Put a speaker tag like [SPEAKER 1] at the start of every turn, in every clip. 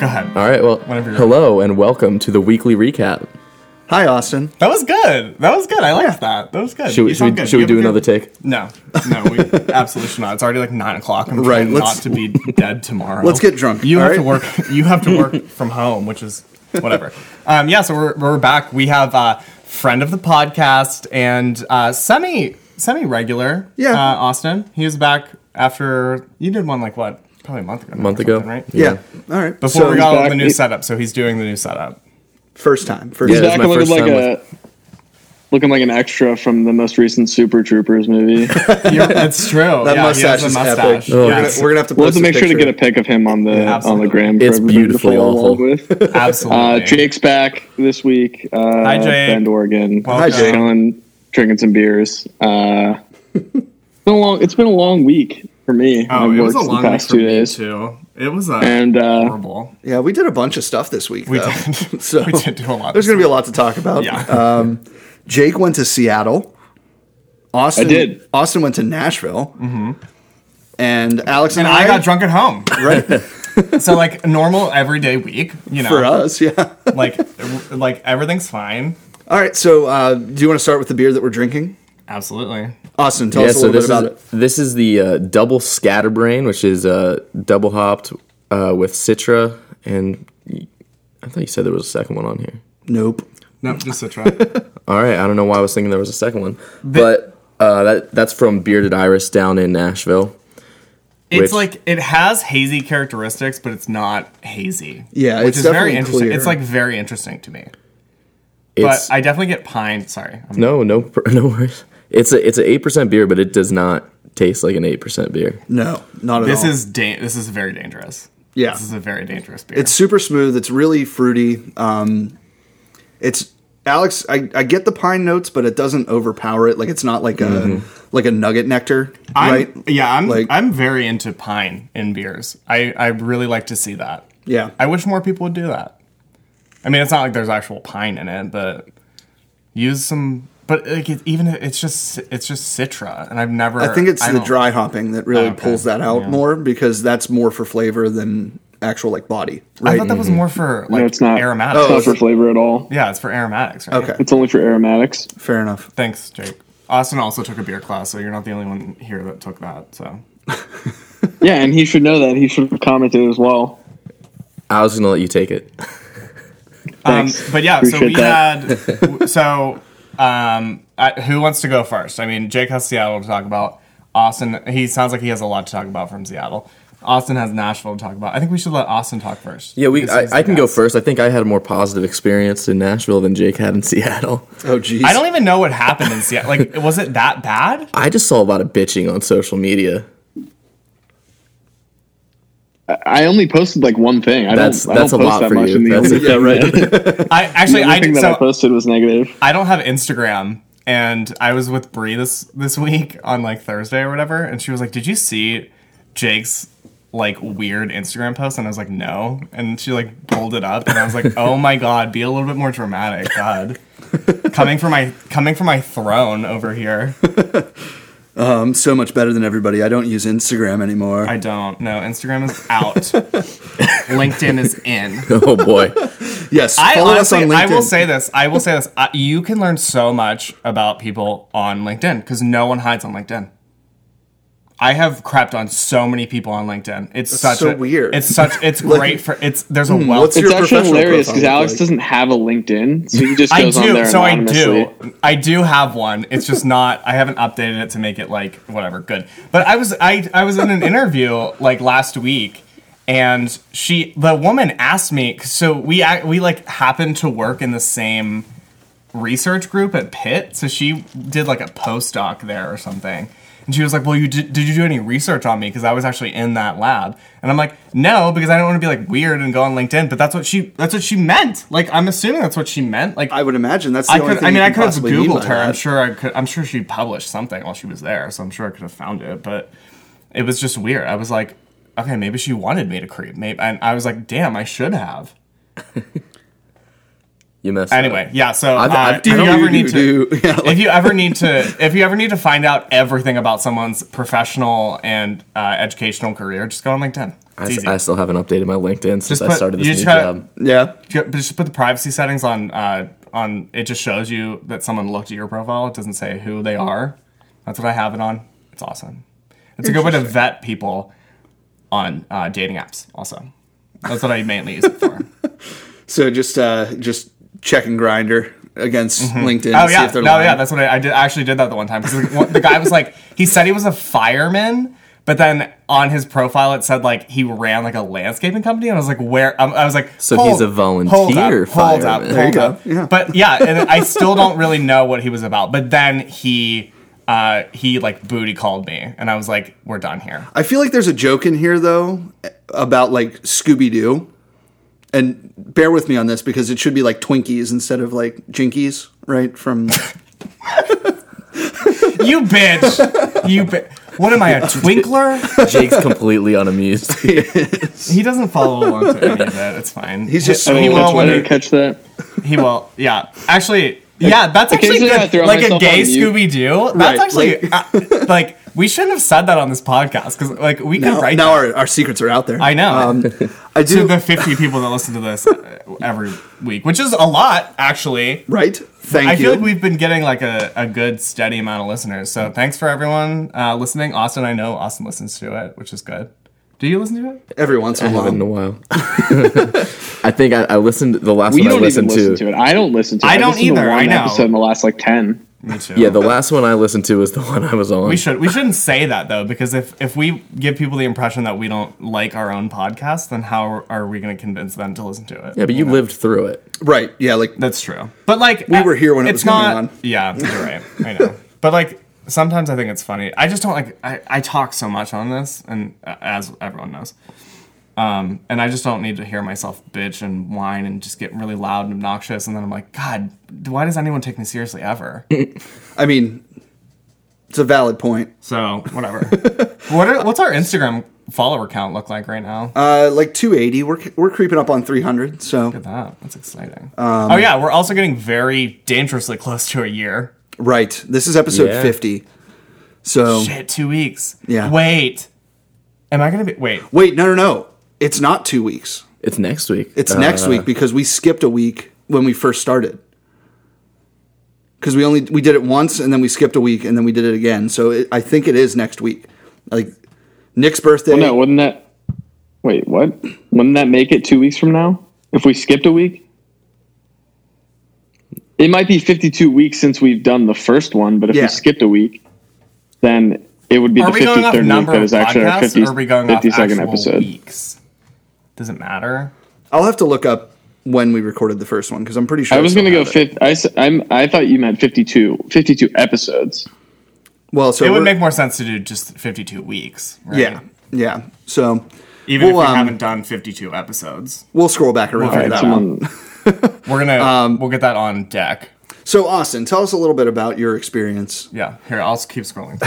[SPEAKER 1] Go ahead.
[SPEAKER 2] All right, well,
[SPEAKER 1] Whenever you're
[SPEAKER 2] hello and welcome to the weekly recap.
[SPEAKER 3] Hi, Austin.
[SPEAKER 1] That was good. That was good. I liked that. That was good.
[SPEAKER 2] Should we,
[SPEAKER 1] You
[SPEAKER 2] should
[SPEAKER 1] sound
[SPEAKER 2] we,
[SPEAKER 1] good.
[SPEAKER 2] should we
[SPEAKER 1] You
[SPEAKER 2] do
[SPEAKER 1] have a
[SPEAKER 2] another
[SPEAKER 1] good-
[SPEAKER 2] take?
[SPEAKER 1] No, no, we absolutely should not. It's already like nine o'clock. I'm
[SPEAKER 3] Right,
[SPEAKER 1] trying
[SPEAKER 3] let's-
[SPEAKER 1] not to be dead tomorrow.
[SPEAKER 3] Let's get drunk,
[SPEAKER 1] You have to
[SPEAKER 3] alright?
[SPEAKER 1] work. You have to work from home, which is whatever. Um, yeah, so we're we're back. We have uh, friend of the podcast and uh, semi semi regular.
[SPEAKER 3] Yeah.
[SPEAKER 1] uh, Austin. He was back after you did one like what probably a month ago. now
[SPEAKER 2] Month
[SPEAKER 1] or
[SPEAKER 2] ago.
[SPEAKER 1] something, right?
[SPEAKER 3] Yeah. All right.
[SPEAKER 1] Before
[SPEAKER 3] So
[SPEAKER 1] we
[SPEAKER 3] he's
[SPEAKER 1] got all
[SPEAKER 3] back-
[SPEAKER 1] the new setup, so he's doing the new setup.
[SPEAKER 3] first time. First
[SPEAKER 2] Yeah.
[SPEAKER 3] time.
[SPEAKER 2] That
[SPEAKER 4] Back
[SPEAKER 2] was my
[SPEAKER 4] looking
[SPEAKER 2] first
[SPEAKER 4] like
[SPEAKER 2] time
[SPEAKER 4] a looking like an extra from the most recent Super Troopers movie. we'll
[SPEAKER 1] You're- it's true.
[SPEAKER 3] That
[SPEAKER 1] yeah, he
[SPEAKER 3] mustache
[SPEAKER 1] has a
[SPEAKER 3] is
[SPEAKER 1] mustache.
[SPEAKER 3] epic.
[SPEAKER 4] Oh,
[SPEAKER 3] We're,
[SPEAKER 1] Yeah,
[SPEAKER 3] gonna,
[SPEAKER 1] it's
[SPEAKER 3] we're gonna have to. Post
[SPEAKER 4] have to
[SPEAKER 3] a
[SPEAKER 4] make sure to
[SPEAKER 3] picture.
[SPEAKER 4] get a pic of him on the on
[SPEAKER 1] absolutely.
[SPEAKER 4] the gram. for
[SPEAKER 2] It's
[SPEAKER 4] everybody to
[SPEAKER 2] beautifully
[SPEAKER 4] follow along
[SPEAKER 2] awful.
[SPEAKER 4] With.
[SPEAKER 1] absolutely.
[SPEAKER 4] Uh, Jake's back this week. Uh, Hi,
[SPEAKER 1] Jake.
[SPEAKER 4] Bend, Oregon.
[SPEAKER 1] Welcome.
[SPEAKER 4] Just chilling, drinking some beers. Uh, it's been a long. It's been a long week for me.
[SPEAKER 1] Oh,
[SPEAKER 4] I've
[SPEAKER 1] it was a
[SPEAKER 4] worked the
[SPEAKER 1] long week
[SPEAKER 4] past
[SPEAKER 1] for
[SPEAKER 4] two
[SPEAKER 1] me
[SPEAKER 4] days.
[SPEAKER 1] too. It was a
[SPEAKER 4] And uh,
[SPEAKER 1] horrible.
[SPEAKER 3] Yeah, we did a bunch of stuff this week.
[SPEAKER 1] We
[SPEAKER 3] though.
[SPEAKER 1] did.
[SPEAKER 3] So
[SPEAKER 1] we did do a lot.
[SPEAKER 3] There's
[SPEAKER 1] this
[SPEAKER 3] gonna be a lot to talk about.
[SPEAKER 1] Yeah.
[SPEAKER 3] Um, Jake went to Seattle. Austin
[SPEAKER 4] I did.
[SPEAKER 3] Austin went to Nashville. Mm-hmm. And Alex and,
[SPEAKER 1] and I got drunk at home.
[SPEAKER 3] Right
[SPEAKER 1] So like normal everyday week, you know,
[SPEAKER 3] for us. Yeah.
[SPEAKER 1] like like everything's fine.
[SPEAKER 3] All right. So, uh, do you want to start with the beer that we're drinking?
[SPEAKER 1] Absolutely.
[SPEAKER 3] Austin, tell
[SPEAKER 2] yeah,
[SPEAKER 3] us a
[SPEAKER 2] so
[SPEAKER 3] little
[SPEAKER 2] this
[SPEAKER 3] bit
[SPEAKER 2] is
[SPEAKER 3] about it.
[SPEAKER 2] this is the uh, double scatterbrain, which is uh, double hopped uh, with Citra, and y- I thought you said there was a second one on here.
[SPEAKER 3] Nope.
[SPEAKER 1] No, just a try.
[SPEAKER 2] All right, I don't know why I was thinking there was a second one, but uh, that that's from Bearded Iris down in Nashville. Which-
[SPEAKER 1] it's like it has hazy characteristics, but it's not hazy.
[SPEAKER 3] Yeah,
[SPEAKER 1] which
[SPEAKER 3] it's
[SPEAKER 1] is very
[SPEAKER 3] definitely
[SPEAKER 1] interesting.
[SPEAKER 3] clear.
[SPEAKER 1] It's like very interesting to me.
[SPEAKER 2] It's,
[SPEAKER 1] but I definitely get pine. Sorry, I'm-
[SPEAKER 2] no, no, no worries. It's a it's an eight percent beer, but it does not taste like an eight percent beer.
[SPEAKER 3] No, not at
[SPEAKER 1] this
[SPEAKER 3] all.
[SPEAKER 1] is da- this is very dangerous.
[SPEAKER 3] Yeah.
[SPEAKER 1] this is a very dangerous beer.
[SPEAKER 3] It's super smooth. It's really fruity. Um, it's Alex. I, I get the pine notes, but it doesn't overpower it. Like it's not like a like a nugget nectar,
[SPEAKER 1] I'm,
[SPEAKER 3] right?
[SPEAKER 1] Yeah, I'm
[SPEAKER 3] Like-
[SPEAKER 1] I'm very into pine in beers. I I really like to see that.
[SPEAKER 3] Yeah.
[SPEAKER 1] I wish more people would do that. I mean, it's not like there's actual pine in it, but use some. But like, it, even if- it's just it's just Citra, and I've never.
[SPEAKER 3] I think it's the
[SPEAKER 1] don't- Oh,
[SPEAKER 3] dry hopping that really
[SPEAKER 1] okay.
[SPEAKER 3] pulls that out
[SPEAKER 1] Yeah.
[SPEAKER 3] more because that's more for flavor than actual like body,
[SPEAKER 1] I
[SPEAKER 3] right?
[SPEAKER 1] thought that was more for like
[SPEAKER 4] no, it's not
[SPEAKER 1] aromatics.
[SPEAKER 4] It's
[SPEAKER 2] Oh,
[SPEAKER 4] not for flavor at all.
[SPEAKER 1] Yeah, it's for aromatics. Right?
[SPEAKER 3] Oh, Okay.
[SPEAKER 4] It's only for aromatics.
[SPEAKER 3] Fair enough.
[SPEAKER 1] Thanks, Jake. Austin also took a beer class, so you're not the only one here that took that. So
[SPEAKER 4] Yeah, and he should know that. He should have commented as well.
[SPEAKER 2] I was gonna let you take it.
[SPEAKER 1] Um,
[SPEAKER 4] Thanks.
[SPEAKER 1] but yeah, so
[SPEAKER 4] Appreciate
[SPEAKER 1] we
[SPEAKER 4] that.
[SPEAKER 1] had w- so um, I, who wants to go first? I mean, Jake has Seattle to talk about. Austin, he sounds like he has a lot to talk about from Seattle. Austin has Nashville to talk about. I think we should let Austin talk first.
[SPEAKER 2] Yeah, we
[SPEAKER 1] Because
[SPEAKER 2] I,
[SPEAKER 1] he's
[SPEAKER 2] I
[SPEAKER 1] the
[SPEAKER 2] can go
[SPEAKER 1] guest.
[SPEAKER 2] first. I think I had a more positive experience in Nashville than Jake had in Seattle.
[SPEAKER 3] Oh geez.
[SPEAKER 1] I don't even know what happened in Seattle. Like, was it that bad?
[SPEAKER 2] I just saw a lot of bitching on social media.
[SPEAKER 4] I only posted like one thing. I
[SPEAKER 2] That's-
[SPEAKER 4] don't.
[SPEAKER 2] that's
[SPEAKER 4] I
[SPEAKER 2] a
[SPEAKER 4] don't post
[SPEAKER 2] lot
[SPEAKER 4] that
[SPEAKER 2] for
[SPEAKER 4] much
[SPEAKER 2] you.
[SPEAKER 4] in the
[SPEAKER 2] That's-
[SPEAKER 4] internet.
[SPEAKER 2] yeah, right.
[SPEAKER 1] I actually,
[SPEAKER 4] The
[SPEAKER 1] I
[SPEAKER 4] only thing
[SPEAKER 1] did,
[SPEAKER 4] that I
[SPEAKER 1] so
[SPEAKER 4] posted was negative.
[SPEAKER 1] I don't have Instagram, and I was with Bree this this week on like Thursday or whatever, and she was like, "Did you see Jake's like weird Instagram post?" And I was like, "No," and she like pulled it up, and I was like, "Oh my god, be a little bit more dramatic, God." coming from my coming from my throne over here.
[SPEAKER 3] I'm so much better than everybody. I don't use Instagram anymore.
[SPEAKER 1] I don't. No, Instagram is out. LinkedIn is in.
[SPEAKER 2] Oh boy,
[SPEAKER 3] yes,
[SPEAKER 1] I
[SPEAKER 3] follow
[SPEAKER 1] honestly,
[SPEAKER 3] us on LinkedIn.
[SPEAKER 1] I will say this. I will say this. I, you can learn so much about people on LinkedIn because no one hides on LinkedIn. I have crapped on so many people on LinkedIn. It's such
[SPEAKER 3] so
[SPEAKER 1] a,
[SPEAKER 3] weird.
[SPEAKER 1] It's such. It's
[SPEAKER 3] Like, hmm,
[SPEAKER 1] great for. It's there's a
[SPEAKER 3] what's
[SPEAKER 1] wealth.
[SPEAKER 3] your
[SPEAKER 4] It's actually
[SPEAKER 3] professional
[SPEAKER 4] hilarious
[SPEAKER 3] profile
[SPEAKER 4] because
[SPEAKER 3] look
[SPEAKER 4] Alex
[SPEAKER 3] like?
[SPEAKER 4] doesn't have a LinkedIn, so he just
[SPEAKER 1] I
[SPEAKER 4] goes on
[SPEAKER 1] do.
[SPEAKER 4] there
[SPEAKER 1] So I
[SPEAKER 4] anonymously.
[SPEAKER 1] do. I do have one. It's just not. I haven't updated it to make it like whatever good. But I was. I I was in an interview like last week. And she, the woman asked me. So we ac- we like happened to work in the same research group at Pitt. So she did like a postdoc there or something. And she was like, "Well, you did, did you do any research on me? Because I was actually in that lab." And I'm like, "No, because I don't want to be like weird and go on LinkedIn." But that's what she that's what she meant. Like I'm assuming that's what she meant. Like
[SPEAKER 3] I would imagine that's the
[SPEAKER 1] I
[SPEAKER 3] only
[SPEAKER 1] could.
[SPEAKER 3] thing
[SPEAKER 1] I mean,
[SPEAKER 3] you
[SPEAKER 1] I
[SPEAKER 3] can
[SPEAKER 1] could have
[SPEAKER 3] possibly mean
[SPEAKER 1] googled
[SPEAKER 3] by
[SPEAKER 1] her. I'm
[SPEAKER 3] that.
[SPEAKER 1] sure I could. I'm sure she published something while she was there, so I'm sure I could have found it. But it was just weird. I was like, okay, maybe she wanted me to creep. Maybe, and I was like, damn, I should have.
[SPEAKER 2] you messed. up.
[SPEAKER 1] Anyway, yeah. So
[SPEAKER 2] I've-
[SPEAKER 1] uh,
[SPEAKER 2] I've-
[SPEAKER 1] if you
[SPEAKER 3] Do,
[SPEAKER 1] ever
[SPEAKER 3] do,
[SPEAKER 1] need to,
[SPEAKER 3] do. Yeah, like-
[SPEAKER 1] if you ever need to, if you ever need to find out everything about someone's professional and uh, educational career, just go on LinkedIn.
[SPEAKER 2] I,
[SPEAKER 1] easy.
[SPEAKER 2] I still haven't updated my LinkedIn since
[SPEAKER 1] Just
[SPEAKER 2] I
[SPEAKER 1] put-
[SPEAKER 2] started
[SPEAKER 1] you
[SPEAKER 2] this new
[SPEAKER 1] try-
[SPEAKER 2] job.
[SPEAKER 3] Yeah.
[SPEAKER 1] Ju- but just put the privacy settings on. Uh, on it just shows you that someone looked at your profile. It doesn't say who they are. That's what I have it on. It's awesome. It's a good way to vet people on uh, dating apps. Also, that's what I mainly use it for.
[SPEAKER 3] So just uh just checking grinder against LinkedIn.
[SPEAKER 1] Oh
[SPEAKER 3] see
[SPEAKER 1] yeah,
[SPEAKER 3] if
[SPEAKER 1] no,
[SPEAKER 3] they're lying.
[SPEAKER 1] yeah, that's what I, I did. I actually did that the one time because the, the guy was like, he said he was a fireman, but then on his profile it said like he ran like a landscaping company, and I was like, where? I, I was like,
[SPEAKER 2] So
[SPEAKER 1] hold-
[SPEAKER 2] he's a volunteer
[SPEAKER 1] Hold up, hold
[SPEAKER 2] fireman.
[SPEAKER 1] up,
[SPEAKER 2] There you
[SPEAKER 1] hold
[SPEAKER 3] go.
[SPEAKER 1] up.
[SPEAKER 3] Yeah.
[SPEAKER 1] But yeah, and I still don't really know what he was about. But then he. Uh, he like booty called me, and I was like, "We're done here."
[SPEAKER 3] I feel like there's a joke in here though about like Scooby Doo, and bear with me on this because it should be like Twinkies instead of like Jinkies, right? From
[SPEAKER 1] You bitch! you bi- What am I, a twinkler?
[SPEAKER 2] Jake's completely unamused.
[SPEAKER 1] He doesn't follow along to any of it. It's fine.
[SPEAKER 3] He's just
[SPEAKER 1] he
[SPEAKER 3] so
[SPEAKER 1] will
[SPEAKER 4] I
[SPEAKER 1] when
[SPEAKER 4] didn't
[SPEAKER 1] he
[SPEAKER 4] catch that.
[SPEAKER 1] He will. Yeah. Actually, yeah, that's actually
[SPEAKER 4] occasionally I
[SPEAKER 1] good.
[SPEAKER 4] throw
[SPEAKER 1] like a
[SPEAKER 4] myself
[SPEAKER 1] gay
[SPEAKER 4] on mute.
[SPEAKER 1] Scooby Doo. That's
[SPEAKER 3] Right,
[SPEAKER 1] actually
[SPEAKER 3] like-
[SPEAKER 1] uh, like we shouldn't have said that on this podcast because like we could
[SPEAKER 3] now,
[SPEAKER 1] write.
[SPEAKER 3] now
[SPEAKER 1] that.
[SPEAKER 3] our, our secrets are out there.
[SPEAKER 1] I know.
[SPEAKER 4] um,
[SPEAKER 3] I
[SPEAKER 1] to
[SPEAKER 3] do
[SPEAKER 1] the 50 people that listen to this uh, every week, which is a lot actually.
[SPEAKER 3] right. Thank
[SPEAKER 1] I
[SPEAKER 3] you.
[SPEAKER 1] feel like we've been getting like a, a good steady amount of listeners. So thanks for everyone uh, listening. Austin, I know Austin listens to it, which is good. Do you listen to it?
[SPEAKER 3] Every once in a
[SPEAKER 2] haven't in a
[SPEAKER 3] while,
[SPEAKER 2] while. I think I, I listened the last
[SPEAKER 4] We
[SPEAKER 2] one I
[SPEAKER 4] don't even
[SPEAKER 2] listened
[SPEAKER 4] listen to
[SPEAKER 2] to.
[SPEAKER 4] it. I don't listen to it.
[SPEAKER 1] I don't
[SPEAKER 4] listened to
[SPEAKER 1] either,
[SPEAKER 4] One
[SPEAKER 1] I know.
[SPEAKER 4] episode in the last like ten.
[SPEAKER 1] Me too.
[SPEAKER 2] Yeah, the last one I listened to was the one I was on.
[SPEAKER 1] We should we shouldn't say that though because if if we give people the impression that we don't like our own podcast, then how are we going to convince them to listen to it?
[SPEAKER 2] yeah, but you lived through it.
[SPEAKER 3] right? Yeah, like
[SPEAKER 1] That's true. But like
[SPEAKER 3] We were here when it
[SPEAKER 1] it's
[SPEAKER 3] was going
[SPEAKER 1] not-
[SPEAKER 3] on.
[SPEAKER 1] Yeah, you're right. I know. But like sometimes I think it's funny. I just don't like I, I talk so much on this, and uh, as everyone knows. Um, and I just don't need to hear myself bitch and whine and just get really loud and obnoxious. And then I'm like, God, why does anyone take me seriously ever?
[SPEAKER 3] I mean, it's a valid point.
[SPEAKER 1] So whatever. what are, what's our Instagram follower count look like right now?
[SPEAKER 3] Uh, like 280, we're we're creeping up on 300. So
[SPEAKER 1] That that's exciting.
[SPEAKER 3] Um,
[SPEAKER 1] oh yeah, we're also getting very dangerously close to a year.
[SPEAKER 3] right, this is episode
[SPEAKER 2] Yeah.
[SPEAKER 3] 50. So
[SPEAKER 1] Shit, two weeks.
[SPEAKER 3] Oh. Yeah.
[SPEAKER 1] Wait, am I gonna be? Wait,
[SPEAKER 3] wait, no, no, no, it's not two weeks.
[SPEAKER 2] It's next week.
[SPEAKER 3] It's
[SPEAKER 2] Uh,
[SPEAKER 3] next week because we skipped a week when we first started. Because we only we did it once and then we skipped a week and then we did it again. So it, I think it is next week. Like Nick's birthday.
[SPEAKER 4] No, wouldn't that? Wait, what? Wouldn't that make it two weeks from now? If we skipped a week, it might be fifty-two weeks since we've done the first one. But if
[SPEAKER 3] Yeah.
[SPEAKER 4] we skipped a week, then it would be
[SPEAKER 1] are
[SPEAKER 4] the
[SPEAKER 1] we going off
[SPEAKER 4] fifty-third week
[SPEAKER 1] number
[SPEAKER 4] that
[SPEAKER 1] of
[SPEAKER 4] is actually our
[SPEAKER 1] podcasts,
[SPEAKER 4] 50,
[SPEAKER 1] or are we going off
[SPEAKER 4] fifty-second
[SPEAKER 1] actual
[SPEAKER 4] episode.
[SPEAKER 1] Weeks. Does it matter?
[SPEAKER 3] I'll have to look up when we recorded the first one because I'm pretty sure
[SPEAKER 4] I was going to
[SPEAKER 3] still
[SPEAKER 4] go
[SPEAKER 3] have it.
[SPEAKER 4] fifth. I, s- I'm- I thought you meant 52, 52 episodes.
[SPEAKER 3] Well, so
[SPEAKER 1] It would
[SPEAKER 3] we're-
[SPEAKER 1] make more sense to do just fifty-two weeks. Right?
[SPEAKER 3] yeah, yeah. So
[SPEAKER 1] even if
[SPEAKER 3] Well,
[SPEAKER 1] we
[SPEAKER 3] um,
[SPEAKER 1] haven't done fifty-two episodes,
[SPEAKER 3] we'll scroll back around
[SPEAKER 1] All
[SPEAKER 3] for
[SPEAKER 1] right,
[SPEAKER 3] that one.
[SPEAKER 4] Someone,
[SPEAKER 1] we're gonna
[SPEAKER 3] um,
[SPEAKER 1] we'll get that on deck.
[SPEAKER 3] So Austin, tell us a little bit about your experience.
[SPEAKER 1] Yeah, here I'll s- keep scrolling.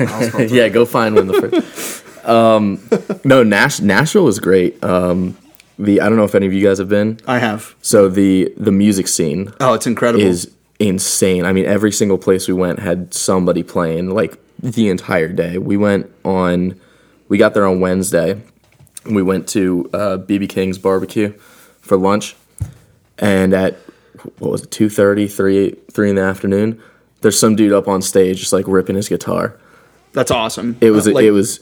[SPEAKER 1] I'll scroll through.
[SPEAKER 2] yeah, go find one. The first. um, no, Nash- Nashville was great. Um, the I don't know if any of you guys have been.
[SPEAKER 3] I have.
[SPEAKER 2] So the the music scene
[SPEAKER 3] Oh, it's incredible.
[SPEAKER 2] is insane. I mean, every single place we went had somebody playing like the entire day. We went on, we got there on Wednesday. and We went to uh, BB King's barbecue for lunch, and at what was it, 2.30, 3, 3 in the afternoon, there's some dude up on stage just like ripping his guitar.
[SPEAKER 3] That's awesome.
[SPEAKER 2] It was
[SPEAKER 3] Uh, like-
[SPEAKER 2] it was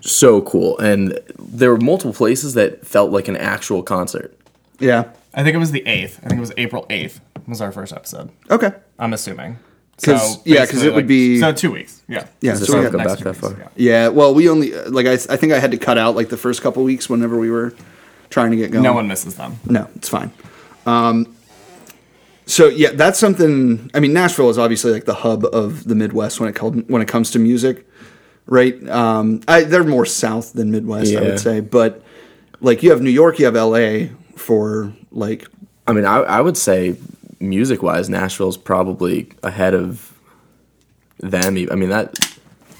[SPEAKER 2] so cool, and there were multiple places that felt like an actual concert.
[SPEAKER 3] yeah.
[SPEAKER 1] I think it was the eighth. I think it was April eighth was our first episode.
[SPEAKER 3] Okay.
[SPEAKER 1] I'm assuming.
[SPEAKER 3] 'Cause- yeah, 'cause
[SPEAKER 1] basically,
[SPEAKER 3] it would
[SPEAKER 1] like-
[SPEAKER 3] be-
[SPEAKER 1] so two weeks. Yeah,
[SPEAKER 3] Yeah.
[SPEAKER 2] Does
[SPEAKER 3] So
[SPEAKER 2] this
[SPEAKER 3] we
[SPEAKER 2] not
[SPEAKER 3] got-
[SPEAKER 2] go
[SPEAKER 1] Next
[SPEAKER 2] back
[SPEAKER 1] two
[SPEAKER 2] that
[SPEAKER 1] weeks,
[SPEAKER 2] far?
[SPEAKER 1] yeah.
[SPEAKER 3] Yeah, well, we only uh, like I, I think I had to cut out like the first couple weeks whenever we were trying to get going.
[SPEAKER 1] No one misses them.
[SPEAKER 3] no, it's fine. Um, so yeah, that's something. I mean, Nashville is obviously like the hub of the Midwest when it called, when it comes to music, right? Um, I, they're more South than Midwest,
[SPEAKER 2] Yeah.
[SPEAKER 3] I would say, but like you have New York, you have L.A. for like
[SPEAKER 2] I mean, I, I would say music wise, Nashville's probably ahead of them. e- I mean, that.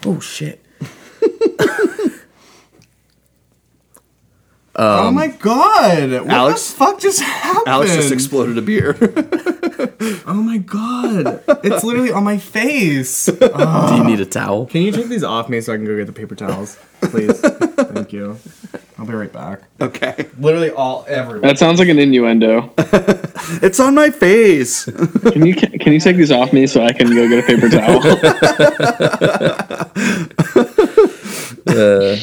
[SPEAKER 2] Oh, shit.
[SPEAKER 1] oh my god! What
[SPEAKER 3] Alex-
[SPEAKER 1] the fuck just happened?
[SPEAKER 3] Alex just exploded a beer. Do
[SPEAKER 1] Oh my god! It's literally on my face.
[SPEAKER 2] Do you need a towel?
[SPEAKER 1] Can you take these off me so I can go get the paper towels, please? Thank you. I'll be right back.
[SPEAKER 3] okay.
[SPEAKER 1] Literally all everywhere.
[SPEAKER 4] That sounds like an innuendo.
[SPEAKER 3] It's on my face.
[SPEAKER 4] Can you can you take these off me so I can go get a paper towel?
[SPEAKER 3] No,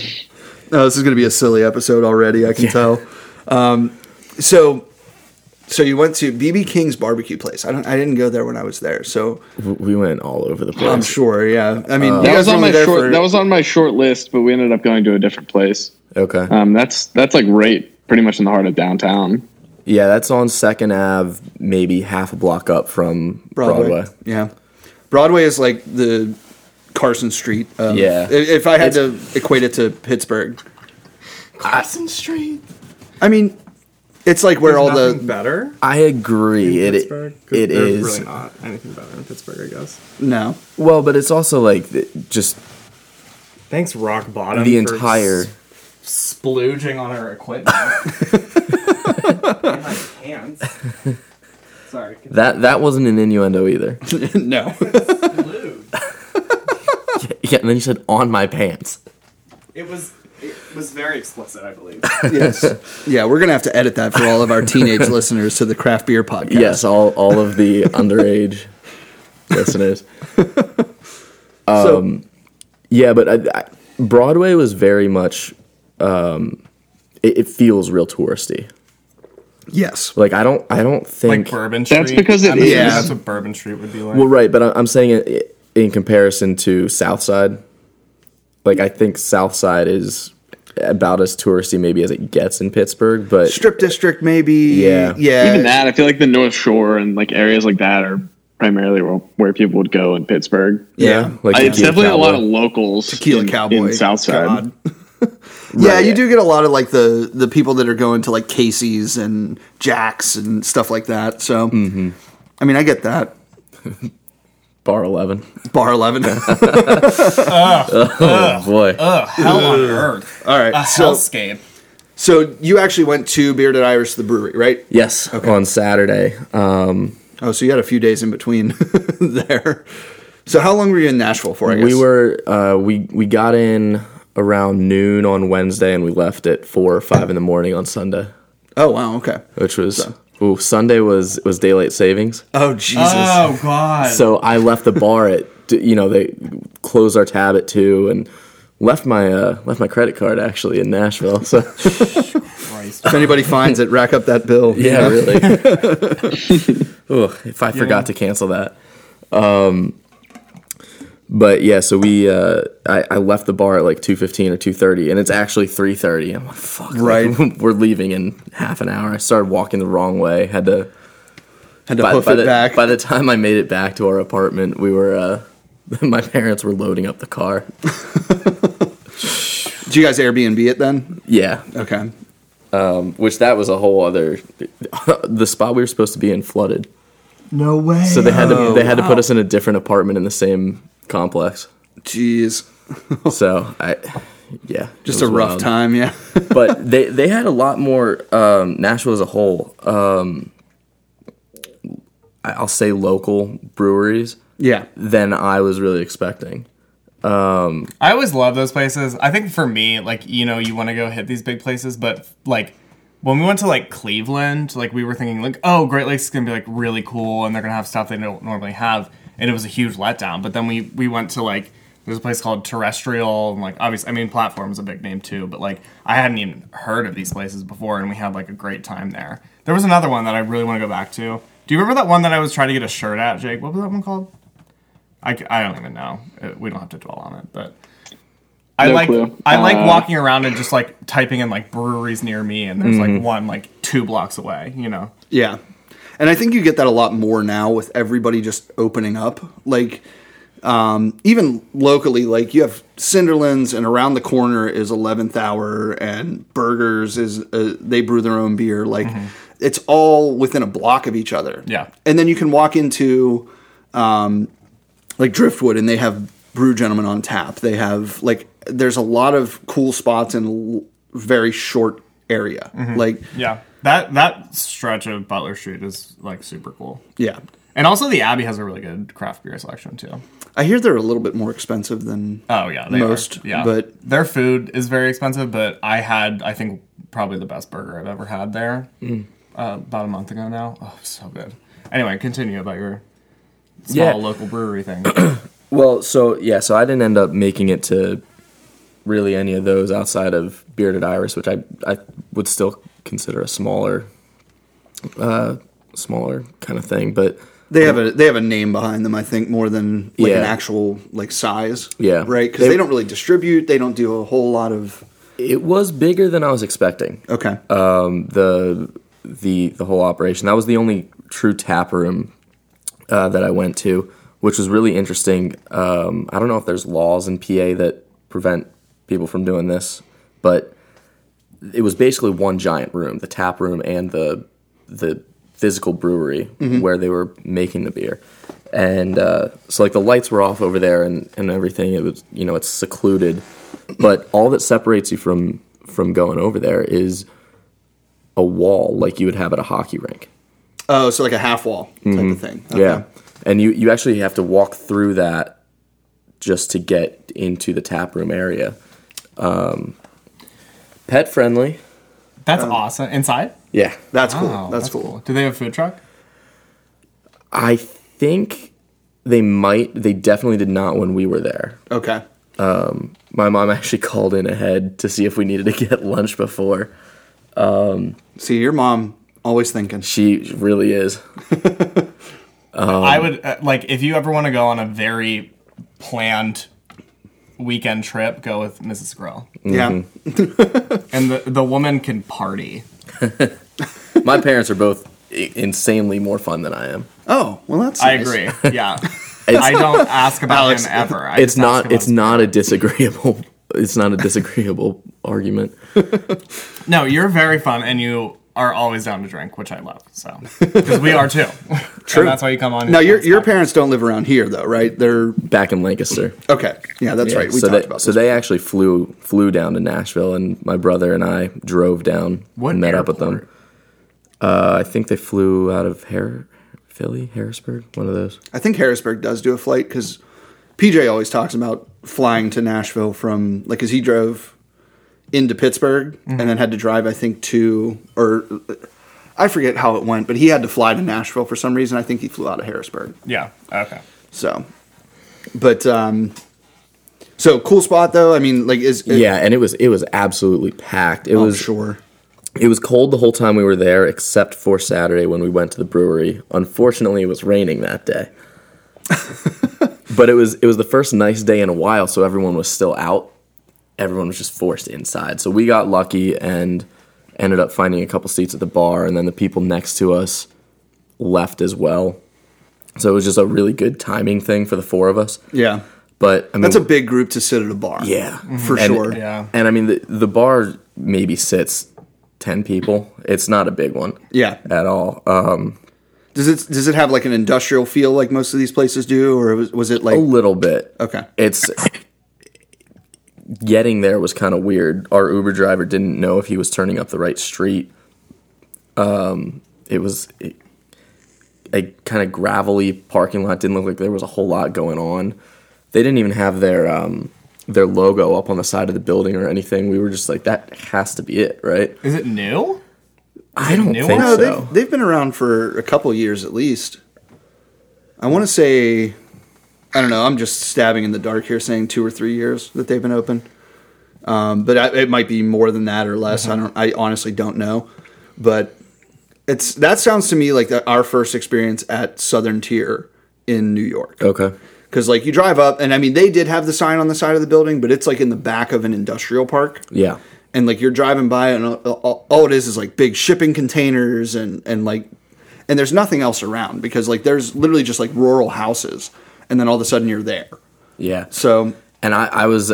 [SPEAKER 3] Oh, this is going to be a silly episode already. I can tell. Um, so, so you went to BB King's barbecue place. I don't. I didn't go there when I was there. So
[SPEAKER 2] W- We went all over the place.
[SPEAKER 3] I'm sure. Yeah. I mean, you
[SPEAKER 4] Uh, That
[SPEAKER 3] guys
[SPEAKER 4] was
[SPEAKER 3] were
[SPEAKER 4] on
[SPEAKER 3] only
[SPEAKER 4] my
[SPEAKER 3] there
[SPEAKER 4] short.
[SPEAKER 3] for-
[SPEAKER 4] That was on my short list, but we ended up going to a different place.
[SPEAKER 2] Okay.
[SPEAKER 4] Um, that's that's like right, pretty much in the heart of downtown.
[SPEAKER 2] Yeah, that's on Second Ave, maybe half a block up from Broadway.
[SPEAKER 3] Yeah. Broadway is like the Carson Street. Of,
[SPEAKER 2] Yeah.
[SPEAKER 3] i- If I had to equate it to Pittsburgh,
[SPEAKER 1] Carson Ah. Street.
[SPEAKER 3] I mean, it's like where all the
[SPEAKER 1] Nothing better.
[SPEAKER 2] I agree. It
[SPEAKER 1] Pittsburgh.
[SPEAKER 2] it
[SPEAKER 1] There's
[SPEAKER 2] is
[SPEAKER 1] really not anything better in Pittsburgh, I guess.
[SPEAKER 3] no.
[SPEAKER 2] well, but it's also like th- just
[SPEAKER 1] Thanks, Rock Bottom.
[SPEAKER 2] the
[SPEAKER 1] for
[SPEAKER 2] entire.
[SPEAKER 1] s- splooging on our equipment. In my pants. Sorry.
[SPEAKER 2] That that wasn't an innuendo either.
[SPEAKER 3] no.
[SPEAKER 1] Splooged.
[SPEAKER 2] yeah, and then you said on my pants.
[SPEAKER 1] It was. It was very explicit, I believe.
[SPEAKER 3] yes. Yeah, we're gonna have to edit that for all of our teenage listeners to the craft beer podcast.
[SPEAKER 2] Yes, all all of the underage listeners. Um,
[SPEAKER 3] So-
[SPEAKER 2] Yeah, but I, I, Broadway was very much. Um, it, it feels real touristy.
[SPEAKER 3] yes.
[SPEAKER 2] Like I don't I don't think
[SPEAKER 1] Like Bourbon Street.
[SPEAKER 4] That's because it
[SPEAKER 1] I mean,
[SPEAKER 3] is.
[SPEAKER 1] That's what Bourbon Street would be like.
[SPEAKER 2] Well, right, but I- I'm saying it- it in comparison to Southside. Like I think Southside is about as touristy maybe as it gets in Pittsburgh, but
[SPEAKER 3] Strip district, maybe.
[SPEAKER 2] Yeah.
[SPEAKER 3] Yeah.
[SPEAKER 4] Even that, I feel like the North Shore and like areas like that are primarily where, where people would go in Pittsburgh.
[SPEAKER 3] Yeah.
[SPEAKER 2] like
[SPEAKER 4] Uh, it's
[SPEAKER 2] Tequila
[SPEAKER 4] definitely a lot of
[SPEAKER 2] Cowboy.
[SPEAKER 4] locals.
[SPEAKER 3] Tequila
[SPEAKER 4] in,
[SPEAKER 3] Cowboy.
[SPEAKER 4] in Southside.
[SPEAKER 3] God. Yeah, you do get a lot of like the the people that are going to like Casey's and Jack's and stuff like that. So,
[SPEAKER 2] Mm-hmm.
[SPEAKER 3] I mean, I get that.
[SPEAKER 2] Bar Eleven.
[SPEAKER 3] Bar eleven.
[SPEAKER 2] Oh boy,
[SPEAKER 1] Ugh, hell on earth.
[SPEAKER 3] All right.
[SPEAKER 1] A
[SPEAKER 3] so,
[SPEAKER 1] hellscape.
[SPEAKER 3] so you actually went to Bearded Irish, the brewery, right?
[SPEAKER 2] yes, on Saturday. Um,
[SPEAKER 3] Oh, so you had a few days in between there. So how long were you in Nashville for? I guess
[SPEAKER 2] We were uh, we we got in around noon on Wednesday and we left at four or five in the morning on Sunday,
[SPEAKER 3] Oh wow. Okay.
[SPEAKER 2] which was ooh, Sunday was was daylight savings.
[SPEAKER 3] Oh Jesus.
[SPEAKER 1] Oh god.
[SPEAKER 2] So I left the bar at you know they closed our tab at two and left my uh, left my credit card actually in Nashville. So
[SPEAKER 1] Christ.
[SPEAKER 3] if anybody finds it, rack up that bill.
[SPEAKER 2] yeah, really. Ugh, if I forgot to cancel that. Um, but yeah, so we uh, I, I left the bar at like two fifteen or two thirty, and it's actually three thirty. I'm like, fuck, like,
[SPEAKER 3] Right.
[SPEAKER 2] we're leaving in half an hour. I started walking the wrong way. Had to
[SPEAKER 3] Had to
[SPEAKER 2] by,
[SPEAKER 3] hoof
[SPEAKER 2] by
[SPEAKER 3] it
[SPEAKER 2] the,
[SPEAKER 3] back.
[SPEAKER 2] by the time I made it back to our apartment, we were uh, my parents were loading up the car.
[SPEAKER 3] Did you guys Airbnb it then?
[SPEAKER 2] Yeah,
[SPEAKER 3] Okay.
[SPEAKER 2] which that was a whole other. the spot we were supposed to be in flooded,
[SPEAKER 1] No way.
[SPEAKER 2] so they had
[SPEAKER 3] Oh,
[SPEAKER 2] to they had to put us in a different apartment in the same complex.
[SPEAKER 3] Jeez.
[SPEAKER 2] So I, yeah, it
[SPEAKER 3] Just
[SPEAKER 2] was
[SPEAKER 3] a rough
[SPEAKER 2] wild.
[SPEAKER 3] time. Yeah.
[SPEAKER 2] but they they had a lot more um, Nashville as a whole. Um, I- I'll say local breweries
[SPEAKER 3] yeah.
[SPEAKER 2] than I was really expecting.
[SPEAKER 1] I always love those places. I think for me, like, you know, you want to go hit these big places, but like when we went to like Cleveland, like we were thinking like, oh, Great Lakes is gonna be like really cool and they're gonna have stuff they don't normally have. And it was a huge letdown. But then we we went to like there's a place called Terrestrial and like obviously I mean Platform's a big name too, but like I hadn't even heard of these places before and we had like a great time there. There was another one that I really want to go back to. Do you remember that one that I was trying to get a shirt at, Jake? What was that one called? I, c- I don't even know. Uh, We don't have to dwell on it, but I
[SPEAKER 4] No
[SPEAKER 1] like
[SPEAKER 4] clue.
[SPEAKER 1] I like
[SPEAKER 4] Uh,
[SPEAKER 1] walking around and just like typing in like breweries near me, and there's like one like two blocks away. You know,
[SPEAKER 3] Yeah. And I think you get that a lot more now with everybody just opening up. Like, um, even locally, like you have Cinderlands, and around the corner is 11th Hour, and Burgers is uh, they brew their own beer. Like, it's all within a block of each other.
[SPEAKER 1] Yeah.
[SPEAKER 3] And then you can walk into um, like Driftwood, and they have Brew Gentlemen on tap. They have like there's a lot of cool spots in l- very short area. Like,
[SPEAKER 1] Yeah, that that stretch of Butler Street is like super cool,
[SPEAKER 3] yeah,
[SPEAKER 1] and also the Abbey has a really good craft beer selection too.
[SPEAKER 3] I hear they're a little bit more expensive than
[SPEAKER 1] Oh yeah, they
[SPEAKER 3] Most,
[SPEAKER 1] are. yeah,
[SPEAKER 3] but-
[SPEAKER 1] their food is very expensive. But I had, I think, probably the best burger I've ever had there uh, about a month ago now. Oh, so good. Anyway, continue about your small
[SPEAKER 2] Yeah.
[SPEAKER 1] local brewery thing.
[SPEAKER 2] Well, so yeah, so I didn't end up making it to really any of those outside of Bearded Iris, which I I would still consider a smaller, uh, smaller kind of thing. But
[SPEAKER 3] they have a they have a name behind them. I think more than like an
[SPEAKER 2] Yeah.
[SPEAKER 3] actual like size.
[SPEAKER 2] Yeah.
[SPEAKER 3] right. Because
[SPEAKER 2] They-
[SPEAKER 3] they, don't really distribute. They don't do a whole lot of.
[SPEAKER 2] it was bigger than I was expecting.
[SPEAKER 3] Okay.
[SPEAKER 2] Uh, the the the whole operation. That was the only true tap room uh, that I went to, which was really interesting. Um, I don't know if there's laws in PA that prevent people from doing this, but it was basically one giant room, the tap room and the the physical brewery where they were making the beer. And uh, so like the lights were off over there and, and everything. It was you know, it's secluded. But all that separates you from from going over there is a wall like you would have at a hockey rink.
[SPEAKER 3] oh, so like a half wall type of thing. Okay.
[SPEAKER 2] mm-hmm. Yeah. And you, you actually have to walk through that just to get into the tap room area. Um, pet friendly.
[SPEAKER 1] That's awesome. Inside?
[SPEAKER 2] Yeah.
[SPEAKER 3] That's cool.
[SPEAKER 1] Oh,
[SPEAKER 3] that's, cool.
[SPEAKER 1] Do they have food truck?
[SPEAKER 2] I think they might, they definitely did not when we were there.
[SPEAKER 3] Okay.
[SPEAKER 2] My mom actually called in ahead to see if we needed to get lunch before.
[SPEAKER 3] See, your mom always thinking.
[SPEAKER 2] She really is.
[SPEAKER 1] I would uh, like if you ever want to go on a very planned weekend trip, go with Mrs. Grill,
[SPEAKER 3] Yeah.
[SPEAKER 2] Mm-hmm.
[SPEAKER 1] and the the woman can party.
[SPEAKER 2] My parents are both i- insanely more fun than I am.
[SPEAKER 3] Oh, well, that's.
[SPEAKER 1] I
[SPEAKER 3] nice.
[SPEAKER 1] agree. Yeah. I don't ask about him ever. I
[SPEAKER 2] it's
[SPEAKER 1] just ask
[SPEAKER 2] not
[SPEAKER 1] about
[SPEAKER 2] it's
[SPEAKER 1] his-
[SPEAKER 2] not a disagreeable it's not a disagreeable argument.
[SPEAKER 1] No, you're very fun, and you are always down to drink, which I love. So because we are too. True. that's why you come on.
[SPEAKER 3] Now your your parents don't live around here though, right? They're
[SPEAKER 2] back in Lancaster.
[SPEAKER 3] okay. Yeah, that's
[SPEAKER 2] Yeah,
[SPEAKER 3] Mm-hmm. right. We
[SPEAKER 2] so
[SPEAKER 3] talked
[SPEAKER 2] they,
[SPEAKER 3] about
[SPEAKER 2] so
[SPEAKER 3] this.
[SPEAKER 2] they actually flew flew down to Nashville, and my brother and I drove down
[SPEAKER 1] What
[SPEAKER 2] and met up with them.
[SPEAKER 1] airport?
[SPEAKER 2] Uh, I think they flew out of Har- Philly, Harrisburg, one of those.
[SPEAKER 3] I think Harrisburg does do a flight because PJ always talks about flying to Nashville from like because he drove into Pittsburgh
[SPEAKER 2] Mm-hmm.
[SPEAKER 3] and then had to drive I think to or I forget how it went, but he had to fly to Nashville for some reason. I think he flew out of Harrisburg.
[SPEAKER 1] Yeah. Okay.
[SPEAKER 3] So, but um, so cool spot though. I mean, like is it-
[SPEAKER 2] yeah, and it was it was absolutely packed. It
[SPEAKER 3] I'm
[SPEAKER 2] was
[SPEAKER 3] Oh, sure.
[SPEAKER 2] it was cold the whole time we were there, except for Saturday when we went to the brewery. Unfortunately, it was raining that day. but it was it was the first nice day in a while, so everyone was still out. Everyone was just forced inside. So we got lucky and ended up finding a couple seats at the bar, and then the people next to us left as well. So it was just a really good timing thing for the four of us.
[SPEAKER 3] Yeah,
[SPEAKER 2] But I mean,
[SPEAKER 3] that's a big group to sit at a bar.
[SPEAKER 2] yeah,
[SPEAKER 3] for
[SPEAKER 2] And-
[SPEAKER 3] sure.
[SPEAKER 1] Yeah.
[SPEAKER 2] And I mean, the, the bar maybe sits ten people. It's not a big one
[SPEAKER 3] yeah.
[SPEAKER 2] at all. Um,
[SPEAKER 3] Does it does it have like an industrial feel like most of these places do, or was, was it like
[SPEAKER 2] a little bit.
[SPEAKER 3] okay?
[SPEAKER 2] It's getting there was kind of weird. Our Uber driver didn't know if he was turning up the right street. Um, it was it, a kind of gravelly parking lot. Didn't look like there was a whole lot going on. They didn't even have their um, their logo up on the side of the building or anything. We were just like, that has to be it, right?
[SPEAKER 1] Is it new?
[SPEAKER 2] I don't
[SPEAKER 1] new
[SPEAKER 2] think
[SPEAKER 1] one?
[SPEAKER 3] No,
[SPEAKER 2] so.
[SPEAKER 3] they've they've been around for a couple years at least. I want to say, I don't know. I'm just stabbing in the dark here, saying two or three years that they've been open. Um, but I, it might be more than that or less. I don't. I honestly don't know. But it's that sounds to me like the, our first experience at Southern Tier in New York.
[SPEAKER 2] okay.
[SPEAKER 3] Because like you drive up, and I mean they did have the sign on the side of the building, but it's like in the back of an industrial park
[SPEAKER 2] Yeah.
[SPEAKER 3] and like you're driving by and all, all, all it is is like big shipping containers and and like and there's nothing else around because like there's literally just like rural houses and then all of a sudden you're there
[SPEAKER 2] Yeah.
[SPEAKER 3] so
[SPEAKER 2] and I, I was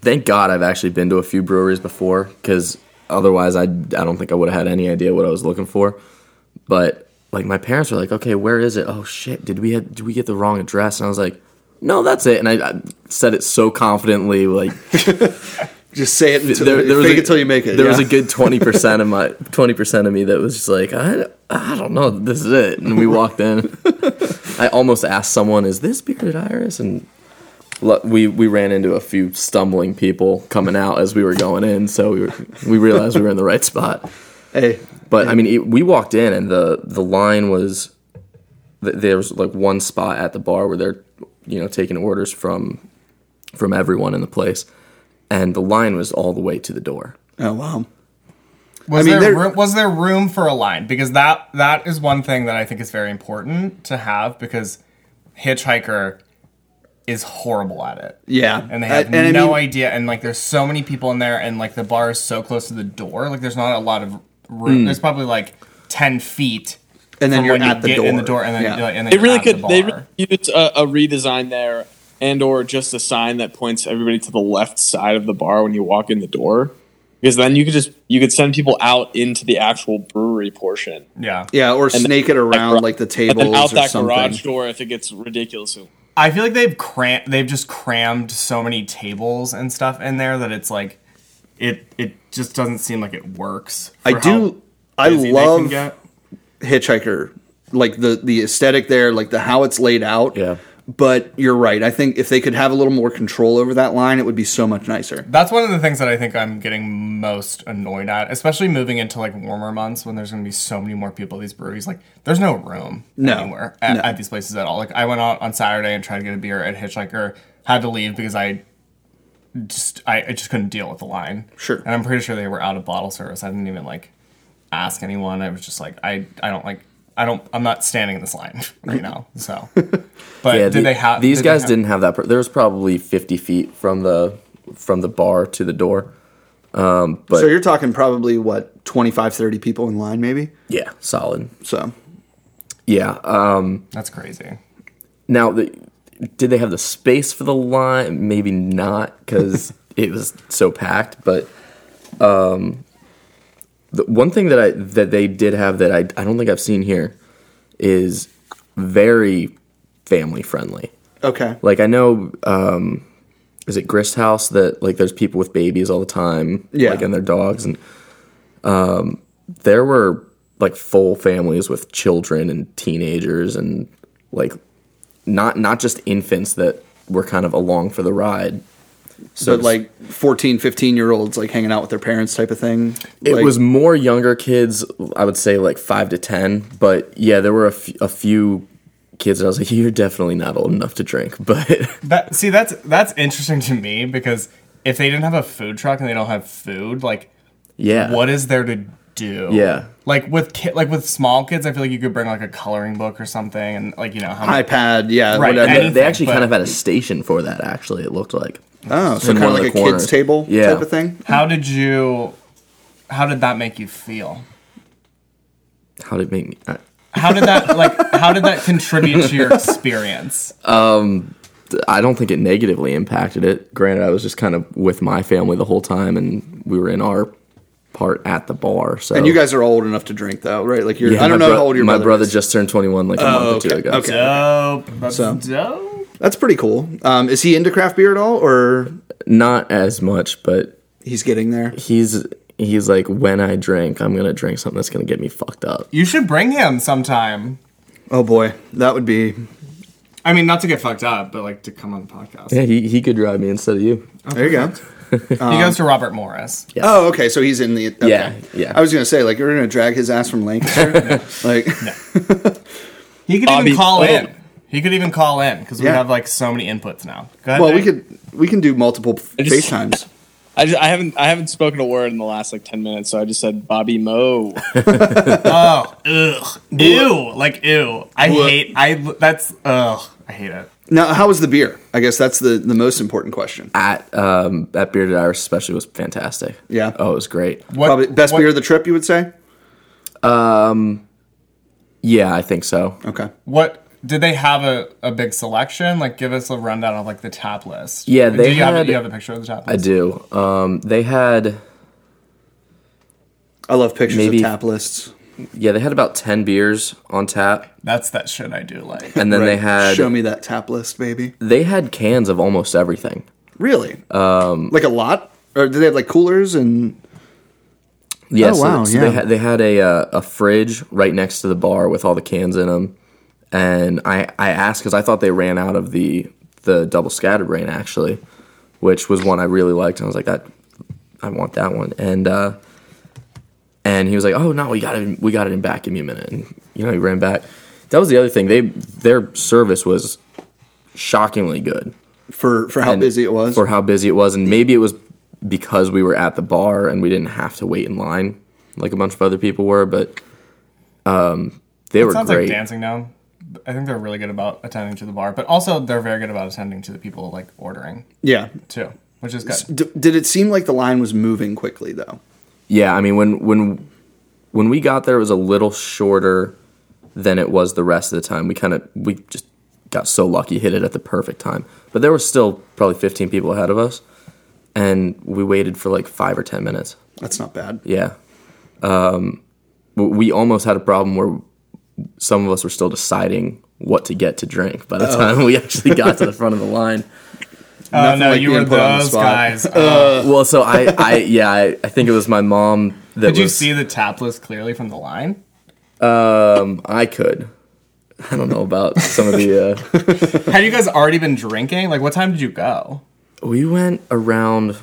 [SPEAKER 2] thank god i've actually been to a few breweries before because otherwise I, I don't think i would have had any idea what i was looking for but like my parents were like okay where is it oh shit did we have, did we get the wrong address and i was like no that's it and i, I said it so confidently like
[SPEAKER 3] Just say it until
[SPEAKER 2] there, there was
[SPEAKER 3] fake
[SPEAKER 2] a,
[SPEAKER 3] it till you make it.
[SPEAKER 2] There was
[SPEAKER 3] yeah.
[SPEAKER 2] a good twenty percent of my twenty percent of me that was just like, I, I don't know, this is it. And we walked in. I almost asked someone, "Is this bearded iris?" And lo- we we ran into a few stumbling people coming out as we were going in, so we were, we realized we were in the right spot.
[SPEAKER 3] hey,
[SPEAKER 2] But I mean, it, we walked in and the the line was th- there was like one spot at the bar where they're you know taking orders from from everyone in the place, and the line was all the way to the door.
[SPEAKER 3] oh wow,
[SPEAKER 1] Was
[SPEAKER 3] mean,
[SPEAKER 1] there
[SPEAKER 3] there-
[SPEAKER 1] room, was there room for a line? Because that that is one thing that I think is very important to have because Hitchhiker is horrible at it.
[SPEAKER 3] yeah,
[SPEAKER 1] And they
[SPEAKER 3] I-
[SPEAKER 1] have
[SPEAKER 3] and I
[SPEAKER 1] no
[SPEAKER 3] mean-
[SPEAKER 1] idea and like there's so many people in there and like the bar is so close to the door, like there's not a lot of room. There's probably like ten feet
[SPEAKER 3] And Hmm. then
[SPEAKER 1] from
[SPEAKER 3] you're
[SPEAKER 1] when
[SPEAKER 3] at
[SPEAKER 1] you
[SPEAKER 3] the
[SPEAKER 1] get in the
[SPEAKER 3] door.
[SPEAKER 1] door and then,
[SPEAKER 3] Yeah.
[SPEAKER 1] you're, like, and then
[SPEAKER 5] They
[SPEAKER 1] you're
[SPEAKER 5] really
[SPEAKER 1] at
[SPEAKER 5] could.
[SPEAKER 1] the
[SPEAKER 5] They
[SPEAKER 1] bar.
[SPEAKER 5] really used a, a redesign there, and or just a sign that points everybody to the left side of the bar when you walk in the door, because then you could just you could send people out into the actual brewery portion.
[SPEAKER 1] yeah.
[SPEAKER 3] yeah, or snake it around
[SPEAKER 5] gar-
[SPEAKER 3] like the
[SPEAKER 5] And
[SPEAKER 3] tables
[SPEAKER 5] then out
[SPEAKER 3] or
[SPEAKER 5] that
[SPEAKER 3] something.
[SPEAKER 5] garage door if it gets ridiculous.
[SPEAKER 1] I feel like they've cram- they've just crammed so many tables and stuff in there that it's like it it just doesn't seem like it works.
[SPEAKER 3] I
[SPEAKER 1] for how
[SPEAKER 3] do. I
[SPEAKER 1] busy they can
[SPEAKER 3] love
[SPEAKER 1] get.
[SPEAKER 3] Hitchhiker, like the the aesthetic there, like the how it's laid out.
[SPEAKER 2] Yeah.
[SPEAKER 3] But you're right. I think if they could have a little more control over that line, it would be so much nicer.
[SPEAKER 1] That's one of the things that I think I'm getting most annoyed at, especially moving into like warmer months when there's going to be so many more people at these breweries. Like, there's no room
[SPEAKER 3] No.
[SPEAKER 1] anywhere at, at these places at all. Like, I went out on Saturday and tried to get a beer at Hitchhiker, had to leave because I just I, I just couldn't deal with the line.
[SPEAKER 3] Sure.
[SPEAKER 1] And I'm pretty sure they were out of bottle service. I didn't even like ask anyone. I was just like, I I don't like I don't I'm not standing in this line right now. So, but did
[SPEAKER 2] the-
[SPEAKER 1] they have
[SPEAKER 2] these
[SPEAKER 1] did they
[SPEAKER 2] guys
[SPEAKER 1] have-
[SPEAKER 2] didn't have that. Per- there was probably fifty feet from the from the bar to the door.
[SPEAKER 3] so you're talking probably what 25, 30 people in line, maybe.
[SPEAKER 2] Yeah, solid.
[SPEAKER 3] So
[SPEAKER 2] Yeah. Um,
[SPEAKER 1] That's crazy.
[SPEAKER 2] now, the, did they have the space for the line? Maybe not because it was so packed. But um, the one thing that I that they did have that I I don't think I've seen here is very family friendly.
[SPEAKER 3] okay,
[SPEAKER 2] Like I know, um, is it Grist House that like there's people with babies all the time,
[SPEAKER 3] Yeah.
[SPEAKER 2] like and their dogs, and um, there were like full families with children and teenagers and like not not just infants that were kind of along for the ride. So
[SPEAKER 3] but like 14, 15 year olds like hanging out with their parents type of thing.
[SPEAKER 2] it
[SPEAKER 3] Like-
[SPEAKER 2] was more younger kids. I would say like five to ten, but yeah, there were a, f- a few kids that I was like, you're definitely not old enough to drink, but.
[SPEAKER 1] That see, that's that's interesting to me because if they didn't have a food truck and they don't have food, like
[SPEAKER 2] Yeah.
[SPEAKER 1] what is there to do?
[SPEAKER 2] Yeah.
[SPEAKER 1] like with ki- like with small kids, I feel like you could bring like a coloring book or something, and like you know how many-
[SPEAKER 3] iPad, yeah,
[SPEAKER 1] Right,
[SPEAKER 3] whatever.
[SPEAKER 1] anything.
[SPEAKER 2] They actually
[SPEAKER 1] but-
[SPEAKER 2] kind of had a station for that. Actually, it looked like.
[SPEAKER 3] oh, so
[SPEAKER 2] in one
[SPEAKER 3] kind of
[SPEAKER 2] of
[SPEAKER 3] like
[SPEAKER 2] the
[SPEAKER 3] a
[SPEAKER 2] corners.
[SPEAKER 3] kids table
[SPEAKER 2] Yeah.
[SPEAKER 3] type of thing.
[SPEAKER 1] how did you? How did that make you feel?
[SPEAKER 2] How did it make me? I,
[SPEAKER 1] How did that like? How did that contribute to your experience?
[SPEAKER 2] I don't think it negatively impacted it. Granted, I was just kind of with my family the whole time, and we were in our part at the bar. So
[SPEAKER 3] And you guys are old enough to drink though, right? Like you're.
[SPEAKER 2] Yeah,
[SPEAKER 3] I don't
[SPEAKER 2] my
[SPEAKER 3] know
[SPEAKER 2] bro-
[SPEAKER 3] how old your
[SPEAKER 2] my
[SPEAKER 3] brother.
[SPEAKER 2] brother
[SPEAKER 3] is. Oh,
[SPEAKER 2] just turned twenty one like a month or two
[SPEAKER 3] okay,
[SPEAKER 2] ago.
[SPEAKER 3] okay.
[SPEAKER 1] dope. Oh, That's
[SPEAKER 3] So-
[SPEAKER 1] dope.
[SPEAKER 3] That's pretty cool. Um, is he into craft beer at all, or
[SPEAKER 2] Not as much, but
[SPEAKER 3] he's getting there?
[SPEAKER 2] he's he's like when I drink, I'm gonna drink something that's gonna get me fucked up.
[SPEAKER 1] You should bring him sometime.
[SPEAKER 3] Oh boy, that would be.
[SPEAKER 1] I mean, not to get fucked up, but like to come on the podcast.
[SPEAKER 2] Yeah, he he could drive me instead of you.
[SPEAKER 3] There you go.
[SPEAKER 1] he goes to Robert Morris.
[SPEAKER 3] Oh, okay. So he's in the. Okay.
[SPEAKER 2] Yeah, yeah.
[SPEAKER 3] I was gonna say like you're gonna drag his ass from Lancaster, like
[SPEAKER 1] He could
[SPEAKER 5] Bobby
[SPEAKER 1] even call
[SPEAKER 5] Flay.
[SPEAKER 1] in. He could even call in because we
[SPEAKER 3] Yeah.
[SPEAKER 1] have like so many inputs now. Go ahead,
[SPEAKER 3] well we
[SPEAKER 1] Nick.
[SPEAKER 3] could we can do multiple
[SPEAKER 5] just-
[SPEAKER 3] FaceTimes.
[SPEAKER 5] I, just, I haven't I haven't spoken a word in the last like ten minutes, so I just said Bobby Mo.
[SPEAKER 1] Oh, ugh, ew, like ew. I hate. I that's ugh. I hate it.
[SPEAKER 3] Now, how was the beer? I guess that's the the most important question.
[SPEAKER 2] At um at Bearded Irish especially was fantastic.
[SPEAKER 3] Yeah.
[SPEAKER 2] Oh, it was great.
[SPEAKER 1] What,
[SPEAKER 3] Probably best
[SPEAKER 1] what-
[SPEAKER 3] beer of the trip, you would say.
[SPEAKER 2] Yeah, I think so.
[SPEAKER 3] Okay.
[SPEAKER 1] What did they have a, a big selection? Like, give us a rundown of like the top list.
[SPEAKER 2] Yeah, they
[SPEAKER 1] Do you have
[SPEAKER 2] had-
[SPEAKER 1] you have the picture of the top
[SPEAKER 2] I
[SPEAKER 1] list?
[SPEAKER 2] do. Um, they had
[SPEAKER 3] I love pictures
[SPEAKER 2] Maybe-
[SPEAKER 3] of tap lists.
[SPEAKER 2] yeah, they had about ten beers on tap,
[SPEAKER 1] That's that shit I do like.
[SPEAKER 2] and then they
[SPEAKER 3] Right.
[SPEAKER 2] had
[SPEAKER 3] show me that tap list, baby.
[SPEAKER 2] they had cans of almost everything.
[SPEAKER 3] Really? Um, like a lot. Or do they have like coolers and?
[SPEAKER 2] Yeah,
[SPEAKER 3] Oh,
[SPEAKER 2] so,
[SPEAKER 3] wow,
[SPEAKER 2] so
[SPEAKER 3] yeah.
[SPEAKER 2] they had they had a uh, a fridge right next to the bar with all the cans in them, and I I asked because I thought they ran out of the the double scatterbrain actually, which was one I really liked, and I was like that I want that one, and uh, and he was like, oh no, we got it we got it in back, give me a minute, and you know he ran back. That was the other thing they their service was shockingly good
[SPEAKER 3] For, for how
[SPEAKER 2] and-
[SPEAKER 3] busy it was.
[SPEAKER 2] for how busy it was and maybe it was because we were at the bar and we didn't have to wait in line like a bunch of other people were but um they were
[SPEAKER 1] sounds
[SPEAKER 2] great
[SPEAKER 1] like dancing now. I think they're really good about attending to the bar, but also they're very good about attending to the people like ordering
[SPEAKER 3] yeah.
[SPEAKER 1] too, which is good.
[SPEAKER 3] D- did it seem like the line was moving quickly though?
[SPEAKER 2] yeah i mean when when when we got there it was a little shorter than it was the rest of the time we kind of we just got so lucky hit it at the perfect time but there were still probably 15 people ahead of us and we waited for like 5 or 10 minutes
[SPEAKER 3] That's not bad.
[SPEAKER 2] Yeah. Um, w- we almost had a problem where some of us were still deciding what to get to drink by the
[SPEAKER 5] Oh.
[SPEAKER 2] time we actually got to the front of the line.
[SPEAKER 1] Oh no,
[SPEAKER 3] like
[SPEAKER 1] you
[SPEAKER 3] being
[SPEAKER 1] were
[SPEAKER 3] put on the
[SPEAKER 1] those
[SPEAKER 3] spot.
[SPEAKER 1] guys.
[SPEAKER 2] Well, so I, I yeah, I, I think it was my mom that
[SPEAKER 1] Did you
[SPEAKER 2] was-
[SPEAKER 1] see the tap list clearly from the line?
[SPEAKER 2] I could. I don't know about some of the. Uh,
[SPEAKER 1] Had you guys already been drinking? Like, what time did you go?
[SPEAKER 2] we went around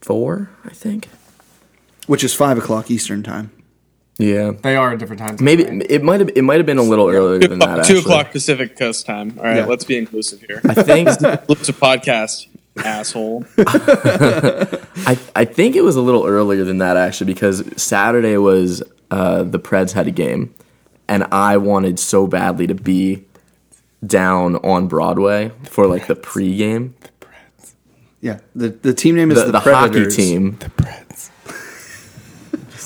[SPEAKER 2] four, I think.
[SPEAKER 3] Which is five o'clock Eastern time.
[SPEAKER 2] Yeah,
[SPEAKER 1] They are at different times.
[SPEAKER 2] maybe it might have it might have been a little earlier than that.
[SPEAKER 5] Two
[SPEAKER 2] Actually,
[SPEAKER 5] o'clock Pacific Coast time. All right,
[SPEAKER 3] Yeah.
[SPEAKER 5] let's be inclusive here.
[SPEAKER 2] I think
[SPEAKER 5] It's a podcast, asshole.
[SPEAKER 2] I, I think it was a little earlier than that actually because Saturday was uh, the Preds had a game, and I wanted so badly to be down on Broadway for like the pregame.
[SPEAKER 3] Yeah. The the team name is
[SPEAKER 2] The,
[SPEAKER 3] the,
[SPEAKER 2] the hockey
[SPEAKER 3] Predators.
[SPEAKER 2] team.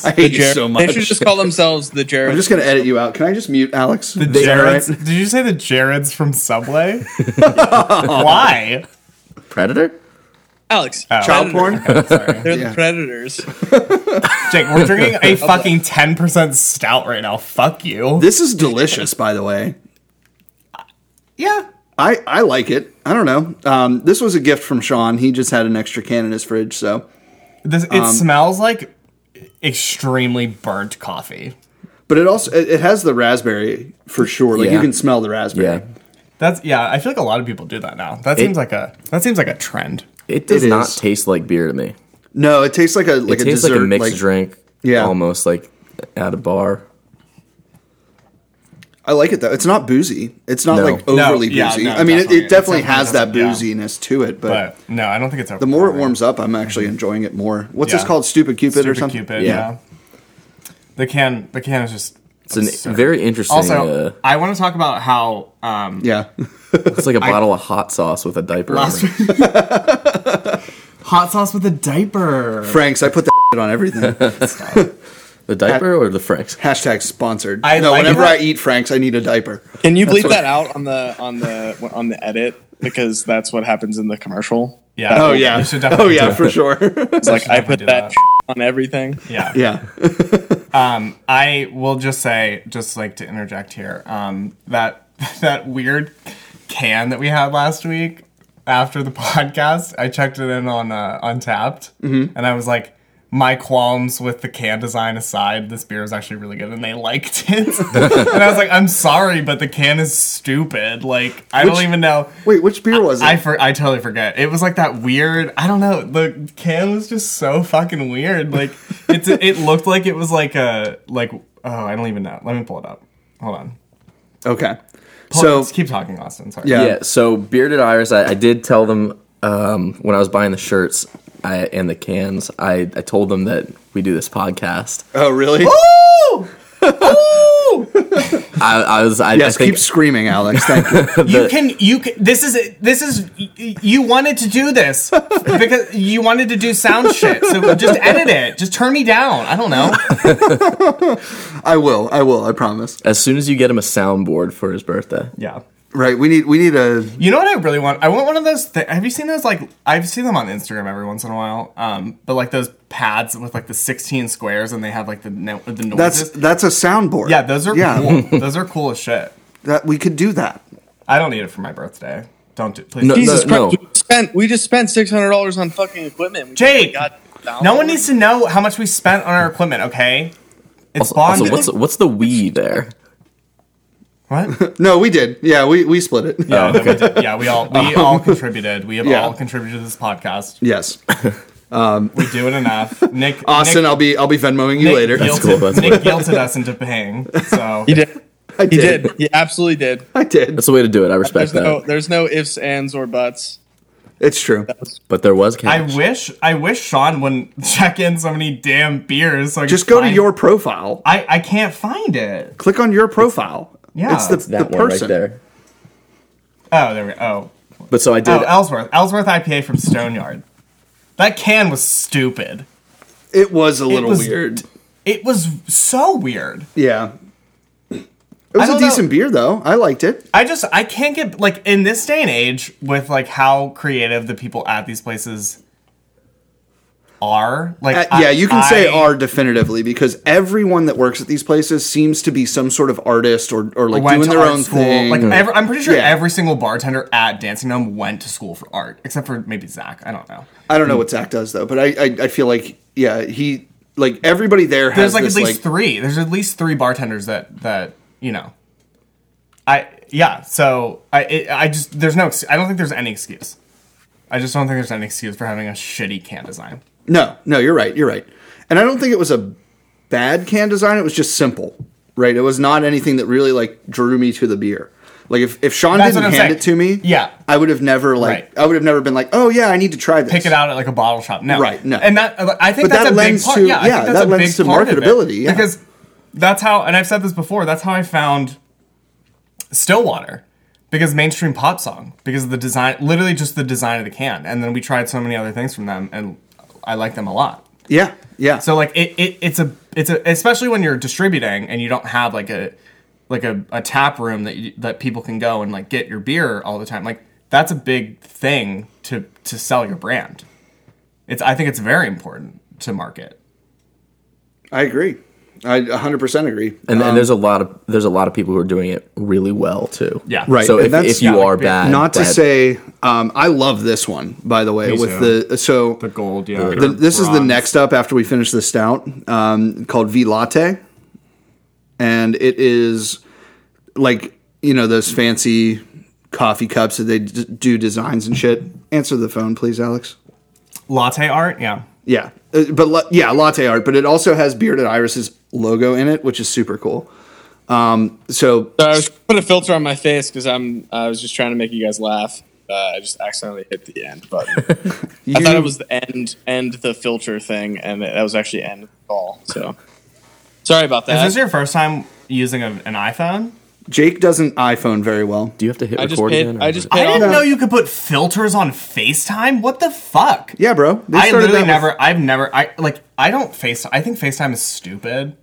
[SPEAKER 3] I hate you
[SPEAKER 5] Jer-
[SPEAKER 3] so
[SPEAKER 5] They
[SPEAKER 3] much.
[SPEAKER 5] should just call themselves the Jared.
[SPEAKER 3] I'm just gonna edit you out. Can I just mute Alex?
[SPEAKER 1] The
[SPEAKER 2] Jared-
[SPEAKER 1] Jareds. Did you say the Jareds from Subway? Why?
[SPEAKER 2] Predator?
[SPEAKER 5] Alex.
[SPEAKER 3] Child porn.
[SPEAKER 5] They're
[SPEAKER 3] Yeah.
[SPEAKER 5] the Predators.
[SPEAKER 1] Jake, we're drinking a fucking 10% stout right now. Fuck you.
[SPEAKER 3] This is delicious, by the way.
[SPEAKER 1] Yeah.
[SPEAKER 3] I, I like it. I don't know. Um, this was a gift from Sean. He just had an extra can in his fridge, so.
[SPEAKER 1] This, it
[SPEAKER 3] Um,
[SPEAKER 1] smells like extremely burnt coffee.
[SPEAKER 3] But it also it, it has the raspberry for sure. Like you
[SPEAKER 2] Yeah.
[SPEAKER 3] can smell the raspberry.
[SPEAKER 2] Yeah.
[SPEAKER 1] That's yeah, I feel like a lot of people do that now. That seems like a that seems like a trend.
[SPEAKER 2] It does
[SPEAKER 3] It
[SPEAKER 2] not
[SPEAKER 3] is.
[SPEAKER 2] taste like beer to me.
[SPEAKER 3] No, it tastes like a like
[SPEAKER 2] it
[SPEAKER 3] a
[SPEAKER 2] tastes
[SPEAKER 3] dessert.
[SPEAKER 2] like a mixed drink.
[SPEAKER 3] Yeah.
[SPEAKER 2] Almost like at a bar.
[SPEAKER 3] I like it though. It's not boozy. It's not
[SPEAKER 2] No.
[SPEAKER 3] like
[SPEAKER 1] No,
[SPEAKER 3] overly
[SPEAKER 1] yeah,
[SPEAKER 3] boozy.
[SPEAKER 1] no,
[SPEAKER 3] I mean, it,
[SPEAKER 1] definitely.
[SPEAKER 3] it definitely
[SPEAKER 1] It
[SPEAKER 3] has that
[SPEAKER 1] definitely doesn't,
[SPEAKER 3] booziness to it, but,
[SPEAKER 1] But no, I don't think it's
[SPEAKER 3] the more it warms up, I'm actually enjoying it more. What's this
[SPEAKER 1] Mm-hmm. Yeah.
[SPEAKER 3] called? Stupid Cupid or something?
[SPEAKER 1] Cupid, yeah. The can the can is just
[SPEAKER 2] It's an,
[SPEAKER 1] absurd.
[SPEAKER 2] very interesting.
[SPEAKER 1] Also,
[SPEAKER 2] uh,
[SPEAKER 1] I want to talk about how um
[SPEAKER 3] yeah. Yeah.
[SPEAKER 2] it's like a bottle of hot sauce with a diaper. on
[SPEAKER 1] last
[SPEAKER 2] it.
[SPEAKER 1] hot sauce with a diaper.
[SPEAKER 3] Franks, I put that on everything.
[SPEAKER 2] The diaper or the Franks?
[SPEAKER 3] Hashtag sponsored.
[SPEAKER 1] I
[SPEAKER 3] no,
[SPEAKER 1] like
[SPEAKER 3] whenever
[SPEAKER 1] that.
[SPEAKER 3] I eat Franks, I need a diaper.
[SPEAKER 5] Can you bleep that out on the on the on the edit because that's what happens in the commercial.
[SPEAKER 1] Yeah.
[SPEAKER 3] Oh yeah.
[SPEAKER 1] You should definitely
[SPEAKER 3] oh yeah,
[SPEAKER 1] do it.
[SPEAKER 3] for sure.
[SPEAKER 5] It's like I put
[SPEAKER 1] do
[SPEAKER 5] that
[SPEAKER 1] that.
[SPEAKER 5] on everything.
[SPEAKER 1] Yeah.
[SPEAKER 3] yeah.
[SPEAKER 1] I will just say, just like to interject here, um, that that weird can that we had last week after the podcast, I checked it in on uh, Untapped, and I was like, my qualms with the can design aside, this beer is actually really good, and they liked it. and I was like, I'm sorry, but the can is stupid. Like, I don't even know.
[SPEAKER 3] Wait, which beer was it?
[SPEAKER 1] I for, I totally forget. It was like that weird. I don't know. The can was just so fucking weird. Like it's it looked like it was like a like oh I don't even know. Let me pull it up. Hold on.
[SPEAKER 3] okay.
[SPEAKER 1] So
[SPEAKER 3] So
[SPEAKER 1] keep talking, Austin. Sorry.
[SPEAKER 3] Yeah.
[SPEAKER 2] Yeah. So bearded iris, I, I did tell them um, when I was buying the shirts I, and the cans. I, I told them that we do this podcast.
[SPEAKER 3] Oh really?
[SPEAKER 1] Woo! Woo!
[SPEAKER 2] I, I was. I,
[SPEAKER 3] Yes,
[SPEAKER 2] I think
[SPEAKER 3] keep screaming, Alex. Thank you.
[SPEAKER 1] you can you can. This is this is you wanted to do this because you wanted to do sound shit. So just edit it. Just turn me down. I don't know.
[SPEAKER 3] I will. I will. I promise.
[SPEAKER 2] as soon as you get him a soundboard for his birthday.
[SPEAKER 1] Yeah.
[SPEAKER 3] Right. We need. We need a.
[SPEAKER 1] You know what I really want? I want one of those. Th- have you seen those? Like I've seen them on Instagram every once in a while. Um, but like those pads with like the sixteen squares, and they have like the no- the noises.
[SPEAKER 3] That's that's a soundboard.
[SPEAKER 1] yeah, those are
[SPEAKER 3] yeah.
[SPEAKER 1] cool. those are cool as shit.
[SPEAKER 3] That we could do that.
[SPEAKER 1] I don't need it for my birthday. Don't do, please.
[SPEAKER 2] No,
[SPEAKER 1] don't.
[SPEAKER 5] Jesus
[SPEAKER 2] no,
[SPEAKER 5] Christ. spent we just spent six hundred dollars on fucking equipment. We
[SPEAKER 1] Jake,
[SPEAKER 5] got-
[SPEAKER 1] No one needs to know how much we spent on our equipment, okay? It's
[SPEAKER 2] Also, also,
[SPEAKER 1] bonded.
[SPEAKER 2] what's what's the we there?
[SPEAKER 1] what?
[SPEAKER 3] No, we did. Yeah, we, we split it.
[SPEAKER 2] Oh,
[SPEAKER 1] Yeah, that we did. yeah, we all we all contributed. We have
[SPEAKER 3] Yeah.
[SPEAKER 1] all contributed to this podcast.
[SPEAKER 3] Yes,
[SPEAKER 1] We do it enough. Nick
[SPEAKER 3] Austin,
[SPEAKER 1] Nick,
[SPEAKER 3] I'll be I'll be Venmoing you
[SPEAKER 1] Nick
[SPEAKER 3] later.
[SPEAKER 1] Guilted,
[SPEAKER 2] cool, that's
[SPEAKER 1] Nick guilted us into paying. So
[SPEAKER 5] He did.
[SPEAKER 3] I
[SPEAKER 5] He did. He absolutely did.
[SPEAKER 3] I did.
[SPEAKER 2] That's the way to do it. I respect
[SPEAKER 5] There's
[SPEAKER 2] that.
[SPEAKER 5] no there's no ifs, ands, or buts.
[SPEAKER 3] It's true.
[SPEAKER 2] but there was
[SPEAKER 1] I
[SPEAKER 2] cash.
[SPEAKER 1] wish I wish Sean wouldn't check in so many damn beers. So I
[SPEAKER 3] Just
[SPEAKER 1] could
[SPEAKER 3] go to
[SPEAKER 1] find-
[SPEAKER 3] your profile.
[SPEAKER 1] I I can't find it.
[SPEAKER 3] Click on your profile.
[SPEAKER 1] yeah,
[SPEAKER 3] it's the,
[SPEAKER 1] it's
[SPEAKER 2] that
[SPEAKER 3] the
[SPEAKER 2] one
[SPEAKER 3] person.
[SPEAKER 2] right there.
[SPEAKER 1] Oh, there we go. Oh.
[SPEAKER 2] But so I did.
[SPEAKER 1] Oh, Ellsworth. Ellsworth IPA from Stoneyard. That can was stupid.
[SPEAKER 3] It was a little
[SPEAKER 1] was-
[SPEAKER 3] weird.
[SPEAKER 1] It was so weird.
[SPEAKER 3] Yeah, it was a
[SPEAKER 1] don't know.
[SPEAKER 3] decent beer though. I liked it.
[SPEAKER 1] I just I can't get like in this day and age with like how creative the people at these places are. Like
[SPEAKER 3] Uh,
[SPEAKER 1] I-
[SPEAKER 3] yeah, you can say
[SPEAKER 1] I-
[SPEAKER 3] "are" definitively because everyone that works at these places seems to be some sort of artist or, or like
[SPEAKER 1] went
[SPEAKER 3] doing
[SPEAKER 1] to
[SPEAKER 3] their
[SPEAKER 1] art
[SPEAKER 3] own
[SPEAKER 1] school.
[SPEAKER 3] thing.
[SPEAKER 1] Like every, I'm pretty sure
[SPEAKER 3] Yeah.
[SPEAKER 1] every single bartender at Dancing Gnome went to school for art, except for maybe Zach. I don't know.
[SPEAKER 3] I don't know what Zach does though, but I I, I feel like yeah he like everybody there has
[SPEAKER 1] There's like
[SPEAKER 3] this,
[SPEAKER 1] at least
[SPEAKER 3] like
[SPEAKER 1] three. There's at least three bartenders that that you know. I yeah. So I it, I just there's no. ex- I don't think there's any excuse. I just don't think there's any excuse for having a shitty can design.
[SPEAKER 3] No, no, you're right. You're right. And I don't think it was a bad can design. It was just simple, right? It was not anything that really like drew me to the beer. Like if, if Sean
[SPEAKER 1] That's what
[SPEAKER 3] didn't
[SPEAKER 1] I'm
[SPEAKER 3] hand
[SPEAKER 1] saying.
[SPEAKER 3] it to me,
[SPEAKER 1] Yeah.
[SPEAKER 3] I would have never like
[SPEAKER 1] Right.
[SPEAKER 3] I would have never been like, oh yeah, I need to try this.
[SPEAKER 1] pick it out at like a bottle shop. No,
[SPEAKER 3] Right, no.
[SPEAKER 1] and that uh, I think
[SPEAKER 3] But
[SPEAKER 1] that's
[SPEAKER 3] that
[SPEAKER 1] a
[SPEAKER 3] lends
[SPEAKER 1] big part.
[SPEAKER 3] to-
[SPEAKER 1] yeah, I think
[SPEAKER 3] yeah,
[SPEAKER 1] that's
[SPEAKER 3] that
[SPEAKER 1] a
[SPEAKER 3] lends
[SPEAKER 1] big
[SPEAKER 3] to
[SPEAKER 1] part of it.
[SPEAKER 3] marketability, yeah.
[SPEAKER 1] because that's how. And I've said this before. That's how I found Stillwater because mainstream pop song because of the design, literally just the design of the can, and then we tried so many other things from them, and I like them a lot.
[SPEAKER 3] Yeah, yeah.
[SPEAKER 1] So like it, it it's a it's a especially when you're distributing and you don't have like a like a, a tap room that you, that people can go and like get your beer all the time. Like that's a big thing to to sell your brand. It's I think it's very important to market.
[SPEAKER 3] I agree. I 100% agree.
[SPEAKER 2] and, and there's a lot of there's a lot of people who are doing it really well too.
[SPEAKER 1] Yeah.
[SPEAKER 3] Right,
[SPEAKER 2] So
[SPEAKER 3] and
[SPEAKER 2] if,
[SPEAKER 3] that's-
[SPEAKER 2] if you
[SPEAKER 1] yeah,
[SPEAKER 2] are
[SPEAKER 1] like, yeah.
[SPEAKER 2] bad,
[SPEAKER 3] Not to
[SPEAKER 2] bad-
[SPEAKER 3] say um, I love this one by the way
[SPEAKER 1] Me
[SPEAKER 3] with
[SPEAKER 1] too.
[SPEAKER 3] the so
[SPEAKER 1] The gold, yeah.
[SPEAKER 3] the- this is the next up after we finish the stout um, called V Latte, and it is like you know those fancy coffee cups that they d- do designs and shit. Answer the phone, please, Alex.
[SPEAKER 1] latte art. Yeah,
[SPEAKER 3] Yeah, Uh, but la- yeah, latte art. But it also has Bearded Iris's logo in it, which is super cool. Um, so
[SPEAKER 5] So I was put a filter on my face because I'm I was just trying to make you guys laugh. Uh, I just accidentally hit the end button.
[SPEAKER 3] you,
[SPEAKER 5] I thought it was the end end the filter thing, and that was actually end of the call. So sorry about
[SPEAKER 1] is
[SPEAKER 5] that.
[SPEAKER 1] this your first time using a, an iPhone?
[SPEAKER 3] Jake doesn't iPhone very well.
[SPEAKER 2] do you have to hit
[SPEAKER 5] I just
[SPEAKER 2] record
[SPEAKER 5] paid.
[SPEAKER 2] again? or
[SPEAKER 5] I
[SPEAKER 2] is
[SPEAKER 5] just
[SPEAKER 2] it-
[SPEAKER 5] paid.
[SPEAKER 1] I didn't
[SPEAKER 5] all-
[SPEAKER 1] know you could put filters on FaceTime. What the fuck?
[SPEAKER 3] Yeah, bro. They
[SPEAKER 1] I
[SPEAKER 3] started
[SPEAKER 1] literally
[SPEAKER 3] that with-
[SPEAKER 1] never. I've never. I like. I don't face. I think FaceTime is stupid.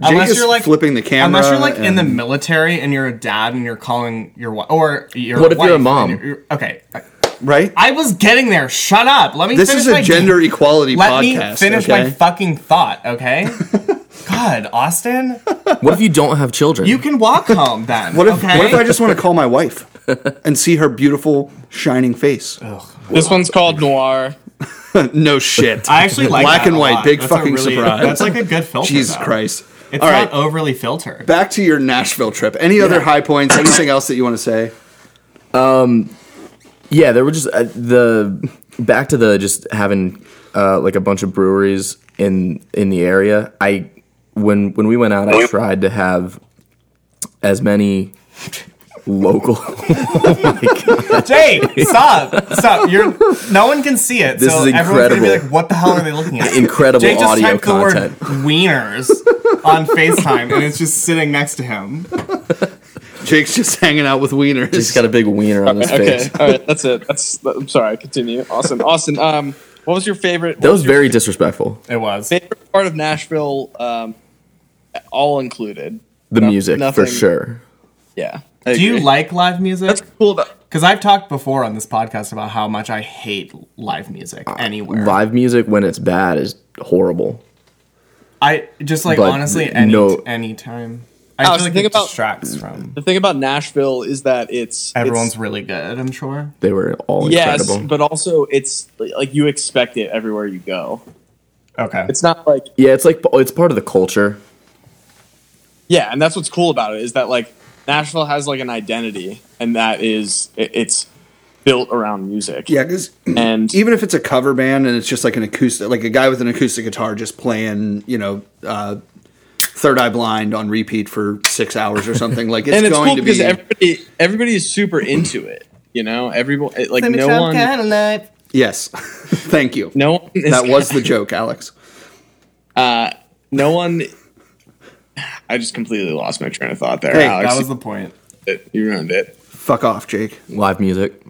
[SPEAKER 1] unless
[SPEAKER 3] is
[SPEAKER 1] you're like
[SPEAKER 3] flipping the camera
[SPEAKER 1] Unless you're like in the
[SPEAKER 3] and-
[SPEAKER 1] military and you're a dad and you're calling your wife or your.
[SPEAKER 2] What if you're a
[SPEAKER 1] wife
[SPEAKER 2] mom?
[SPEAKER 1] and you're- you're- okay, I-
[SPEAKER 3] right.
[SPEAKER 1] I was getting there. Shut up. Let me.
[SPEAKER 3] this
[SPEAKER 1] finish
[SPEAKER 3] is a
[SPEAKER 1] my-
[SPEAKER 3] gender equality
[SPEAKER 1] Let
[SPEAKER 3] podcast.
[SPEAKER 1] me finish
[SPEAKER 3] okay?
[SPEAKER 1] my fucking thought. Okay. God, Austin,
[SPEAKER 2] what if you don't have children?
[SPEAKER 1] you can walk home then.
[SPEAKER 3] What if
[SPEAKER 1] okay?
[SPEAKER 3] what if I just want to call my wife and see her beautiful shining face?
[SPEAKER 1] Oh.
[SPEAKER 5] This one's called Noir.
[SPEAKER 3] no shit.
[SPEAKER 1] I actually like
[SPEAKER 3] black
[SPEAKER 1] that
[SPEAKER 3] and
[SPEAKER 1] a
[SPEAKER 3] white,
[SPEAKER 1] lot.
[SPEAKER 3] big
[SPEAKER 1] That's a
[SPEAKER 3] fucking
[SPEAKER 1] really-
[SPEAKER 3] surprise.
[SPEAKER 1] That's like a good filter.
[SPEAKER 3] Jesus
[SPEAKER 1] though.
[SPEAKER 3] Christ.
[SPEAKER 1] It's
[SPEAKER 3] All
[SPEAKER 1] not
[SPEAKER 3] right.
[SPEAKER 1] overly filtered.
[SPEAKER 3] Back to your Nashville trip. Any other high points? Anything else that you want to say?
[SPEAKER 2] Yeah, there were just uh, the back to the just having uh, like a bunch of breweries in in the area. I when when we went out, I tried to have as many local.
[SPEAKER 1] Jake, stop, stop! You're no one can see it.
[SPEAKER 2] This
[SPEAKER 1] so
[SPEAKER 2] is
[SPEAKER 1] everyone's gonna be
[SPEAKER 2] incredible.
[SPEAKER 1] like, "What the hell are they looking at?"
[SPEAKER 2] Incredible
[SPEAKER 1] Jake just
[SPEAKER 2] audio
[SPEAKER 1] typed
[SPEAKER 2] content.
[SPEAKER 1] the word "wieners" on Facetime, and it's just sitting next to him.
[SPEAKER 3] Jake's just hanging out with wieners.
[SPEAKER 2] He's got a big wiener on his face.
[SPEAKER 5] Okay, all right, that's it. That's I'm sorry. Continue, Austin. Austin, um, what was your favorite?
[SPEAKER 2] That was very disrespectful.
[SPEAKER 1] It was.
[SPEAKER 5] favorite part of Nashville, um, all included.
[SPEAKER 2] The
[SPEAKER 5] No-
[SPEAKER 2] music
[SPEAKER 5] nothing-
[SPEAKER 2] for sure.
[SPEAKER 5] Yeah.
[SPEAKER 1] Do you like live music?
[SPEAKER 5] That's cool. About,
[SPEAKER 1] Because I've talked before on this podcast about how much I hate live music anywhere.
[SPEAKER 2] Live music when it's bad is horrible.
[SPEAKER 1] I just like
[SPEAKER 2] But
[SPEAKER 1] honestly, any
[SPEAKER 2] no-
[SPEAKER 1] any time. I
[SPEAKER 5] Alex,
[SPEAKER 1] feel like
[SPEAKER 5] think
[SPEAKER 1] it
[SPEAKER 5] about-
[SPEAKER 1] distracts from.
[SPEAKER 5] The thing about Nashville is that it's
[SPEAKER 1] Everyone's
[SPEAKER 5] it's,
[SPEAKER 1] really good, I'm sure.
[SPEAKER 2] They were all
[SPEAKER 5] yes,
[SPEAKER 2] incredible.
[SPEAKER 5] but also it's like you expect it everywhere you go.
[SPEAKER 1] Okay.
[SPEAKER 5] It's not like
[SPEAKER 2] yeah, it's like it's part of the culture.
[SPEAKER 5] yeah, and that's what's cool about it is that like Nashville has like an identity, and that is it, it's built around music.
[SPEAKER 3] Yeah, because
[SPEAKER 5] and
[SPEAKER 3] even if it's a cover band and it's just like an acoustic, like a guy with an acoustic guitar just playing, you know, uh, Third Eye Blind on repeat for six hours or something, like it's,
[SPEAKER 5] and it's
[SPEAKER 3] going
[SPEAKER 5] cool
[SPEAKER 3] to
[SPEAKER 5] because
[SPEAKER 3] be.
[SPEAKER 5] everybody everybody is super into it. You know, everyone it- like no one
[SPEAKER 3] yes, thank you.
[SPEAKER 5] no one is,
[SPEAKER 3] that was the joke, Alex.
[SPEAKER 5] no one. I just completely lost my train of thought there,
[SPEAKER 3] Hey,
[SPEAKER 5] Alex.
[SPEAKER 1] that was the point.
[SPEAKER 5] you ruined it.
[SPEAKER 3] Fuck off, Jake.
[SPEAKER 2] Live music.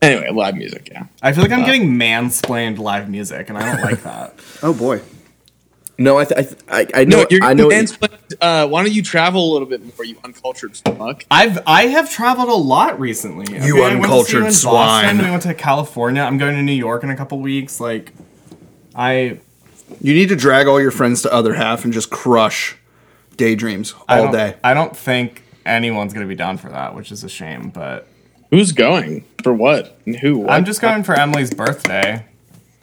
[SPEAKER 5] Anyway, live music. Yeah.
[SPEAKER 1] I feel like I'm getting mansplained live music, and I don't like that.
[SPEAKER 3] Oh boy.
[SPEAKER 2] No, I th- I, th- I I know
[SPEAKER 5] No, you're
[SPEAKER 2] I know
[SPEAKER 5] mansplained, uh, why don't you travel a little bit more, you uncultured fuck?
[SPEAKER 1] I've I have traveled a lot recently.
[SPEAKER 3] You
[SPEAKER 1] I went to see
[SPEAKER 3] uncultured
[SPEAKER 1] in Boston,
[SPEAKER 3] swine.
[SPEAKER 1] We went to California. I'm going to New York in a couple weeks. Like, I
[SPEAKER 3] You need to drag all your friends to other half and just crush daydreams
[SPEAKER 1] I
[SPEAKER 3] all
[SPEAKER 1] don't-
[SPEAKER 3] day.
[SPEAKER 1] I don't think anyone's going to be down for that, which is a shame. But
[SPEAKER 5] Who's going for what and who? What?
[SPEAKER 1] I'm just going for Emily's birthday,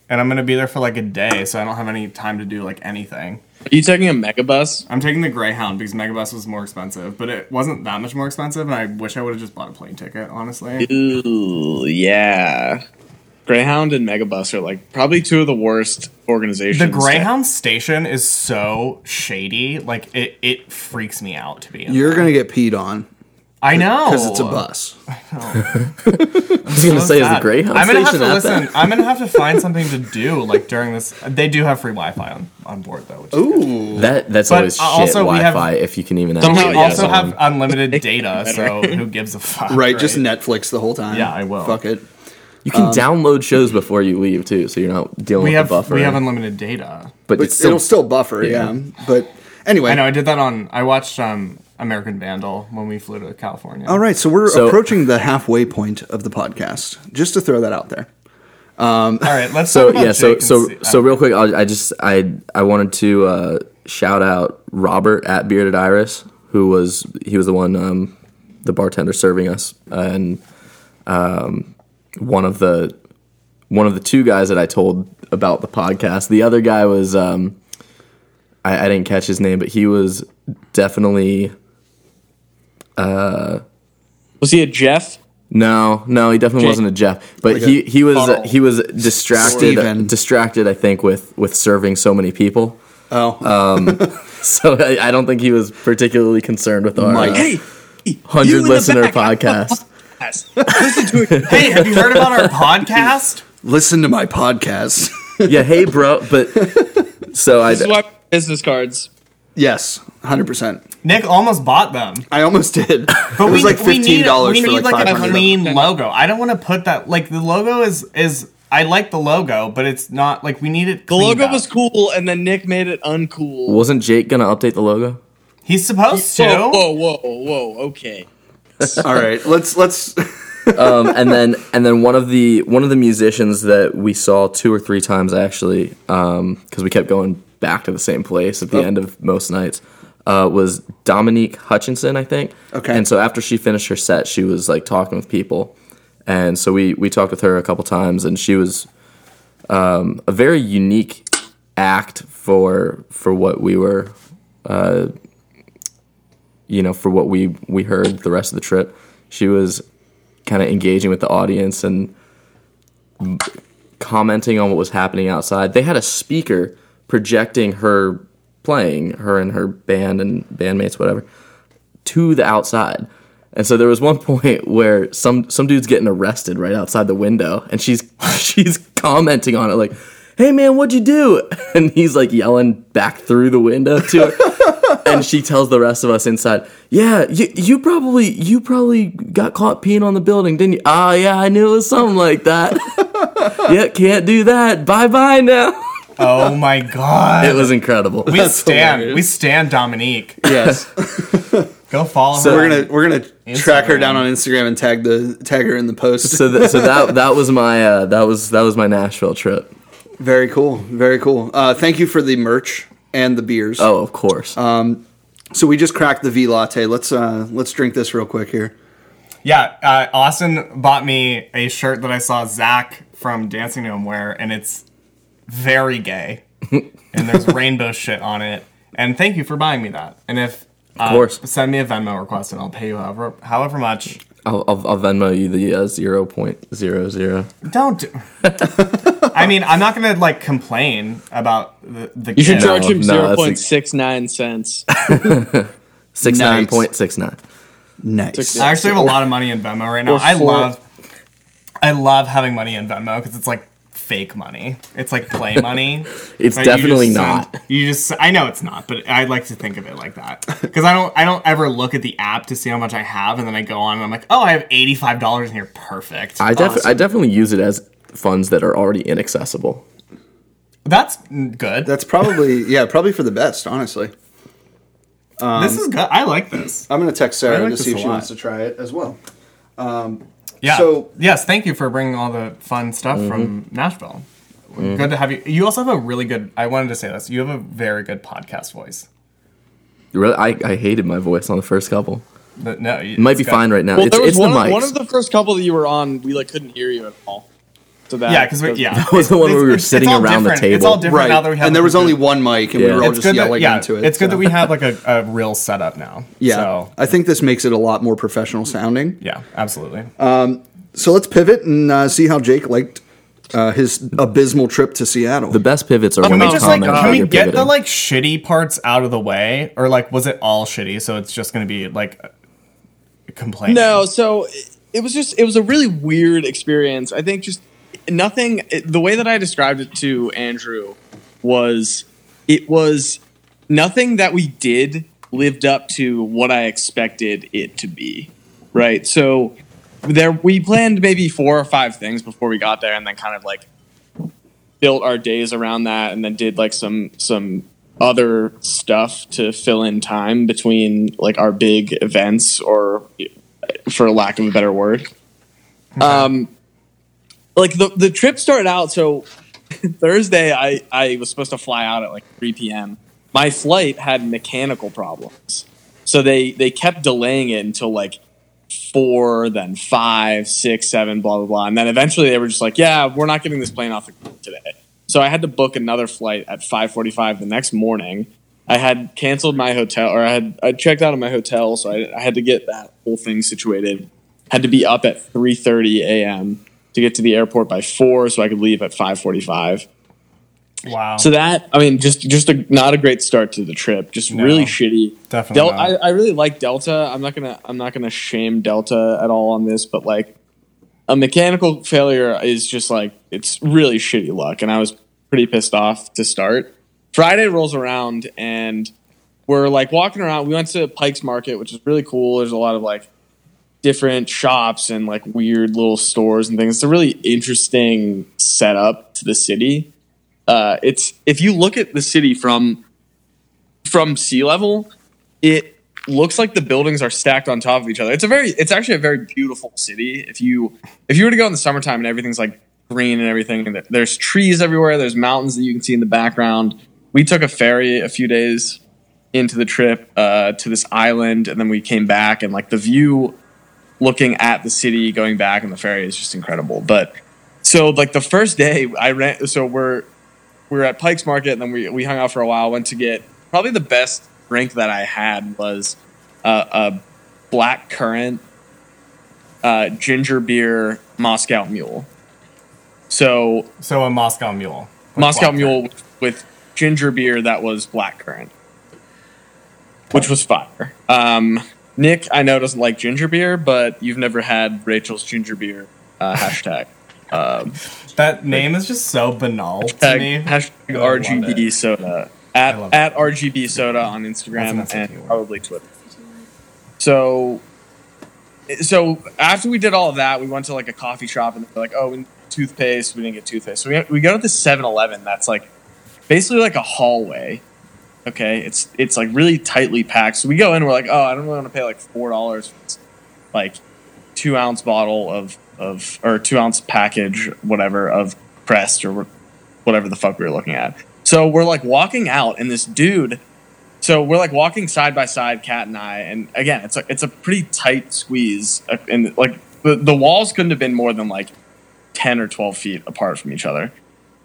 [SPEAKER 1] and I'm going to be there for like a day, so I don't have any time to do like anything.
[SPEAKER 5] Are you taking a megabus?
[SPEAKER 1] I'm taking the Greyhound because Megabus was more expensive, but it wasn't that much more expensive, and I wish I would have just bought a plane ticket. Honestly,
[SPEAKER 5] Ooh, yeah. Greyhound and Megabus are like probably two of the worst organizations.
[SPEAKER 1] the Greyhound station is so shady. Like it, it freaks me out to be. in
[SPEAKER 3] You're gonna get peed on
[SPEAKER 1] I know
[SPEAKER 3] because it's a bus.
[SPEAKER 2] I was gonna say is the
[SPEAKER 1] Sad.
[SPEAKER 2] Greyhound
[SPEAKER 1] I'm gonna have
[SPEAKER 2] station
[SPEAKER 1] to
[SPEAKER 2] at
[SPEAKER 1] listen.
[SPEAKER 2] that?
[SPEAKER 1] I'm gonna have to find something to do like during this. They do have free Wi-Fi on, on board though. Which is good.
[SPEAKER 3] Ooh.
[SPEAKER 2] That that's
[SPEAKER 1] But uh,
[SPEAKER 2] always shit
[SPEAKER 1] also we have-
[SPEAKER 2] Wi-Fi if you can even
[SPEAKER 5] Somehow
[SPEAKER 1] We
[SPEAKER 2] actually
[SPEAKER 5] yeah,
[SPEAKER 1] also
[SPEAKER 2] get
[SPEAKER 1] have
[SPEAKER 2] on.
[SPEAKER 1] unlimited data, so who gives a fuck?
[SPEAKER 3] Right, just Netflix the whole time.
[SPEAKER 1] Yeah, I will.
[SPEAKER 3] Fuck it.
[SPEAKER 2] You can download shows before you leave too, so you're not dealing
[SPEAKER 1] um, we
[SPEAKER 2] with
[SPEAKER 1] have
[SPEAKER 2] the buffer.
[SPEAKER 1] we have unlimited data.
[SPEAKER 2] but
[SPEAKER 3] But
[SPEAKER 2] it's still,
[SPEAKER 3] it'll still buffer, yeah. But anyway.
[SPEAKER 1] I know. I did that on. I watched um American Vandal when we flew to California.
[SPEAKER 3] All right, so we're
[SPEAKER 2] So-
[SPEAKER 3] approaching the halfway point of the podcast. Just to throw that out there.
[SPEAKER 1] All right. Let's
[SPEAKER 2] so
[SPEAKER 1] talk about
[SPEAKER 2] yeah. So
[SPEAKER 1] Jake and
[SPEAKER 2] so
[SPEAKER 1] see- uh,
[SPEAKER 2] so real quick, I'll, I just I I wanted to uh, shout out Robert at Bearded Iris, who was he was the one um, the bartender serving us, and um, one of the one of the two guys that I told about the podcast. The other guy was um, I, I didn't catch his name, but he was definitely.
[SPEAKER 5] Was he a Jeff?
[SPEAKER 2] No, no, he definitely wasn't a Jeff, but he he was
[SPEAKER 5] Carl.
[SPEAKER 2] he was distracted
[SPEAKER 3] Steven.
[SPEAKER 2] distracted I think with with serving so many people.
[SPEAKER 3] Oh,
[SPEAKER 2] So I, I don't think he was particularly concerned with our
[SPEAKER 3] Mike.
[SPEAKER 2] uh,
[SPEAKER 5] Hey, you in
[SPEAKER 2] hundred
[SPEAKER 5] the
[SPEAKER 2] listener
[SPEAKER 5] back.
[SPEAKER 2] podcast.
[SPEAKER 5] Yes. Listen to it.
[SPEAKER 1] hey, have you heard about our podcast?
[SPEAKER 3] listen to my podcast.
[SPEAKER 2] yeah, hey bro, but so I
[SPEAKER 5] This is why business cards.
[SPEAKER 3] yes, 100%.
[SPEAKER 1] Nick almost bought them.
[SPEAKER 3] I almost did. But it was like $15
[SPEAKER 1] we need,
[SPEAKER 3] for
[SPEAKER 1] we need
[SPEAKER 3] like,
[SPEAKER 1] like,
[SPEAKER 3] 500
[SPEAKER 1] a clean logo. I don't want to put that like the logo is is I like the logo, but it's not like we need it.
[SPEAKER 5] The logo was cool, and then Nick made it uncool.
[SPEAKER 2] wasn't Jake gonna update the logo?
[SPEAKER 1] He's supposed to.
[SPEAKER 5] Whoa, whoa, whoa, whoa. Okay.
[SPEAKER 3] All right, let's let's
[SPEAKER 2] Um, and then and then one of the one of the musicians that we saw two or three times actually, because we kept going back to the same place at the end of most nights, uh, was Dominique Hutchinson, I think.
[SPEAKER 3] Okay.
[SPEAKER 2] And so after she finished her set, she was like talking with people, and so we we talked with her a couple times, and she was um, a very unique act for for what we were, uh, you know, for what we we heard the rest of the trip. She was kind of engaging with the audience and commenting on what was happening outside. They had a speaker projecting her playing, her and her band and bandmates, whatever, to the outside. And so there was one point where some some dude's getting arrested right outside the window, and she's she's commenting on it like, "Hey man, what'd you do?" And he's like yelling back through the window to her, and she tells the rest of us inside, "Yeah, you, you probably you probably got caught peeing on the building, didn't you? Ah, yeah, I knew it was something like that. yeah, can't do that. Bye bye now."
[SPEAKER 1] Oh my god.
[SPEAKER 2] It was incredible.
[SPEAKER 1] we stand.
[SPEAKER 3] hilarious.
[SPEAKER 1] We stand Dominique.
[SPEAKER 3] yes.
[SPEAKER 1] Go follow
[SPEAKER 3] So
[SPEAKER 1] her.
[SPEAKER 3] we're going to we're going to track her
[SPEAKER 1] Instagram.
[SPEAKER 3] down on Instagram and tag the tag her in the post.
[SPEAKER 2] so th- so that that was my uh, that was that was my Nashville trip.
[SPEAKER 3] very cool. Very cool. Uh, thank you for the merch and the beers.
[SPEAKER 2] Oh, of course.
[SPEAKER 3] So we just cracked the V latte. Let's uh let's drink this real quick here.
[SPEAKER 1] Yeah, uh, Austin bought me a shirt that I saw Zach from Dancing Gnome wear, and it's very gay. and there's rainbow shit on it. And thank you for buying me that. And if uh,
[SPEAKER 2] course.
[SPEAKER 1] send me a Venmo request, and I'll pay you however however much.
[SPEAKER 2] I'll, I'll, I'll Venmo you the uh, 0.00.
[SPEAKER 1] Don't. Do- I mean, I'm not gonna like complain about the the.
[SPEAKER 5] You should
[SPEAKER 1] kid.
[SPEAKER 5] charge
[SPEAKER 2] no,
[SPEAKER 5] him
[SPEAKER 2] that's a-
[SPEAKER 5] zero point six nine cents.
[SPEAKER 2] 69.69.
[SPEAKER 3] Nice.
[SPEAKER 5] Took
[SPEAKER 1] I actually have a lot of money in Venmo right now.
[SPEAKER 5] Or
[SPEAKER 1] I
[SPEAKER 5] four.
[SPEAKER 1] love, I love having money in Venmo because it's like fake money. It's like play money.
[SPEAKER 2] It's
[SPEAKER 1] But you
[SPEAKER 2] definitely
[SPEAKER 1] just send-
[SPEAKER 2] not.
[SPEAKER 1] you just I know it's not, but I like to think of it like that because I don't I don't ever look at the app to see how much I have, and then I go on and I'm like, oh, I have eighty five dollars in here. Perfect.
[SPEAKER 2] I, def- I definitely use it as funds that are already inaccessible.
[SPEAKER 1] That's good.
[SPEAKER 3] That's probably yeah, probably for the best, honestly.
[SPEAKER 1] this is good. I like this.
[SPEAKER 3] I'm gonna text
[SPEAKER 1] I
[SPEAKER 3] Sarah
[SPEAKER 1] like
[SPEAKER 3] to
[SPEAKER 1] this
[SPEAKER 3] see if
[SPEAKER 1] a
[SPEAKER 3] she
[SPEAKER 1] lot.
[SPEAKER 3] wants to try it as well.
[SPEAKER 1] Yeah.
[SPEAKER 3] So-
[SPEAKER 1] yes, thank you for bringing all the fun stuff from
[SPEAKER 2] Mm-hmm.
[SPEAKER 1] Nashville. Good to have you. You also have a really good. I wanted to say this. You have a very good podcast voice.
[SPEAKER 2] Really, I, I hated my voice on the first couple.
[SPEAKER 1] But no, it
[SPEAKER 2] It might be fine right now.
[SPEAKER 5] Well,
[SPEAKER 2] it's
[SPEAKER 5] there was
[SPEAKER 2] it's
[SPEAKER 5] one,
[SPEAKER 2] the mics.
[SPEAKER 5] of, one of the first couple that you were on, we like couldn't hear you at all. So that
[SPEAKER 1] Yeah, because we yeah. That
[SPEAKER 2] was the one where we were sitting around the
[SPEAKER 1] It's all
[SPEAKER 2] table.
[SPEAKER 1] different
[SPEAKER 3] Right.
[SPEAKER 1] now that we have.
[SPEAKER 3] and there
[SPEAKER 1] the
[SPEAKER 3] was only
[SPEAKER 1] computer.
[SPEAKER 3] one mic and we
[SPEAKER 2] Yeah.
[SPEAKER 3] were all
[SPEAKER 2] It's
[SPEAKER 3] just
[SPEAKER 1] good that-
[SPEAKER 3] yelling
[SPEAKER 1] yeah,
[SPEAKER 3] into it.
[SPEAKER 1] It's good that
[SPEAKER 3] so.
[SPEAKER 1] we have like a, a real setup now.
[SPEAKER 3] Yeah.
[SPEAKER 1] So,
[SPEAKER 3] I think this makes it a lot more professional sounding.
[SPEAKER 1] yeah, absolutely.
[SPEAKER 3] So let's pivot and uh, see how Jake liked uh, his abysmal trip to Seattle.
[SPEAKER 2] the best pivots are
[SPEAKER 1] can
[SPEAKER 2] when
[SPEAKER 1] we
[SPEAKER 2] you
[SPEAKER 1] just like
[SPEAKER 2] comment
[SPEAKER 1] can
[SPEAKER 2] that
[SPEAKER 1] we
[SPEAKER 2] you're
[SPEAKER 1] get the
[SPEAKER 2] pivoting.
[SPEAKER 1] like shitty parts out of the way, or like was it all shitty? So it's just gonna be like complaining.
[SPEAKER 5] No, so it, it was just it was a really weird experience. I think just nothing. It, the way that I described it to Andrew was it was nothing that we did lived up to what I expected it to be. Right, so there we planned maybe four or five things before we got there, and then kind of like built our days around that and then did like some some other stuff to fill in time between like our big events or for lack of a better word um like the the trip started out so thursday i i was supposed to fly out at like 3 p.m my flight had mechanical problems so they they kept delaying it until like four, then five, six, seven, blah blah blah, and then eventually they were just like, "Yeah, we're not getting this plane off the ground today." So I had to book another flight at five forty-five the next morning. I had canceled my hotel, or I had I checked out of my hotel, so I, I had to get that whole thing situated. Had to be up at three thirty a.m. to get to the airport by four, so I could leave at five forty-five.
[SPEAKER 1] Wow.
[SPEAKER 5] So that I mean, just just a, not a great start to the trip. Just really shitty.
[SPEAKER 1] Definitely
[SPEAKER 5] Del-
[SPEAKER 1] not.
[SPEAKER 5] I, I really like Delta. I'm not gonna I'm not gonna shame Delta at all on this, but like a mechanical failure is just like it's really shitty luck, and I was pretty pissed off to start. Friday rolls around, and we're like walking around. We went to Pike's Market, which is really cool. There's a lot of like different shops and like weird little stores and things. It's a really interesting setup to the city. Uh, it's if you look at the city from from sea level, it looks like the buildings are stacked on top of each other. It's a very it's actually a very beautiful city. If you if you were to go in the summertime and everything's like green and everything, and there- there's trees everywhere, there's mountains that you can see in the background. We took a ferry a few days into the trip uh, to this island, and then we came back, and like the view looking at the city going back on the ferry is just incredible. But so like the first day I ran so we're we were at Pike's Market and then we, we hung out for a while, went to get probably the best drink that I had was uh, a black currant uh, ginger beer Moscow mule. So
[SPEAKER 1] so a Moscow Mule.
[SPEAKER 5] Moscow
[SPEAKER 1] Black
[SPEAKER 5] Mule with ginger beer that was blackcurrant, which was fire. Um, Nick, I know doesn't like ginger beer, but you've never had Rachel's ginger beer uh, hashtag. Um,
[SPEAKER 1] That name is just so banal to me.
[SPEAKER 5] hashtag, hashtag
[SPEAKER 1] I love
[SPEAKER 5] RGB
[SPEAKER 1] it.
[SPEAKER 5] soda
[SPEAKER 1] love
[SPEAKER 5] at
[SPEAKER 1] it.
[SPEAKER 5] at RGB soda on
[SPEAKER 1] That's
[SPEAKER 5] Instagram
[SPEAKER 1] an SAT word.
[SPEAKER 5] and probably Twitter. So, so after we did all of that, we went to like a coffee shop and they're like, "Oh, we need toothpaste. We didn't get toothpaste." So we we go to this 7-Eleven that's like basically like a hallway. Okay, it's it's like really tightly packed. So we go in, we're like, "Oh, I don't really want to pay like four dollars, for this, like two ounce bottle of of or two ounce package, whatever of Crest or whatever the fuck we were looking at." So we're like walking out, and this dude so we're like walking side by side, Cat and I, and again, it's like it's a pretty tight squeeze, uh, and like the the walls couldn't have been more than like ten or twelve feet apart from each other.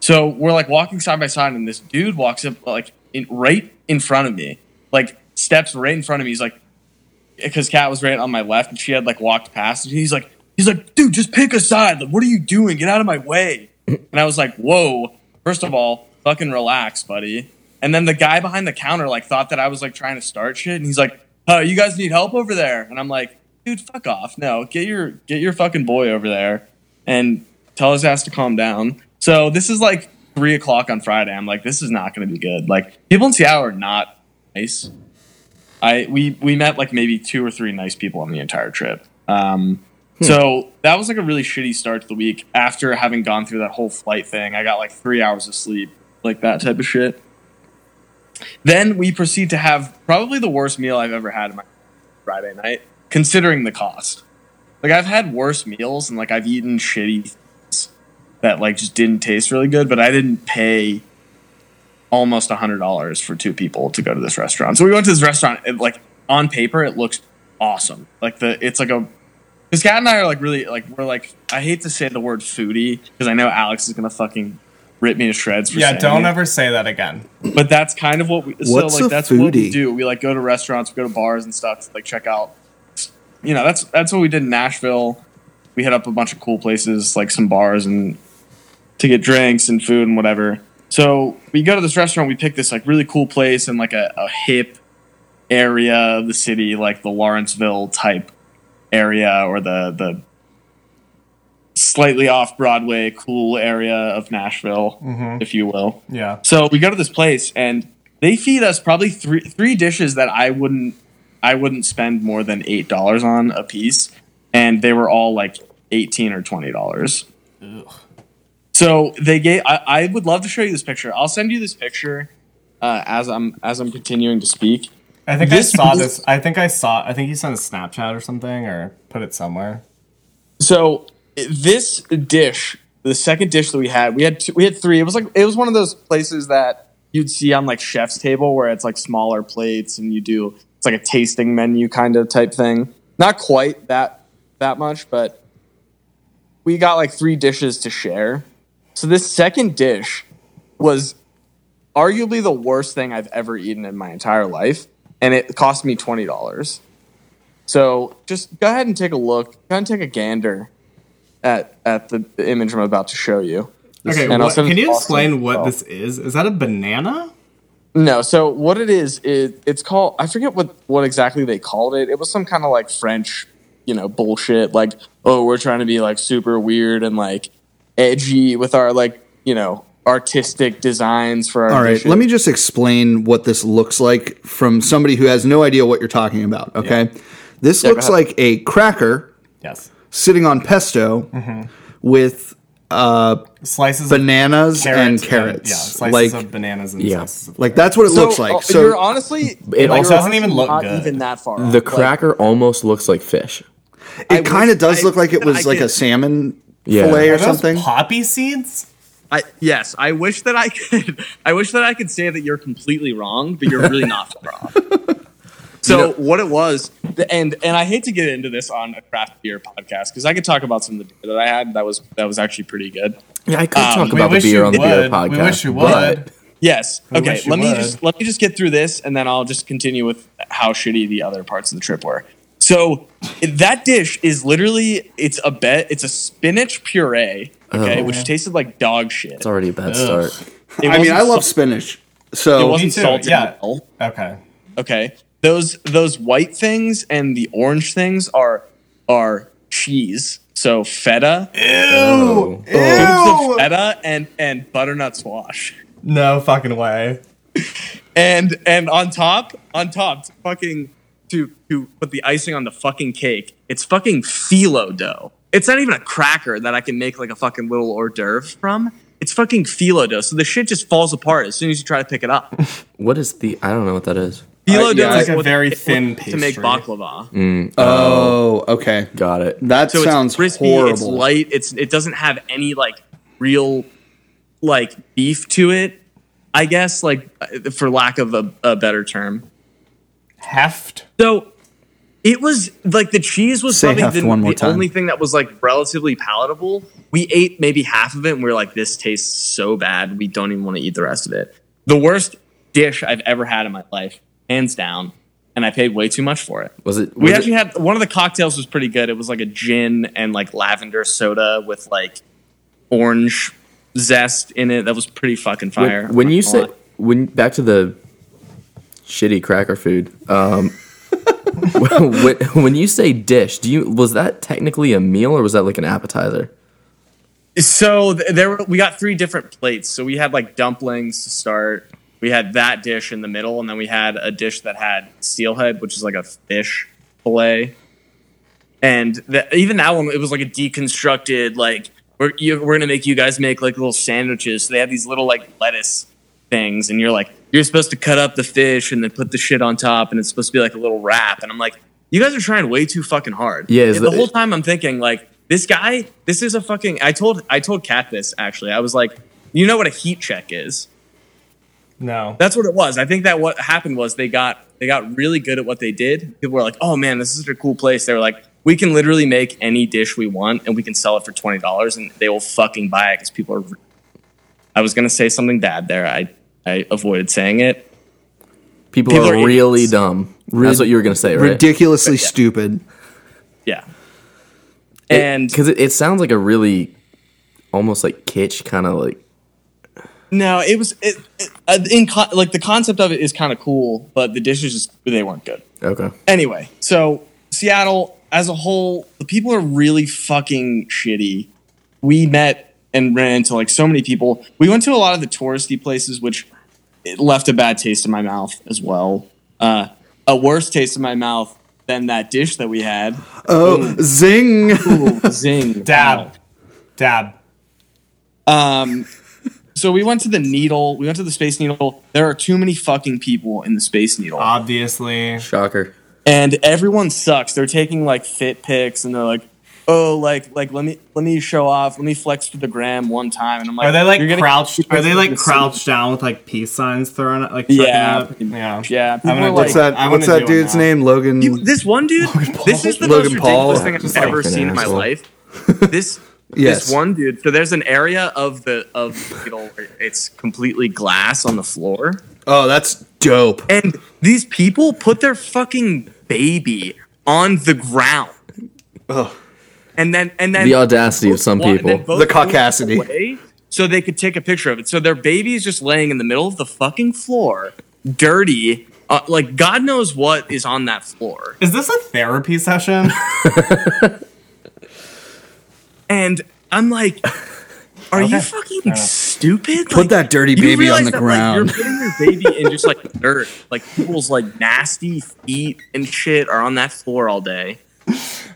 [SPEAKER 5] So we're like walking side by side, and this dude walks up like in, right in front of me, like steps right in front of me. He's like, because Cat was right on my left, and she had like walked past, and he's like, he's like, dude, just pick a side. Like, what are you doing? Get out of my way. And I was like, whoa. First of all, fucking relax, buddy. And then the guy behind the counter like thought that I was like trying to start shit, and he's like, oh, you guys need help over there. And I'm like, dude, fuck off. No, get your get your fucking boy over there, and tell his ass to calm down. So this is like three o'clock on Friday. I'm like, this is not going to be good. Like people in Seattle are not nice. I we we met like maybe two or three nice people on the entire trip. Um, so that was like a really shitty start to the week. After having gone through that whole flight thing, I got like three hours of sleep, like that type of shit. Then we proceed to have probably the worst meal I've ever had in my Friday night, considering the cost. Like I've had worse meals and like I've eaten shitty things that like just didn't taste really good, but I didn't pay almost hundred dollars for two people to go to this restaurant. So we went to this restaurant. It, like on paper, it looks awesome. Like the it's like a because Kat and I are like really like we're like I hate to say the word foodie because I know Alex is gonna fucking rip me to shreds. For
[SPEAKER 1] Yeah,
[SPEAKER 5] saying
[SPEAKER 1] don't
[SPEAKER 5] it
[SPEAKER 1] ever say that again.
[SPEAKER 5] but that's kind of what we so
[SPEAKER 3] What's
[SPEAKER 5] like
[SPEAKER 3] a
[SPEAKER 5] that's what we
[SPEAKER 3] foodie?
[SPEAKER 5] do we like go to restaurants we go to bars and stuff to, like check out you know that's that's what we did in nashville we hit up a bunch of cool places like some bars and to get drinks and food and whatever so we go to this restaurant we pick this like really cool place in like a, a hip area of the city like the lawrenceville type area or the the slightly off broadway cool area of nashville
[SPEAKER 3] Mm-hmm.
[SPEAKER 5] if you will
[SPEAKER 1] Yeah.
[SPEAKER 5] so we go to this place and they feed us probably three three dishes that I wouldn't I wouldn't spend more than eight dollars on a piece, and they were all like eighteen or twenty dollars. So they gave. I, I would love to show you this picture. I'll send you this picture uh, as I'm as I'm continuing to speak.
[SPEAKER 1] I think
[SPEAKER 5] This
[SPEAKER 1] I saw
[SPEAKER 5] was-
[SPEAKER 1] this. I think I saw. I think you sent a Snapchat or something, or put it somewhere.
[SPEAKER 5] So this dish, the second dish that we had, we had two, we had three. It was like it was one of those places that you'd see on like chef's table where it's like smaller plates and you do it's like a tasting menu kind of type thing. Not quite that that much, but we got like three dishes to share. So this second dish was arguably the worst thing I've ever eaten in my entire life, and it cost me twenty dollars. So just go ahead and take a look. Go ahead and take a gander at at the, the image I'm about to show you.
[SPEAKER 1] Okay,
[SPEAKER 5] And I'll
[SPEAKER 1] what,
[SPEAKER 5] send
[SPEAKER 1] can
[SPEAKER 5] it
[SPEAKER 1] you
[SPEAKER 5] to Austin
[SPEAKER 1] explain
[SPEAKER 5] as
[SPEAKER 1] what
[SPEAKER 5] well.
[SPEAKER 1] this is? Is that a banana?
[SPEAKER 5] No, so what it is is it's called I forget what what exactly they called it. It was some kind of like French, you know, bullshit like oh, we're trying to be like super weird and like edgy with our like, you know, artistic designs for our
[SPEAKER 3] All right,
[SPEAKER 5] dishes.
[SPEAKER 3] let me just explain what this looks like from somebody who has no idea what you're talking about. Okay, this
[SPEAKER 5] go
[SPEAKER 3] looks
[SPEAKER 5] ahead.
[SPEAKER 3] like a cracker
[SPEAKER 1] Yes.
[SPEAKER 3] sitting on pesto
[SPEAKER 5] Mm-hmm.
[SPEAKER 3] with uh,
[SPEAKER 1] Slices of
[SPEAKER 3] bananas and
[SPEAKER 1] carrots
[SPEAKER 3] carrots.
[SPEAKER 1] yeah, slices
[SPEAKER 3] like,
[SPEAKER 1] of bananas and
[SPEAKER 2] Yeah.
[SPEAKER 1] slices of
[SPEAKER 3] like that's what it
[SPEAKER 5] So,
[SPEAKER 3] looks like.
[SPEAKER 5] uh,
[SPEAKER 3] So
[SPEAKER 5] you're honestly
[SPEAKER 2] It
[SPEAKER 5] like,
[SPEAKER 2] also
[SPEAKER 5] you're
[SPEAKER 1] doesn't even
[SPEAKER 5] honestly
[SPEAKER 1] look
[SPEAKER 5] not
[SPEAKER 1] good.
[SPEAKER 5] even that far.
[SPEAKER 2] The
[SPEAKER 5] off. Like,
[SPEAKER 2] cracker almost looks like fish.
[SPEAKER 3] it kind
[SPEAKER 5] wish-
[SPEAKER 3] of does
[SPEAKER 5] I
[SPEAKER 3] look like
[SPEAKER 5] wish
[SPEAKER 3] it
[SPEAKER 5] that
[SPEAKER 3] was
[SPEAKER 5] I
[SPEAKER 3] like a
[SPEAKER 5] could-
[SPEAKER 3] salmon
[SPEAKER 2] Yeah.
[SPEAKER 3] fillet
[SPEAKER 1] Are
[SPEAKER 3] or
[SPEAKER 1] those
[SPEAKER 3] something.
[SPEAKER 1] poppy seeds?
[SPEAKER 5] I, yes, I wish that I could. I wish that I could say that you're completely wrong, but you're really not far off. So what it was, the- and and I hate to get into this on a craft beer podcast because I could talk about some of the beer that I had that was that was actually pretty good.
[SPEAKER 2] Yeah, I could talk
[SPEAKER 1] Um, we
[SPEAKER 2] about the
[SPEAKER 1] wish
[SPEAKER 2] beer
[SPEAKER 1] you
[SPEAKER 2] on the beer
[SPEAKER 1] would.
[SPEAKER 2] podcast.
[SPEAKER 1] We wish you
[SPEAKER 2] but
[SPEAKER 1] would.
[SPEAKER 5] Yes. Okay.
[SPEAKER 1] wish you
[SPEAKER 5] Let me
[SPEAKER 1] would.
[SPEAKER 5] just let me just get through this, and then I'll just continue with how shitty the other parts of the trip were. So that dish is literally it's a bet it's a spinach puree, okay,
[SPEAKER 2] Oh.
[SPEAKER 5] which tasted like dog shit.
[SPEAKER 2] It's already a bad start.
[SPEAKER 5] It
[SPEAKER 3] I mean,
[SPEAKER 5] wasn't
[SPEAKER 3] I love
[SPEAKER 5] salt-
[SPEAKER 3] spinach.
[SPEAKER 5] it
[SPEAKER 3] So
[SPEAKER 5] wasn't
[SPEAKER 1] too,
[SPEAKER 5] salted
[SPEAKER 1] yeah.
[SPEAKER 5] well.
[SPEAKER 1] Okay.
[SPEAKER 5] Okay. Those those white things and the orange things are are cheese. So feta,
[SPEAKER 2] Oh.
[SPEAKER 5] tubes of feta and and butternut squash.
[SPEAKER 1] No fucking way.
[SPEAKER 5] And and on top, on top, to fucking to to put the icing on the fucking cake. It's fucking phyllo dough. It's not even a cracker that I can make like a fucking little hors d'oeuvre from. It's fucking phyllo dough. So the shit just falls apart as soon as you try to pick it up.
[SPEAKER 2] What is the? I don't know what that is.
[SPEAKER 5] Phyllo
[SPEAKER 3] yeah,
[SPEAKER 5] dough
[SPEAKER 1] it's
[SPEAKER 5] is
[SPEAKER 1] like a
[SPEAKER 5] what
[SPEAKER 1] very
[SPEAKER 5] they-
[SPEAKER 1] thin
[SPEAKER 5] to make
[SPEAKER 1] pastry.
[SPEAKER 5] baklava.
[SPEAKER 3] oh, okay,
[SPEAKER 2] Got it.
[SPEAKER 3] that
[SPEAKER 5] so
[SPEAKER 3] sounds
[SPEAKER 5] it's crispy,
[SPEAKER 3] horrible.
[SPEAKER 5] it's light, it's it doesn't have any like real like beef to it. I guess like uh, for lack of a, a better term.
[SPEAKER 1] Heft.
[SPEAKER 5] So it was like the cheese was
[SPEAKER 3] Say heft
[SPEAKER 5] probably the,
[SPEAKER 3] one more
[SPEAKER 5] the
[SPEAKER 3] time.
[SPEAKER 5] only thing that was like relatively palatable. We ate maybe half of it and we were like, this tastes so bad. We don't even want to eat the rest of it. The worst dish I've ever had in my life, hands down. And I paid way too much for it.
[SPEAKER 2] Was it?
[SPEAKER 5] We
[SPEAKER 2] was it-
[SPEAKER 5] actually had one of the cocktails was pretty good. It was like a gin and like lavender soda with like orange zest in it. That was pretty fucking
[SPEAKER 2] when-
[SPEAKER 5] fire.
[SPEAKER 2] when
[SPEAKER 5] I'm
[SPEAKER 2] you
[SPEAKER 5] not gonna
[SPEAKER 2] say when back to the shitty cracker food. Um, when, when you say dish, do you was that technically a meal or was that like an appetizer?
[SPEAKER 5] lie. so th- there were, we got three different plates. So we had like dumplings to start. We had that dish in the middle, and then we had a dish that had steelhead, which is like a fish fillet. And the, even that one, it was like a deconstructed, like we're you, we're gonna make you guys make like little sandwiches. So they had these little like lettuce things, and you're like you're supposed to cut up the fish and then put the shit on top, and it's supposed to be like a little wrap. And I'm like, you guys are trying way too fucking hard.
[SPEAKER 2] Yeah, is
[SPEAKER 5] And the
[SPEAKER 2] the-
[SPEAKER 5] whole time I'm thinking like this guy, this is a fucking. I told I told Kat this actually. I was like, you know what a heat check is.
[SPEAKER 1] No.
[SPEAKER 5] That's what it was. I think that what happened was they got they got really good at what they did. People were like, "Oh man, this is a cool place." They were like, "We can literally make any dish we want, and we can sell it for twenty dollars, and they will fucking buy it because people are." I was gonna say something bad there. I I avoided saying it.
[SPEAKER 2] People,
[SPEAKER 5] People
[SPEAKER 2] are,
[SPEAKER 5] are
[SPEAKER 2] really
[SPEAKER 5] idiots.
[SPEAKER 2] dumb. That's what you were gonna say, right?
[SPEAKER 3] Ridiculously stupid.
[SPEAKER 5] Yeah. And
[SPEAKER 2] because it, it sounds like a really almost like kitsch kind of like
[SPEAKER 5] no, it was it, it, uh, in co- like the concept of it is kind of cool, but the dishes just they weren't good.
[SPEAKER 2] okay.
[SPEAKER 5] anyway, so Seattle as a whole, the people are really fucking shitty. We met and ran into like so many people. We went to a lot of the touristy places, which it left a bad taste in my mouth as well. Uh, a worse taste in my mouth than that dish that we had. Mm.
[SPEAKER 3] Oh, zing!
[SPEAKER 5] Ooh, Zing.
[SPEAKER 1] Dab. Dab.
[SPEAKER 5] Um, so we went to the Needle. We went to the Space Needle. There are too many fucking people in the Space Needle.
[SPEAKER 1] Obviously.
[SPEAKER 2] Shocker.
[SPEAKER 5] and everyone sucks. They're taking like fit pics and they're like, oh, like like let me let me show off, let me flex for the gram one time. And I'm like,
[SPEAKER 1] Are they like
[SPEAKER 5] "You're gonna-
[SPEAKER 1] crouched? Are they like
[SPEAKER 5] You're
[SPEAKER 1] crouched down with like peace signs thrown up? Like
[SPEAKER 5] Yeah,
[SPEAKER 1] fucking up? yeah.
[SPEAKER 5] Yeah, people
[SPEAKER 1] I'm gonna
[SPEAKER 5] are
[SPEAKER 1] do
[SPEAKER 5] like.
[SPEAKER 3] What's that?
[SPEAKER 1] I
[SPEAKER 3] What's
[SPEAKER 1] wanna
[SPEAKER 3] that
[SPEAKER 1] do it
[SPEAKER 3] dude's
[SPEAKER 1] now.
[SPEAKER 3] name? Logan.
[SPEAKER 5] You- this one dude, this is the
[SPEAKER 3] Logan
[SPEAKER 5] most
[SPEAKER 3] Paul.
[SPEAKER 5] ridiculous thing I've
[SPEAKER 1] Just
[SPEAKER 5] ever
[SPEAKER 1] like
[SPEAKER 2] an
[SPEAKER 5] seen in my
[SPEAKER 2] asshole.
[SPEAKER 5] life. This
[SPEAKER 3] Yes.
[SPEAKER 5] this one dude. So there's an area of the of you know where it's completely glass on the floor,
[SPEAKER 3] Oh, that's dope.
[SPEAKER 5] and these people put their fucking baby on the ground.
[SPEAKER 3] Ugh.
[SPEAKER 5] And then and then
[SPEAKER 2] The audacity of some
[SPEAKER 5] Well, and then
[SPEAKER 2] people.
[SPEAKER 5] both
[SPEAKER 3] The
[SPEAKER 5] moved
[SPEAKER 3] caucasity.
[SPEAKER 5] away So they could take a picture of it. So their baby is just laying in the middle of the fucking floor, dirty. Uh, like God knows what is on that floor.
[SPEAKER 1] Is this a therapy session?
[SPEAKER 5] And I'm like, are
[SPEAKER 1] Okay.
[SPEAKER 5] you fucking stupid?
[SPEAKER 3] Put that dirty baby on the ground.
[SPEAKER 5] Like, you're putting your baby in just like dirt. Like people's like nasty feet and shit are on that floor all day.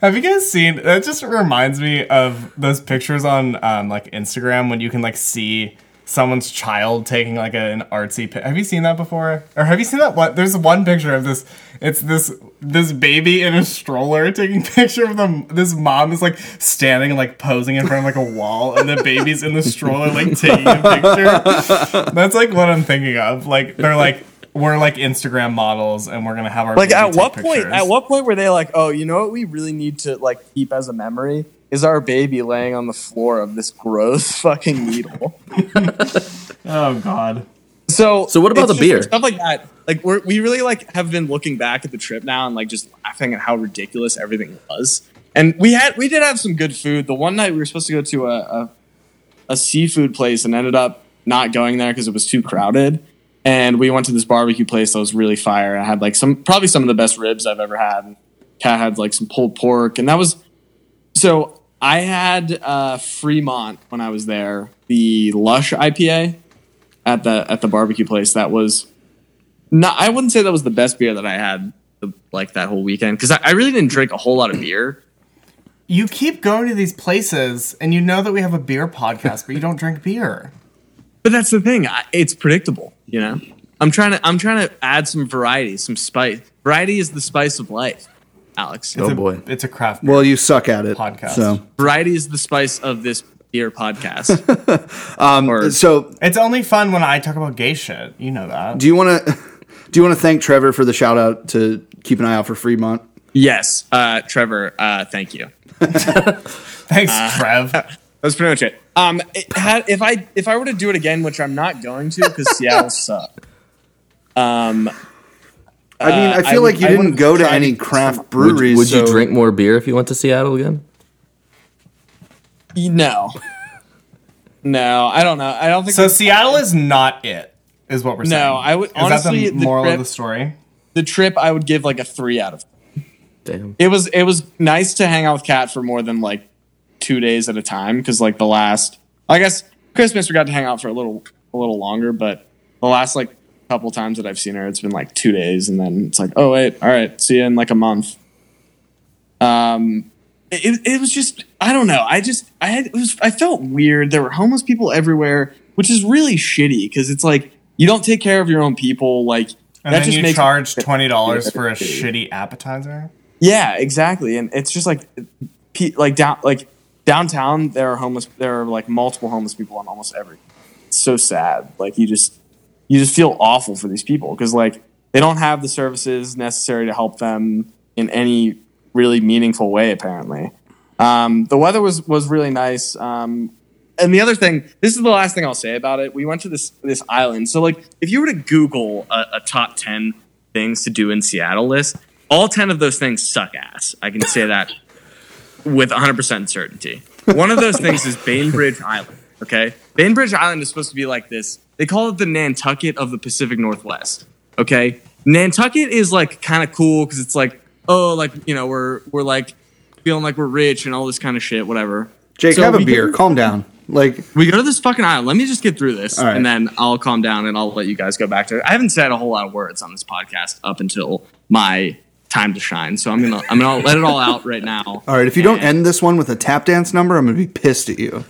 [SPEAKER 1] Have you guys seen? That just reminds me of those pictures on um, like Instagram when you can like see someone's child taking like an artsy. Pi- have you seen that before? Or have you seen that one? There's one picture of this. It's this this baby in a stroller taking picture of them. This mom is like standing and like posing in front of like a wall, and the baby's in the stroller like taking a picture. That's like what I'm thinking of. Like they're like. We're like Instagram models, and we're gonna have our
[SPEAKER 5] Like
[SPEAKER 1] baby
[SPEAKER 5] at
[SPEAKER 1] take
[SPEAKER 5] what point?
[SPEAKER 1] pictures.
[SPEAKER 5] At what point were they like, oh, you know what we really need to like keep as a memory is our baby laying on the floor of this gross fucking needle.
[SPEAKER 1] oh god.
[SPEAKER 5] So
[SPEAKER 2] So what about
[SPEAKER 5] it's
[SPEAKER 2] the
[SPEAKER 5] just
[SPEAKER 2] beer?
[SPEAKER 5] Stuff like that. Like we're, we really like have been looking back at the trip now and like just laughing at how ridiculous everything was. And we had we did have some good food. The one night we were supposed to go to a a, a seafood place and ended up not going there because it was too crowded. And we went to this barbecue place that was really fire. I had like some probably some of the best ribs I've ever had. And Kat had like some pulled pork, and that was so. I had uh, Fremont when I was there, the Lush IPA at the at the barbecue place that was not I wouldn't say that was the best beer that I had the, like that whole weekend because I, I really didn't drink a whole lot of beer.
[SPEAKER 1] You keep going to these places and you know that we have a beer podcast, but you don't drink beer.
[SPEAKER 5] But that's the thing; I, it's predictable. You know, I'm trying to I'm trying to add some variety, some spice. Variety is the spice of life, Alex.
[SPEAKER 2] Oh boy.
[SPEAKER 1] It's a craft beer.
[SPEAKER 3] Well, you suck at it.
[SPEAKER 1] Podcast.
[SPEAKER 3] So,
[SPEAKER 5] Variety is the spice of this beer podcast. um,
[SPEAKER 3] so
[SPEAKER 1] It's only fun when I talk about gay shit. You know that.
[SPEAKER 3] do you want to? Do you want to thank Trevor for the shout out to keep an eye out for Fremont?
[SPEAKER 5] Yes, uh, Trevor. Uh, thank you.
[SPEAKER 1] Thanks, Trev.
[SPEAKER 5] That's pretty much it. Um, it had, if I if I were to do it again, which I'm not going to, because Seattle sucked. Um,
[SPEAKER 3] I mean, I
[SPEAKER 5] I
[SPEAKER 3] feel
[SPEAKER 5] would-
[SPEAKER 3] like you
[SPEAKER 5] I
[SPEAKER 3] didn't
[SPEAKER 5] would've
[SPEAKER 3] go to
[SPEAKER 5] tried-
[SPEAKER 3] any craft
[SPEAKER 2] Would,
[SPEAKER 3] breweries.
[SPEAKER 2] would you
[SPEAKER 3] so-
[SPEAKER 2] drink more beer if you went to Seattle again?
[SPEAKER 5] no, no, I don't know. I don't think
[SPEAKER 1] So Seattle is not it, is what we're saying.
[SPEAKER 5] I would-
[SPEAKER 1] is
[SPEAKER 5] honestly,
[SPEAKER 1] that the,
[SPEAKER 5] the
[SPEAKER 1] moral
[SPEAKER 5] trip-
[SPEAKER 1] of the story.
[SPEAKER 5] the trip I would give like a three out of.
[SPEAKER 2] Damn.
[SPEAKER 5] It was it was nice to hang out with Kat for more than like two days at a time because like the last I guess Christmas we got to hang out for a little a little longer, but the last like couple times that I've seen her, it's been like two days, and then it's like oh wait, all right, see you in like a month. Um, it it was just I don't know. I just I had it was I felt weird. There were homeless people everywhere, which is really shitty because it's like you don't take care of your own people like.
[SPEAKER 1] And
[SPEAKER 5] that
[SPEAKER 1] then
[SPEAKER 5] just
[SPEAKER 1] you
[SPEAKER 5] makes
[SPEAKER 1] charge twenty dollars for a shitty appetizer.
[SPEAKER 5] yeah, exactly. And it's just like, pe- like down, like downtown, there are homeless. There are like multiple homeless people on almost every. It's so sad. Like you just, you just feel awful for these people because like they don't have the services necessary to help them in any really meaningful way. Apparently, um, the weather was was really nice. Um, and the other thing, this is the last thing I'll say about it. We went to this this island. So like, if you were to Google a, a top ten things to do in Seattle list, all ten of those things suck ass. I can say that with 100 percent certainty. One of those things is Bainbridge Island. Okay, Bainbridge Island is supposed to be like this. They call it the Nantucket of the Pacific Northwest. Okay, Nantucket is like kind of cool because it's like, oh, like you know, we're we're like feeling like we're rich and all this kind of shit, whatever.
[SPEAKER 3] Jake,
[SPEAKER 5] So
[SPEAKER 3] have a
[SPEAKER 5] we
[SPEAKER 3] beer.
[SPEAKER 5] can-
[SPEAKER 3] Calm down. Like,
[SPEAKER 5] we go to this fucking island. Let me just get through this,
[SPEAKER 3] All right.
[SPEAKER 5] and then I'll calm down and I'll let you guys go back to it. I haven't said a whole lot of words on this podcast up until my time to shine, so I'm gonna I'm gonna let it all out right now.
[SPEAKER 3] all right, if you don't
[SPEAKER 5] And-
[SPEAKER 3] end this one with a tap dance number, I'm going to be pissed at you.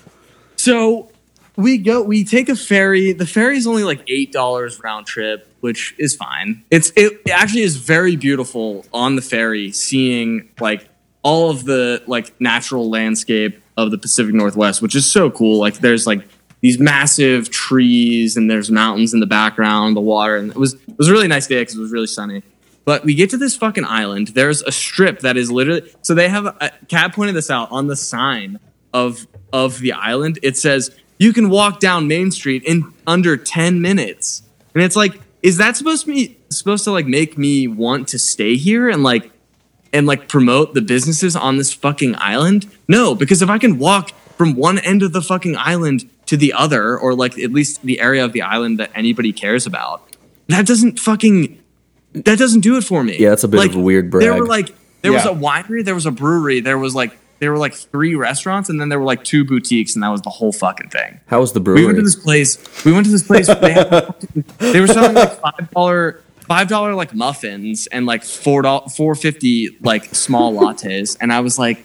[SPEAKER 5] so we go. We take a ferry. The ferry is only like eight dollars round trip, which is fine. It's it, it actually is very beautiful on the ferry, seeing like all of the like natural landscape of the Pacific Northwest, which is so cool. Like there's like these massive trees and there's mountains in the background, the water, and it was it was a really nice day because it was really sunny. But we get to this fucking island. There's a strip that is literally so they have. A, Kat pointed this out on the sign of of the island. It says you can walk down Main Street in under ten minutes, and it's like, is that supposed to be supposed to like make me want to stay here and like and like promote the businesses on this fucking island? No, because if I can walk from one end of the fucking island to the other, or like at least the area of the island that anybody cares about, that doesn't fucking that doesn't do it for me.
[SPEAKER 2] Yeah, that's a bit
[SPEAKER 5] Like,
[SPEAKER 2] of a weird
[SPEAKER 5] There
[SPEAKER 2] brag.
[SPEAKER 5] were like there was
[SPEAKER 1] Yeah.
[SPEAKER 5] a winery, there was a brewery, there was like there were like three restaurants, and then there were like two boutiques, and that was the whole fucking thing.
[SPEAKER 2] How was the
[SPEAKER 5] We
[SPEAKER 2] brewery?
[SPEAKER 5] went to this place. We went to this place. They, had, they were selling like five dollar, five dollar like muffins and like four dollar, four fifty like small lattes. And I was like,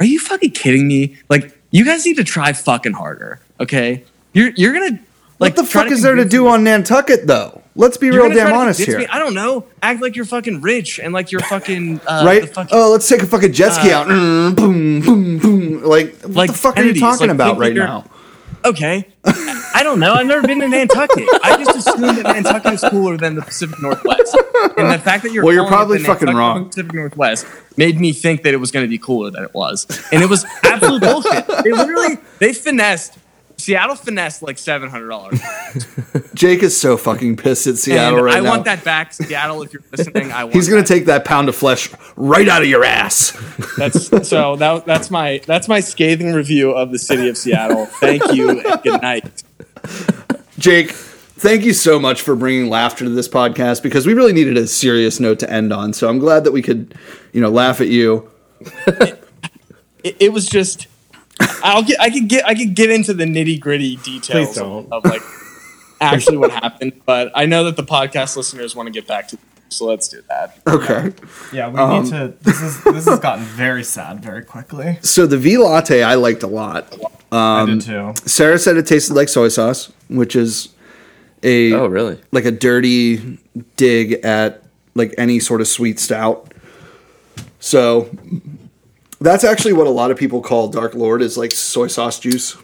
[SPEAKER 5] "Are you fucking kidding me? Like, you guys need to try fucking harder, okay? You're you're gonna like
[SPEAKER 3] What the
[SPEAKER 5] try
[SPEAKER 3] fuck is there to
[SPEAKER 5] convince
[SPEAKER 3] do on Nantucket, though? Let's be
[SPEAKER 5] you're
[SPEAKER 3] real
[SPEAKER 5] gonna try
[SPEAKER 3] damn
[SPEAKER 5] to
[SPEAKER 3] honest
[SPEAKER 5] convince
[SPEAKER 3] here.
[SPEAKER 5] me- I don't know. Act like you're fucking rich and like you're fucking uh,
[SPEAKER 3] right?
[SPEAKER 5] The fucking, Uh,
[SPEAKER 3] oh, let's take a fucking jet ski out. Mm, boom, boom, boom. Like, what
[SPEAKER 5] Like
[SPEAKER 3] the fuck
[SPEAKER 5] Kennedy's,
[SPEAKER 3] are you talking
[SPEAKER 5] like,
[SPEAKER 3] about
[SPEAKER 5] think
[SPEAKER 3] right
[SPEAKER 5] you're-
[SPEAKER 3] now?
[SPEAKER 5] okay. I I don't know. I've never been to Nantucket. I just assumed that Nantucket is cooler than the Pacific Northwest. And the fact that you're
[SPEAKER 3] Well, you're
[SPEAKER 5] calling it
[SPEAKER 3] probably
[SPEAKER 5] the
[SPEAKER 3] fucking
[SPEAKER 5] Nantucket
[SPEAKER 3] wrong.
[SPEAKER 5] Pacific Northwest made me think that it was going to be cooler than it was, and it was absolute bullshit. They literally they finessed. Seattle finessed like seven hundred dollars.
[SPEAKER 3] Jake is so fucking pissed at Seattle
[SPEAKER 5] And
[SPEAKER 3] right
[SPEAKER 5] I
[SPEAKER 3] now.
[SPEAKER 5] want that back, Seattle. If you're listening, I want.
[SPEAKER 3] He's going
[SPEAKER 5] that.
[SPEAKER 3] to take that pound of flesh right out of your ass.
[SPEAKER 5] That's so. That, that's my that's my scathing review of the city of Seattle. Thank you and good night.
[SPEAKER 3] Jake, thank you so much for bringing laughter to this podcast because we really needed a serious note to end on. So I'm glad that we could, you know, laugh at you.
[SPEAKER 5] it, it was just I'll get I could get I could get into the nitty gritty details
[SPEAKER 1] Please don't.
[SPEAKER 5] of like actually what happened, but I know that the podcast listeners want to get back to so let's do that.
[SPEAKER 3] Okay.
[SPEAKER 1] Yeah, we
[SPEAKER 3] Um,
[SPEAKER 1] need to. This is this has gotten very sad very quickly.
[SPEAKER 3] So the V latte I liked a lot.
[SPEAKER 1] I did too.
[SPEAKER 3] Sarah said it tasted like soy sauce, which is a
[SPEAKER 2] oh, really?
[SPEAKER 3] like a dirty dig at like any sort of sweet stout. So that's actually what a lot of people call Dark Lord is like soy sauce juice.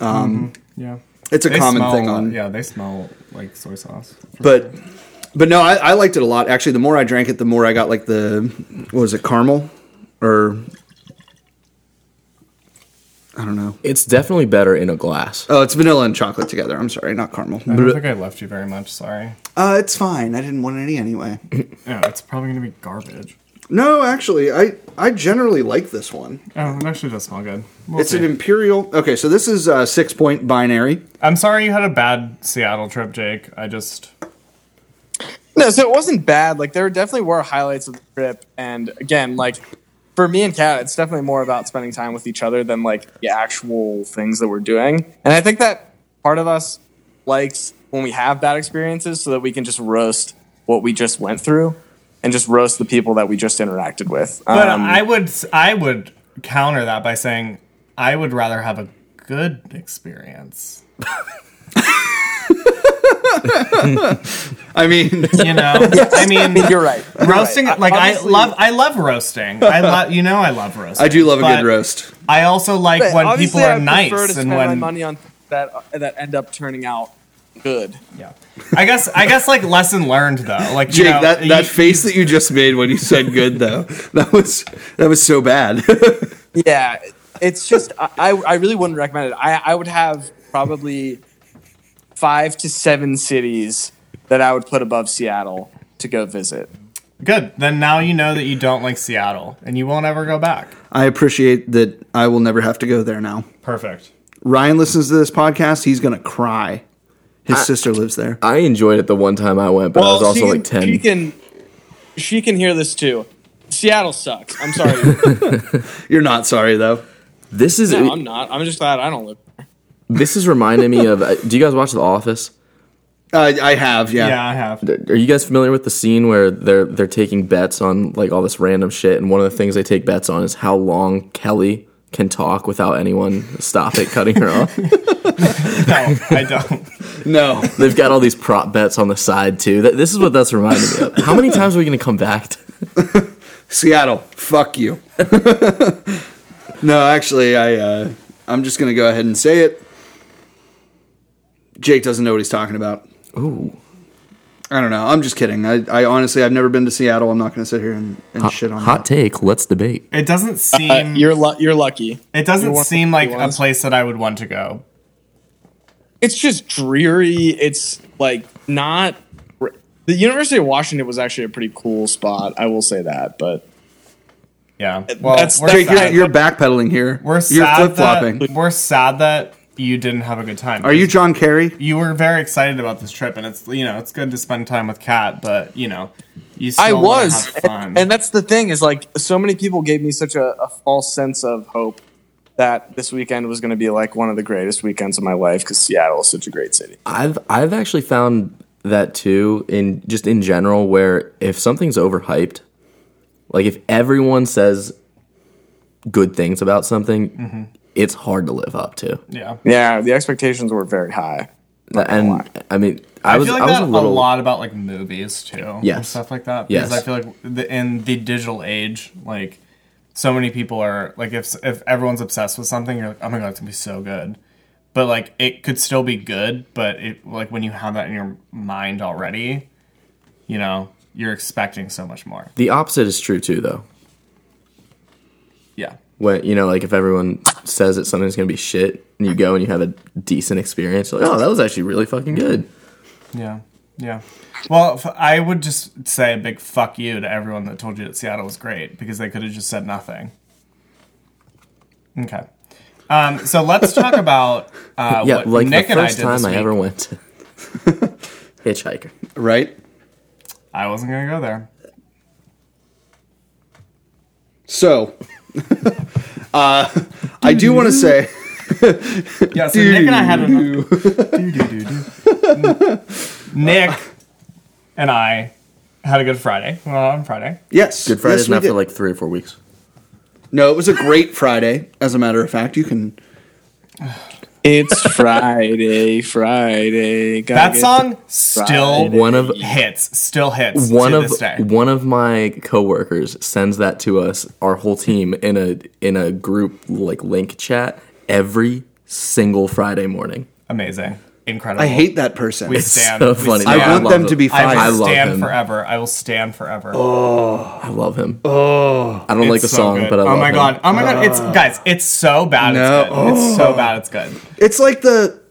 [SPEAKER 3] Um,
[SPEAKER 1] Yeah,
[SPEAKER 3] It's a common
[SPEAKER 1] Mm-hmm. smell,
[SPEAKER 3] thing on
[SPEAKER 1] Yeah, they smell like soy sauce.
[SPEAKER 3] but But no, I, I liked it a lot. Actually, the more I drank it, the more I got like the what was it, caramel, or I don't know.
[SPEAKER 2] It's definitely better in a glass.
[SPEAKER 3] Oh, it's vanilla and chocolate together. I'm sorry, not caramel.
[SPEAKER 1] I don't think I left you very much. Sorry.
[SPEAKER 3] Uh, it's fine. I didn't want any anyway.
[SPEAKER 1] No, it's probably gonna be garbage.
[SPEAKER 3] no, actually, I I generally like this one.
[SPEAKER 1] Oh, it actually does smell good. We'll
[SPEAKER 3] It's
[SPEAKER 1] see.
[SPEAKER 3] an imperial. Okay, so this is uh, six point binary.
[SPEAKER 1] I'm sorry you had a bad Seattle trip, Jake. I just
[SPEAKER 5] No, so it wasn't bad. Like there definitely were highlights of the trip, and again, like for me and Kat, it's definitely more about spending time with each other than like the actual things that we're doing. And I think that part of us likes when we have bad experiences so that we can just roast what we just went through and just roast the people that we just interacted with. Um,
[SPEAKER 1] But uh,
[SPEAKER 3] um,
[SPEAKER 1] I would I would counter that by saying I would rather have a good experience.
[SPEAKER 3] I mean,
[SPEAKER 1] You know? I mean
[SPEAKER 5] you're right. You're right.
[SPEAKER 1] roasting like
[SPEAKER 5] Obviously-
[SPEAKER 1] I love I love roasting. I love you know I love roasting.
[SPEAKER 3] I do love a
[SPEAKER 1] but
[SPEAKER 3] good roast.
[SPEAKER 1] I also like
[SPEAKER 5] But
[SPEAKER 1] when people
[SPEAKER 5] obviously
[SPEAKER 1] are
[SPEAKER 5] I prefer to
[SPEAKER 1] nice
[SPEAKER 5] spend
[SPEAKER 1] and
[SPEAKER 5] my
[SPEAKER 1] when
[SPEAKER 5] money on that that end up turning out good.
[SPEAKER 1] yeah. I guess I guess like lesson learned though. Like you
[SPEAKER 3] Jake,
[SPEAKER 1] know,
[SPEAKER 3] that,
[SPEAKER 1] you-
[SPEAKER 3] that face that you just made when you said good though, that was that was so bad.
[SPEAKER 5] Yeah, it's just I, I I really wouldn't recommend it. I, I would have probably five to seven cities that I would put above Seattle to go visit.
[SPEAKER 1] good. Then now you know that you don't like Seattle and you won't ever go back.
[SPEAKER 3] I appreciate that I will never have to go there now.
[SPEAKER 1] Perfect.
[SPEAKER 3] Ryan listens to this podcast, he's gonna cry. His sister lives there.
[SPEAKER 2] I enjoyed it the one time I went, but I was also like ten.
[SPEAKER 5] She can she can hear this too. Seattle sucks. I'm sorry.
[SPEAKER 3] You're not sorry though.
[SPEAKER 2] this is
[SPEAKER 5] no, I'm not. I'm just glad I don't live.
[SPEAKER 2] this is reminding me of. uh, Do you guys watch The Office?
[SPEAKER 3] Uh, I have, yeah.
[SPEAKER 1] Yeah, I have.
[SPEAKER 2] Are you guys familiar with the scene where they're they're taking bets on like all this random shit, and one of the things they take bets on is how long Kelly can talk without anyone stopping cutting her off.
[SPEAKER 1] No, I don't.
[SPEAKER 3] No,
[SPEAKER 2] They've got all these prop bets on the side too. That, this is what that's reminding me of. How many times are we gonna come back? To?
[SPEAKER 3] Seattle, fuck you. no, actually, I uh, I'm just gonna go ahead and say it. Jake doesn't know what he's talking about.
[SPEAKER 2] Ooh,
[SPEAKER 3] I don't know. I'm just kidding. I, I honestly, I've never been to Seattle. I'm not gonna sit here and, and
[SPEAKER 2] hot,
[SPEAKER 3] shit on
[SPEAKER 2] hot take. Let's debate.
[SPEAKER 1] It doesn't seem
[SPEAKER 5] Uh, you're lu- you're lucky.
[SPEAKER 1] It
[SPEAKER 5] You're
[SPEAKER 1] doesn't
[SPEAKER 5] one of the
[SPEAKER 1] seem like
[SPEAKER 5] lucky
[SPEAKER 1] a
[SPEAKER 5] ones.
[SPEAKER 1] place that I would want to go.
[SPEAKER 5] it's just dreary. It's like not. The University of Washington was actually a pretty cool spot. I will say that, but
[SPEAKER 1] Yeah. Well,
[SPEAKER 5] that's-
[SPEAKER 1] we're,
[SPEAKER 5] that's-
[SPEAKER 3] Jake,
[SPEAKER 1] sad.
[SPEAKER 3] you're, you're backpedaling here.
[SPEAKER 1] we're
[SPEAKER 3] you're
[SPEAKER 1] sad
[SPEAKER 3] flip flopping.
[SPEAKER 1] that we're sad that you didn't have a good time.
[SPEAKER 3] Are you John Kerry?
[SPEAKER 1] You were very excited about this trip, and it's you know it's good to spend time with Kat, but you know you still
[SPEAKER 5] I
[SPEAKER 1] wanna
[SPEAKER 5] was,
[SPEAKER 1] have fun.
[SPEAKER 5] and, and that's the thing is like so many people gave me such a, a false sense of hope that this weekend was going to be like one of the greatest weekends of my life because Seattle is such a great city.
[SPEAKER 2] I've I've actually found that too in just in general where if something's overhyped, like if everyone says good things about something, it's hard to live up to.
[SPEAKER 1] Mm-hmm. yeah.
[SPEAKER 5] Yeah, the expectations were very high.
[SPEAKER 2] and I mean, I,
[SPEAKER 1] I,
[SPEAKER 2] was
[SPEAKER 1] feel
[SPEAKER 2] I
[SPEAKER 1] like
[SPEAKER 2] was
[SPEAKER 1] that
[SPEAKER 2] a
[SPEAKER 1] a,
[SPEAKER 2] little
[SPEAKER 1] lot about like movies too, and
[SPEAKER 2] Yes.
[SPEAKER 1] stuff like that. Because
[SPEAKER 2] Yes.
[SPEAKER 1] I feel like the, in the digital age, like so many people are like, if if everyone's obsessed with something, you're like, oh my god, it's gonna be so good. But like, it could still be good, but it like when you have that in your mind already, you know, you're expecting so much more.
[SPEAKER 2] the opposite is true too though.
[SPEAKER 1] Yeah,
[SPEAKER 2] When you know, like if everyone says that something's gonna be shit, and you go and you have a decent experience, you're like oh, that was actually really fucking good.
[SPEAKER 1] yeah, yeah. Well, f- I would just say a big fuck you to everyone that told you that Seattle was great because they could have just said nothing. Okay. Um, so let's talk about uh,
[SPEAKER 2] Yeah,
[SPEAKER 1] what
[SPEAKER 2] like
[SPEAKER 1] Nick
[SPEAKER 2] the
[SPEAKER 1] and I
[SPEAKER 2] first
[SPEAKER 1] did this
[SPEAKER 2] time I
[SPEAKER 1] week.
[SPEAKER 2] ever went to hitchhiker.
[SPEAKER 3] Right.
[SPEAKER 1] I wasn't gonna go there.
[SPEAKER 3] So, uh, I do want to say
[SPEAKER 1] Yeah, so Nick and I had an. Nick and I had a good Friday. Well, on Friday.
[SPEAKER 3] yes.
[SPEAKER 2] Good Friday's
[SPEAKER 3] yes, we
[SPEAKER 2] not
[SPEAKER 3] did.
[SPEAKER 2] for like three or four weeks.
[SPEAKER 3] No, it was a great Friday. As a matter of fact, you can.
[SPEAKER 5] It's Friday, Friday. gotta
[SPEAKER 1] That
[SPEAKER 5] get
[SPEAKER 1] song still
[SPEAKER 5] Friday.
[SPEAKER 2] One of
[SPEAKER 1] hits, still hits
[SPEAKER 2] one
[SPEAKER 1] Oh, to
[SPEAKER 2] of
[SPEAKER 1] this day.
[SPEAKER 2] one of my coworkers sends that to us, our whole team in a in a group like link chat every single Friday morning.
[SPEAKER 1] Amazing. incredible.
[SPEAKER 3] I hate that person.
[SPEAKER 1] We stand.
[SPEAKER 2] so
[SPEAKER 1] we
[SPEAKER 2] funny.
[SPEAKER 1] stand.
[SPEAKER 3] I want
[SPEAKER 2] love
[SPEAKER 3] them to be
[SPEAKER 1] I
[SPEAKER 3] fine.
[SPEAKER 1] will
[SPEAKER 2] I love
[SPEAKER 1] stand
[SPEAKER 2] him.
[SPEAKER 1] forever. I will stand forever.
[SPEAKER 2] I love him. Oh, I don't like the
[SPEAKER 1] It's so
[SPEAKER 2] song,
[SPEAKER 1] good.
[SPEAKER 2] but I
[SPEAKER 1] oh
[SPEAKER 2] love
[SPEAKER 1] my
[SPEAKER 2] him.
[SPEAKER 1] god, oh my god, it's guys, it's so bad.
[SPEAKER 3] No.
[SPEAKER 1] It's good. It's
[SPEAKER 2] Oh.
[SPEAKER 1] so bad. It's good.
[SPEAKER 3] It's like the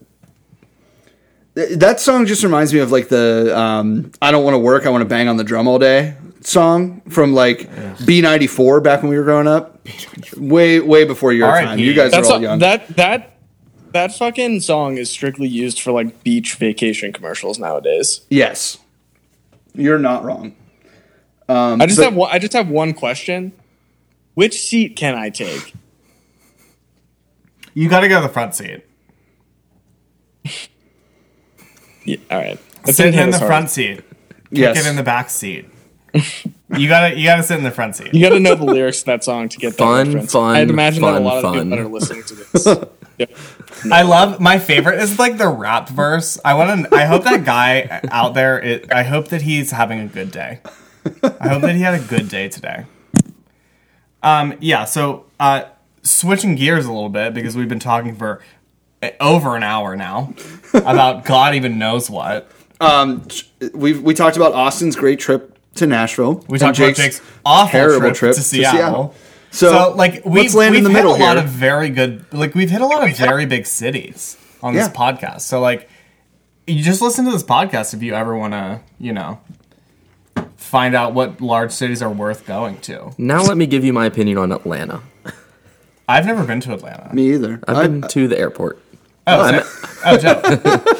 [SPEAKER 3] th- that song just reminds me of like the um, "I don't want to work, I want to bang on the drum all day" song from like B ninety four back when we were growing up. Way way before your
[SPEAKER 1] R.I.P..
[SPEAKER 3] time. You guys
[SPEAKER 5] That's
[SPEAKER 3] are all
[SPEAKER 5] a,
[SPEAKER 3] young.
[SPEAKER 5] that that that fucking song is strictly used for like beach vacation commercials nowadays.
[SPEAKER 3] yes, you're not wrong.
[SPEAKER 5] I just
[SPEAKER 3] but-
[SPEAKER 5] have one, I just have one question. Which seat can I take?
[SPEAKER 1] You got to go to the front seat.
[SPEAKER 5] Yeah, all right. That
[SPEAKER 1] Sit
[SPEAKER 5] didn't hit
[SPEAKER 1] in the
[SPEAKER 5] us hard.
[SPEAKER 1] front seat.
[SPEAKER 3] Yes,
[SPEAKER 1] Get in the back seat. you gotta you gotta sit in the front seat.
[SPEAKER 5] You got to know the lyrics to that song to get that
[SPEAKER 2] Fun,
[SPEAKER 5] reference.
[SPEAKER 2] fun,
[SPEAKER 5] I'd imagine that
[SPEAKER 2] fun,
[SPEAKER 5] a lot of
[SPEAKER 2] fun.
[SPEAKER 5] people that are listening to this. Yeah.
[SPEAKER 1] I love my favorite is like the rap verse. I want to. I hope that guy out there. Is, I hope that he's having a good day. I hope that he had a good day today. Um. Yeah. So, uh, switching gears a little bit because we've been talking for eh, over an hour now about God even knows what.
[SPEAKER 3] um, we we talked about Austin's great trip to Nashville.
[SPEAKER 1] We talked about Jake's awful
[SPEAKER 3] terrible
[SPEAKER 1] trip,
[SPEAKER 3] trip
[SPEAKER 1] to
[SPEAKER 3] to
[SPEAKER 1] Seattle.
[SPEAKER 3] Seattle.
[SPEAKER 1] So,
[SPEAKER 3] So,
[SPEAKER 1] like we've,
[SPEAKER 3] let's land
[SPEAKER 1] we've
[SPEAKER 3] in the
[SPEAKER 1] hit
[SPEAKER 3] middle
[SPEAKER 1] a lot
[SPEAKER 3] here.
[SPEAKER 1] of very good like we've hit a lot of very big cities on
[SPEAKER 3] Yeah.
[SPEAKER 1] this podcast. So like you just listen to this podcast if you ever want to, you know, find out what large cities are worth going to.
[SPEAKER 2] Now let me give you my opinion on Atlanta.
[SPEAKER 1] I've never been to Atlanta.
[SPEAKER 3] Me either.
[SPEAKER 2] I've
[SPEAKER 3] I-
[SPEAKER 2] been to the airport.
[SPEAKER 1] Oh, so- oh, Joe.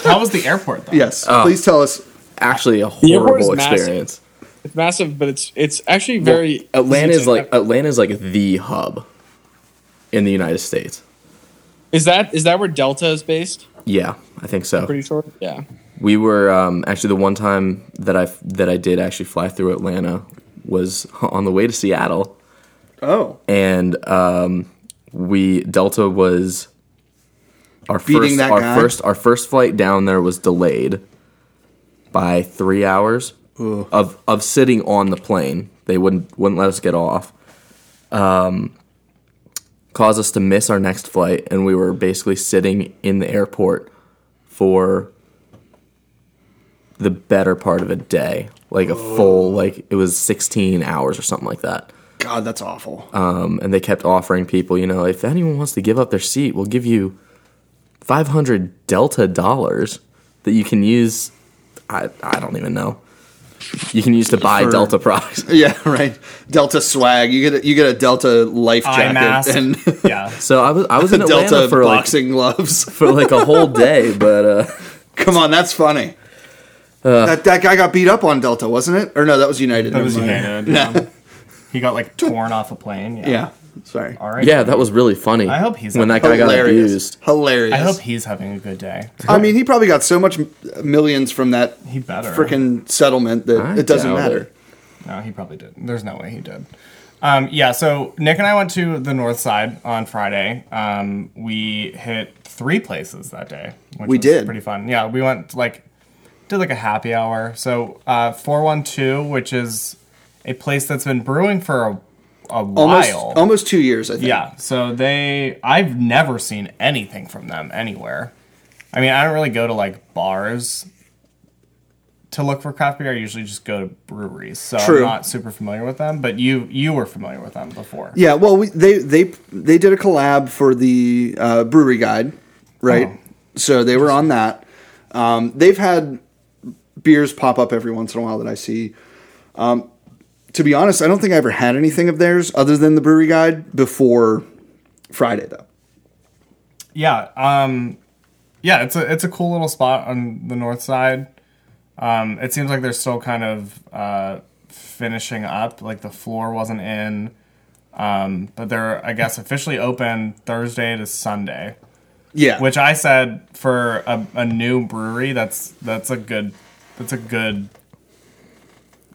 [SPEAKER 1] How was the airport though?
[SPEAKER 3] yes,
[SPEAKER 5] Oh.
[SPEAKER 3] please tell us.
[SPEAKER 2] Actually, a
[SPEAKER 5] airport is
[SPEAKER 2] horrible
[SPEAKER 5] massive.
[SPEAKER 2] experience.
[SPEAKER 5] It's massive, but it's it's actually very
[SPEAKER 2] Atlanta is
[SPEAKER 5] easy to-
[SPEAKER 2] like Atlanta is like the hub in the United States.
[SPEAKER 5] Is that is that where Delta is based?
[SPEAKER 2] Yeah, I think so.
[SPEAKER 5] Pretty sure. Yeah.
[SPEAKER 2] We were um, actually the one time that I that I did actually fly through Atlanta was on the way to Seattle,
[SPEAKER 3] Oh,
[SPEAKER 2] and um, we Delta was our
[SPEAKER 3] Beating
[SPEAKER 2] first
[SPEAKER 3] that
[SPEAKER 2] our
[SPEAKER 3] guy?
[SPEAKER 2] first our first flight down there was delayed by three hours of of sitting on the plane. They wouldn't wouldn't let us get off. Um, caused us to miss our next flight, and we were basically sitting in the airport for the better part of a day, like a full like it was sixteen hours or something like that
[SPEAKER 3] God, that's awful.
[SPEAKER 2] and they kept offering people, you know, if anyone wants to give up their seat, we'll give you 500 Delta dollars that you can use. I, I don't even know. You can use to buy
[SPEAKER 3] For-
[SPEAKER 2] Delta products.
[SPEAKER 3] Yeah, right. Delta swag. You get a, you get a Delta life
[SPEAKER 1] Eye
[SPEAKER 3] jacket
[SPEAKER 1] mask.
[SPEAKER 3] and
[SPEAKER 1] Yeah.
[SPEAKER 2] So I was I was in Atlanta
[SPEAKER 3] Delta
[SPEAKER 2] for like
[SPEAKER 3] boxing gloves.
[SPEAKER 2] for like a whole day, but uh,
[SPEAKER 3] Come on, that's funny. that that guy got beat up on Delta, wasn't it? Or no, that was United.
[SPEAKER 1] That was
[SPEAKER 3] Never mind.
[SPEAKER 1] United. Yeah. He got like torn off a plane. Yeah.
[SPEAKER 3] Yeah. Sorry.
[SPEAKER 1] All right.
[SPEAKER 2] yeah, that was really funny.
[SPEAKER 1] I hope he's
[SPEAKER 2] when
[SPEAKER 1] not-
[SPEAKER 2] that guy got
[SPEAKER 3] Hilarious.
[SPEAKER 2] abused.
[SPEAKER 3] Hilarious.
[SPEAKER 1] I hope he's having a good day.
[SPEAKER 3] I mean, he probably got so much m- millions from that
[SPEAKER 1] He better.
[SPEAKER 3] freaking settlement that
[SPEAKER 2] I
[SPEAKER 3] it doesn't
[SPEAKER 2] doubt
[SPEAKER 3] matter.
[SPEAKER 2] it.
[SPEAKER 1] No, he probably did. There's no way he did. Um, yeah, so Nick and I went to the North Side on Friday. Um, we hit three places that day. Which
[SPEAKER 3] We
[SPEAKER 1] was
[SPEAKER 3] did.
[SPEAKER 1] Pretty fun. Yeah, we went like did like a happy hour. So uh, 412, which is a place that's been brewing for a, a
[SPEAKER 3] Almost
[SPEAKER 1] while.
[SPEAKER 3] almost two years, I think.
[SPEAKER 1] Yeah, so they I've never seen anything from them anywhere. I mean, I don't really go to like bars to look for craft beer. I usually just go to breweries. So
[SPEAKER 3] True.
[SPEAKER 1] I'm not super familiar with them, but you you were familiar with them before.
[SPEAKER 3] Yeah. Well, we, they they they did a collab for the uh, brewery guide, right?
[SPEAKER 1] Oh.
[SPEAKER 3] So they were on that. Um, they've had beers pop up every once in a while that I see. Um, to be honest, I don't think I ever had anything of theirs other than the brewery guide before Friday, though.
[SPEAKER 1] Yeah, um yeah, it's a it's a cool little spot on the north side. Um it seems like they're still kind of uh finishing up. Like the floor wasn't in. Um, but they're I guess officially open Thursday to Sunday.
[SPEAKER 3] Yeah.
[SPEAKER 1] which I said for a, a new brewery, that's that's a good that's a good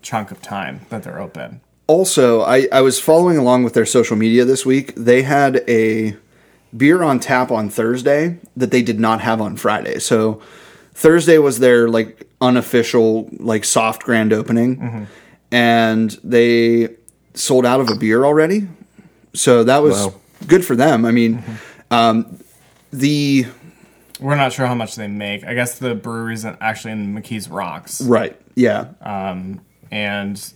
[SPEAKER 1] chunk of time that they're open.
[SPEAKER 3] also, I, I was following along with their social media this week. They had a beer on tap on Thursday that they did not have on Friday. So Thursday was their like unofficial like soft grand opening, and they sold out of a beer already. So that was
[SPEAKER 2] Wow.
[SPEAKER 3] good for them. I mean, um, the
[SPEAKER 1] We're not sure how much they make. I guess the brewery's in- actually in McKees Rocks.
[SPEAKER 3] Right. Yeah.
[SPEAKER 1] and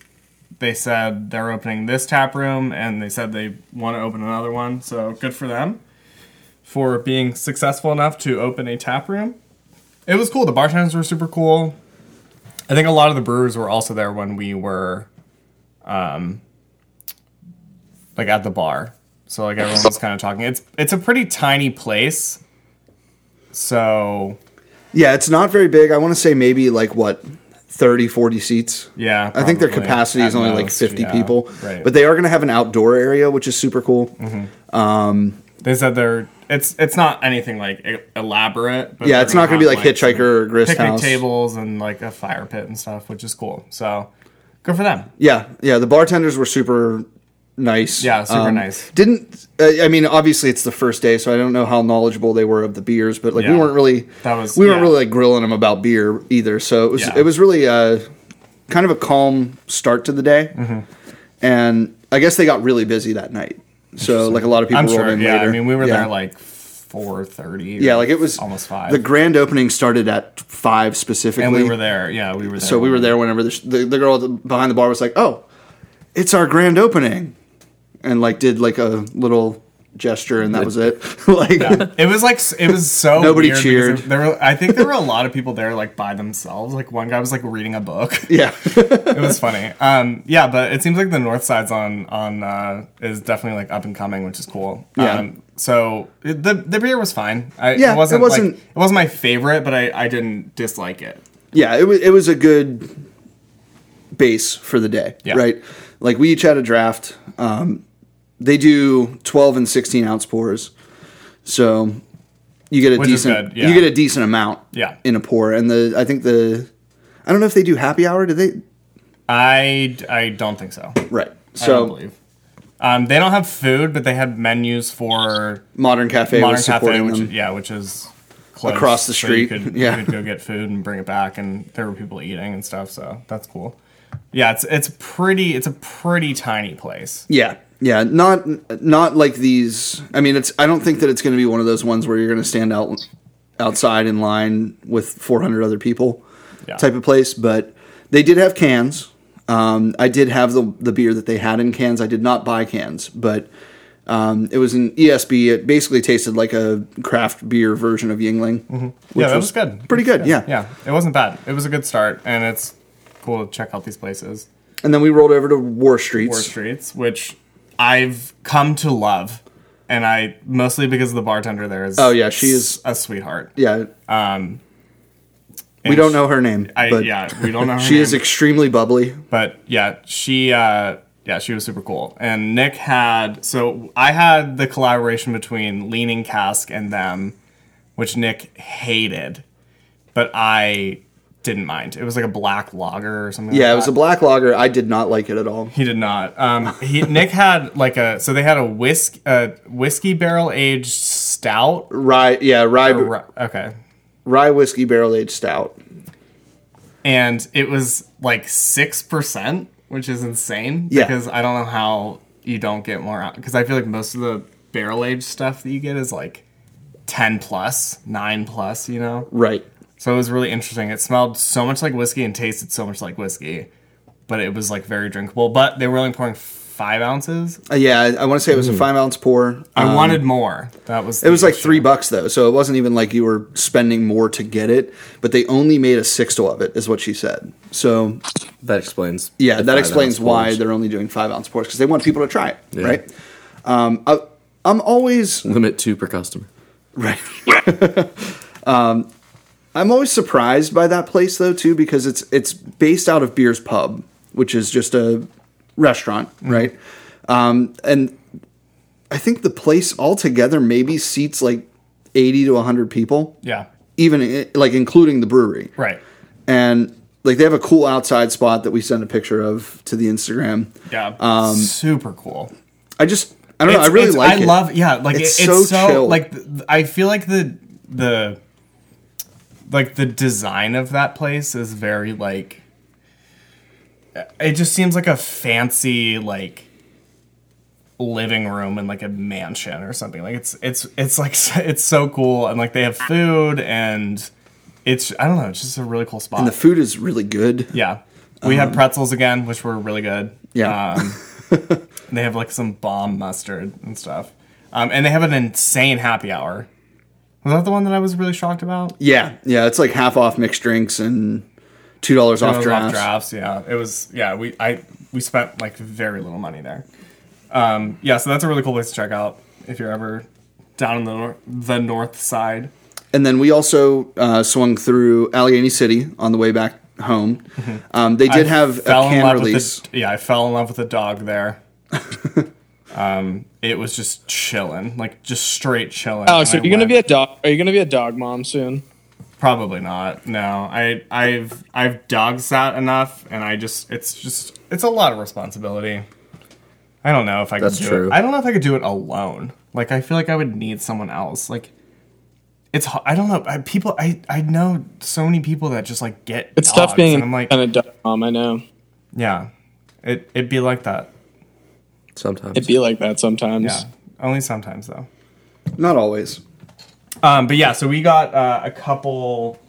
[SPEAKER 1] they said they're opening this tap room and they said they want to open another one so good for them for being successful enough to open a tap room it was cool the bartenders were super cool i think a lot of the brewers were also there when we were um like at the bar so like everyone was kind of talking it's it's a pretty tiny place so
[SPEAKER 3] yeah, it's not very big. I want to say maybe like what 30, 40 seats.
[SPEAKER 1] yeah
[SPEAKER 3] I think their
[SPEAKER 1] probably
[SPEAKER 3] capacity is
[SPEAKER 1] at
[SPEAKER 3] only like
[SPEAKER 1] most,
[SPEAKER 3] 50
[SPEAKER 1] yeah,
[SPEAKER 3] people.
[SPEAKER 1] right.
[SPEAKER 3] But they are going to have an outdoor area, which is super cool.
[SPEAKER 1] They said they're it's it's not anything like e- elaborate. But
[SPEAKER 3] Yeah,
[SPEAKER 1] they're
[SPEAKER 3] it's not going to be like
[SPEAKER 1] have,
[SPEAKER 3] Hitchhiker or Grist
[SPEAKER 1] picnic
[SPEAKER 3] House.
[SPEAKER 1] tables and like a fire pit and stuff, which is cool. So good for them.
[SPEAKER 3] Yeah, yeah. The bartenders were super nice.
[SPEAKER 1] Yeah, super nice.
[SPEAKER 3] Didn't uh, I mean? Obviously, it's the first day, so I don't know how knowledgeable they were of the beers, but like we
[SPEAKER 1] Yeah.
[SPEAKER 3] weren't really
[SPEAKER 1] That was-
[SPEAKER 3] we weren't
[SPEAKER 1] yeah.
[SPEAKER 3] really like grilling them about beer either. So it was
[SPEAKER 1] Yeah.
[SPEAKER 3] it was really uh, kind of a calm start to the day,
[SPEAKER 1] Mm-hmm.
[SPEAKER 3] and I guess they got really busy that night. So like a lot of people
[SPEAKER 1] I'm
[SPEAKER 3] rolled
[SPEAKER 1] sure.
[SPEAKER 3] in
[SPEAKER 1] Yeah,
[SPEAKER 3] later.
[SPEAKER 1] I mean we were
[SPEAKER 3] Yeah.
[SPEAKER 1] there like four thirty.
[SPEAKER 3] yeah, like it was
[SPEAKER 1] almost five.
[SPEAKER 3] The grand opening started at five specifically,
[SPEAKER 1] and we were there. Yeah, we were there.
[SPEAKER 3] so we were there whenever the, the, the girl at the- behind the bar was like, "Oh, it's our grand opening," and like did like a little gesture, and that was it. like,
[SPEAKER 1] It was like s- it was so
[SPEAKER 3] Nobody
[SPEAKER 1] weird because
[SPEAKER 3] cheered.
[SPEAKER 1] There were I think there were a lot of people there like by themselves. Like one guy was like reading a book.
[SPEAKER 3] yeah,
[SPEAKER 1] it was funny. Um, yeah, but it seems like the north side's on on uh, is definitely like up and coming, which is cool.
[SPEAKER 3] Yeah.
[SPEAKER 1] Um, so it- the the beer was fine. I,
[SPEAKER 3] Yeah,
[SPEAKER 1] it wasn't,
[SPEAKER 3] it wasn't-
[SPEAKER 1] like, it wasn't my favorite, but I, I didn't dislike it.
[SPEAKER 3] yeah. It was it was a good base for the day,
[SPEAKER 1] Yeah.
[SPEAKER 3] right? Like we each had a draft. Um, they do twelve and sixteen ounce pours, so you get a
[SPEAKER 1] Which is
[SPEAKER 3] decent
[SPEAKER 1] good, yeah.
[SPEAKER 3] you get a decent amount
[SPEAKER 1] Yeah.
[SPEAKER 3] in a pour, and the I think the I don't know if they do happy hour. Do they?
[SPEAKER 1] I I don't think so.
[SPEAKER 3] Right.
[SPEAKER 1] I don't
[SPEAKER 3] So
[SPEAKER 1] believe. Um, they don't have food, but they had menus for
[SPEAKER 3] Modern Cafe
[SPEAKER 1] Modern
[SPEAKER 3] was
[SPEAKER 1] Cafe,
[SPEAKER 3] supporting
[SPEAKER 1] which
[SPEAKER 3] them.
[SPEAKER 1] yeah, which is close,
[SPEAKER 3] Across the
[SPEAKER 1] so you
[SPEAKER 3] street,
[SPEAKER 1] could,
[SPEAKER 3] yeah.
[SPEAKER 1] you could go get food and bring it back, and there were people eating and stuff. So that's cool. Yeah, it's it's pretty. It's a pretty tiny place.
[SPEAKER 3] Yeah, yeah, not not like these. I mean, it's. I don't think that it's going to be one of those ones where you're going to stand out outside in line with 400 other people,
[SPEAKER 1] Yeah.
[SPEAKER 3] type of place. But they did have cans. Um, I did have the the beer that they had in cans. I did not buy cans, but um, it was an ESB. It basically tasted like a craft beer version of Yingling.
[SPEAKER 1] Mm-hmm. yeah, that was good.
[SPEAKER 3] Pretty good, yeah.
[SPEAKER 1] Yeah, it wasn't bad. It was a good start, and it's cool to check out these places.
[SPEAKER 3] And then we rolled over to War Streets.
[SPEAKER 1] War Streets, which I've come to love, and I mostly because the bartender there is.
[SPEAKER 3] Oh, yeah, she is-
[SPEAKER 1] a sweetheart.
[SPEAKER 3] Yeah, we
[SPEAKER 1] Um, And
[SPEAKER 3] don't
[SPEAKER 1] she-
[SPEAKER 3] know her name,
[SPEAKER 1] I,
[SPEAKER 3] but
[SPEAKER 1] yeah, we don't know. Her
[SPEAKER 3] she is
[SPEAKER 1] name,
[SPEAKER 3] extremely bubbly.
[SPEAKER 1] but yeah, she uh, yeah she was super cool. And Nick had so I had the collaboration between Leaning Cask and them, which Nick hated, but I didn't mind. It was like a black lager or something.
[SPEAKER 3] Yeah, it
[SPEAKER 1] like
[SPEAKER 3] was
[SPEAKER 1] that.
[SPEAKER 3] a black lager. I did not like it at all.
[SPEAKER 1] He did not. Um, he, Nick had like a so they had a whisk a whiskey barrel aged stout.
[SPEAKER 3] Rye, yeah, rye,
[SPEAKER 1] Ri- Okay,
[SPEAKER 3] rye whiskey barrel aged stout.
[SPEAKER 1] and it was like six percent, which is insane.
[SPEAKER 3] Yeah.
[SPEAKER 1] because I don't know how you don't get more out because I feel like most of the barrel aged stuff that you get is like ten plus, nine plus. You know,
[SPEAKER 3] Right.
[SPEAKER 1] So it was really interesting. It smelled so much like whiskey and tasted so much like whiskey, but it was like very drinkable. But they were only pouring five ounces.
[SPEAKER 3] Uh, yeah, I, want to say it was a five ounce pour.
[SPEAKER 1] I
[SPEAKER 3] Um,
[SPEAKER 1] wanted more. That was
[SPEAKER 3] it was like three bucks though, so it wasn't even like you were spending more to get it. But they only made a sixth of it, is what she said. So
[SPEAKER 2] That explains.
[SPEAKER 3] yeah,
[SPEAKER 2] the
[SPEAKER 3] that
[SPEAKER 2] five
[SPEAKER 3] explains
[SPEAKER 2] ounce
[SPEAKER 3] why
[SPEAKER 2] pours.
[SPEAKER 3] they're only doing five ounce pours because they want people to try it,
[SPEAKER 2] Yeah.
[SPEAKER 3] right? Um, I, I'm always
[SPEAKER 2] limit two per customer.
[SPEAKER 3] Right. um, I'm always surprised by that place though too because it's it's based out of Beer's Pub, which is just a restaurant,
[SPEAKER 1] Mm-hmm.
[SPEAKER 3] right? Um, and I think the place altogether maybe seats like 80 to 100 people,
[SPEAKER 1] Yeah.
[SPEAKER 3] even i- like including the brewery.
[SPEAKER 1] Right.
[SPEAKER 3] And like they have a cool outside spot that we sent a picture of to the Instagram.
[SPEAKER 1] Yeah.
[SPEAKER 2] Um,
[SPEAKER 1] Super cool.
[SPEAKER 3] I just I don't know, I
[SPEAKER 1] It's-
[SPEAKER 3] really
[SPEAKER 1] it's-
[SPEAKER 3] like
[SPEAKER 1] I
[SPEAKER 3] it.
[SPEAKER 1] love. Yeah. Like
[SPEAKER 3] It's
[SPEAKER 1] it's,
[SPEAKER 3] so
[SPEAKER 1] it's so,
[SPEAKER 3] chill.
[SPEAKER 1] like th- I feel like the the like the design of that place is very like it just seems like a fancy like living room in like a mansion or something. Like it's it's it's like it's so cool and like they have food and it's I don't know, it's just a really cool spot.
[SPEAKER 3] And the food is really good.
[SPEAKER 1] yeah. We had pretzels again, which were really good.
[SPEAKER 3] Yeah.
[SPEAKER 1] Um, they have like some bomb mustard and stuff. Um, and they have an insane happy hour. Was that the one that I was really shocked about?
[SPEAKER 3] Yeah, yeah, it's like half off mixed drinks and two dollars off
[SPEAKER 1] Those
[SPEAKER 3] drafts.
[SPEAKER 1] drafts. Yeah, it was. Yeah, we I we spent like very little money there. Um, yeah, so that's a really cool place to check out if you're ever down in the nor- the north side.
[SPEAKER 3] And then we also uh, swung through Allegheny City on the way back home. Um, they did have a
[SPEAKER 1] Mm-hmm. fell in
[SPEAKER 3] can
[SPEAKER 1] love
[SPEAKER 3] release.
[SPEAKER 1] With the, yeah, I fell in love with the dog there. um, it was just chilling, like just straight chilling.
[SPEAKER 5] Alex,
[SPEAKER 1] And
[SPEAKER 5] are
[SPEAKER 1] I
[SPEAKER 5] you gonna
[SPEAKER 1] went-
[SPEAKER 5] be a dog? Are you gonna be a dog mom soon?
[SPEAKER 1] Probably not. No, I I've I've dog sat enough, and I just it's just it's a lot of responsibility. I don't know if I could
[SPEAKER 2] That's
[SPEAKER 1] do
[SPEAKER 2] true.
[SPEAKER 1] it. I don't know if I could do it alone. Like I feel like I would need someone else. Like it's h- I don't know I, people I I know so many people that just like get
[SPEAKER 5] It's
[SPEAKER 1] dogs,
[SPEAKER 5] tough being
[SPEAKER 1] and I'm like
[SPEAKER 5] kind of dog mom. I know
[SPEAKER 1] yeah it it'd be like that
[SPEAKER 2] Sometimes.
[SPEAKER 5] it'd be like that sometimes.
[SPEAKER 1] yeah only sometimes though.
[SPEAKER 3] Not always.
[SPEAKER 1] Um, but yeah, so we got uh, a couple.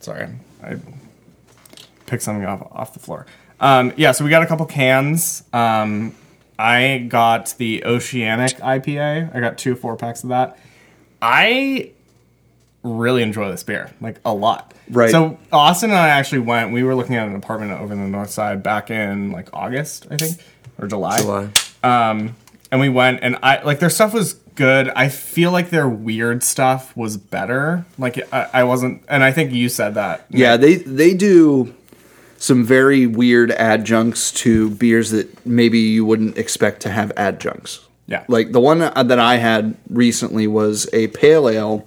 [SPEAKER 1] Sorry, I picked something off off the floor. Um, yeah, so we got a couple cans. Um, I got the Oceanic IPA. I got two four packs of that. I really enjoy this beer, like a lot.
[SPEAKER 3] Right.
[SPEAKER 1] So Austin and I actually went. We were looking at an apartment over in the north side back in like August, I think, or
[SPEAKER 2] July.
[SPEAKER 1] and we went and i like their stuff was good i feel like their weird stuff was better like i, I wasn't and i think you said that
[SPEAKER 3] Yeah, they they do some very weird adjuncts to beers that maybe you wouldn't expect to have adjuncts.
[SPEAKER 1] yeah
[SPEAKER 3] Like the one that I had recently was a pale ale,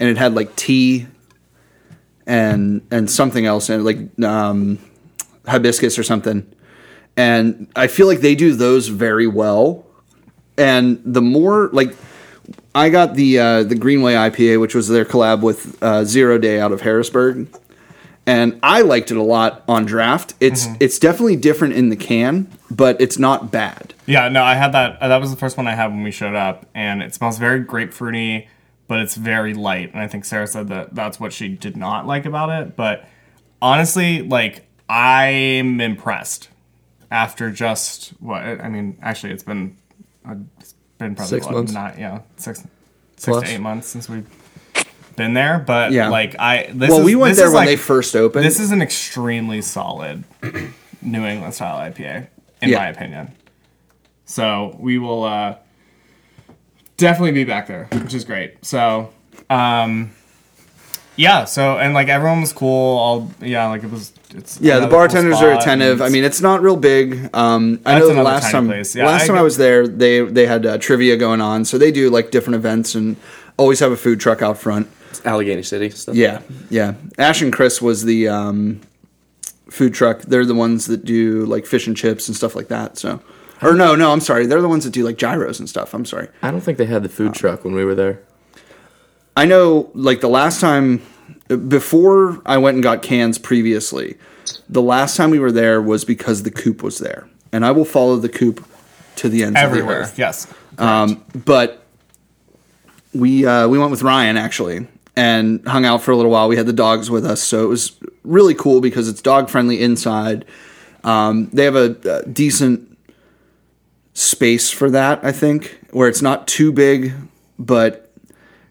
[SPEAKER 3] and it had like tea and and something else and like um, hibiscus or something. And I feel like they do those very well. And the more like I got the uh, the Greenway IPA, which was their collab with uh, Zero Day out of Harrisburg, and I liked it a lot on draft. It's it's definitely different in the can, but it's not bad.
[SPEAKER 1] yeah no i had that uh, that was the first one i had when we showed up and it smells very grapefruity but it's very light and i think sarah said that that's what she did not like about it but honestly like i'm impressed after just what i mean actually it's been uh, it's been probably
[SPEAKER 2] Six
[SPEAKER 1] what,
[SPEAKER 2] months.
[SPEAKER 1] not yeah six six
[SPEAKER 2] Plus.
[SPEAKER 1] to eight months since we've been there but
[SPEAKER 3] Yeah.
[SPEAKER 1] like i this
[SPEAKER 3] Well,
[SPEAKER 1] is-
[SPEAKER 3] we went
[SPEAKER 1] this
[SPEAKER 3] there
[SPEAKER 1] is
[SPEAKER 3] when
[SPEAKER 1] like-
[SPEAKER 3] they first opened.
[SPEAKER 1] this is an extremely solid new england style ipa in
[SPEAKER 3] Yeah.
[SPEAKER 1] my opinion so we will uh definitely be back there which is great so um yeah so and like everyone was cool all yeah like it was it's
[SPEAKER 3] yeah, the
[SPEAKER 1] another cool
[SPEAKER 3] bartenders are
[SPEAKER 1] spot, and
[SPEAKER 3] attentive. I
[SPEAKER 1] it's-
[SPEAKER 3] mean, it's not real big. Um, I
[SPEAKER 1] That's
[SPEAKER 3] know the
[SPEAKER 1] another
[SPEAKER 3] last
[SPEAKER 1] tiny
[SPEAKER 3] time,
[SPEAKER 1] place. Yeah,
[SPEAKER 3] last
[SPEAKER 1] I
[SPEAKER 3] time I
[SPEAKER 1] go-
[SPEAKER 3] was there, they they had uh, trivia going on, so they do like different events and always have a food truck out front.
[SPEAKER 2] Allegheny City. Stuff.
[SPEAKER 3] Yeah, yeah. Ash and Chris was the um, food truck. They're the ones that do like fish and chips and stuff like that. So, or no, no, I'm sorry. They're the ones that do like gyros and stuff. I'm sorry.
[SPEAKER 2] I don't think they had the food truck when we were there.
[SPEAKER 3] I know, like the last time, before I went and got cans previously, the last time we were there was because the coop was there, and I will follow the coop to the ends
[SPEAKER 1] everywhere
[SPEAKER 3] Of the earth.
[SPEAKER 1] yes
[SPEAKER 3] But we uh, we went with Ryan actually and hung out for a little while. We had the dogs with us, so it was really cool because it's dog friendly inside. Um, they have a, uh decent space for that, I think, where it's not too big, but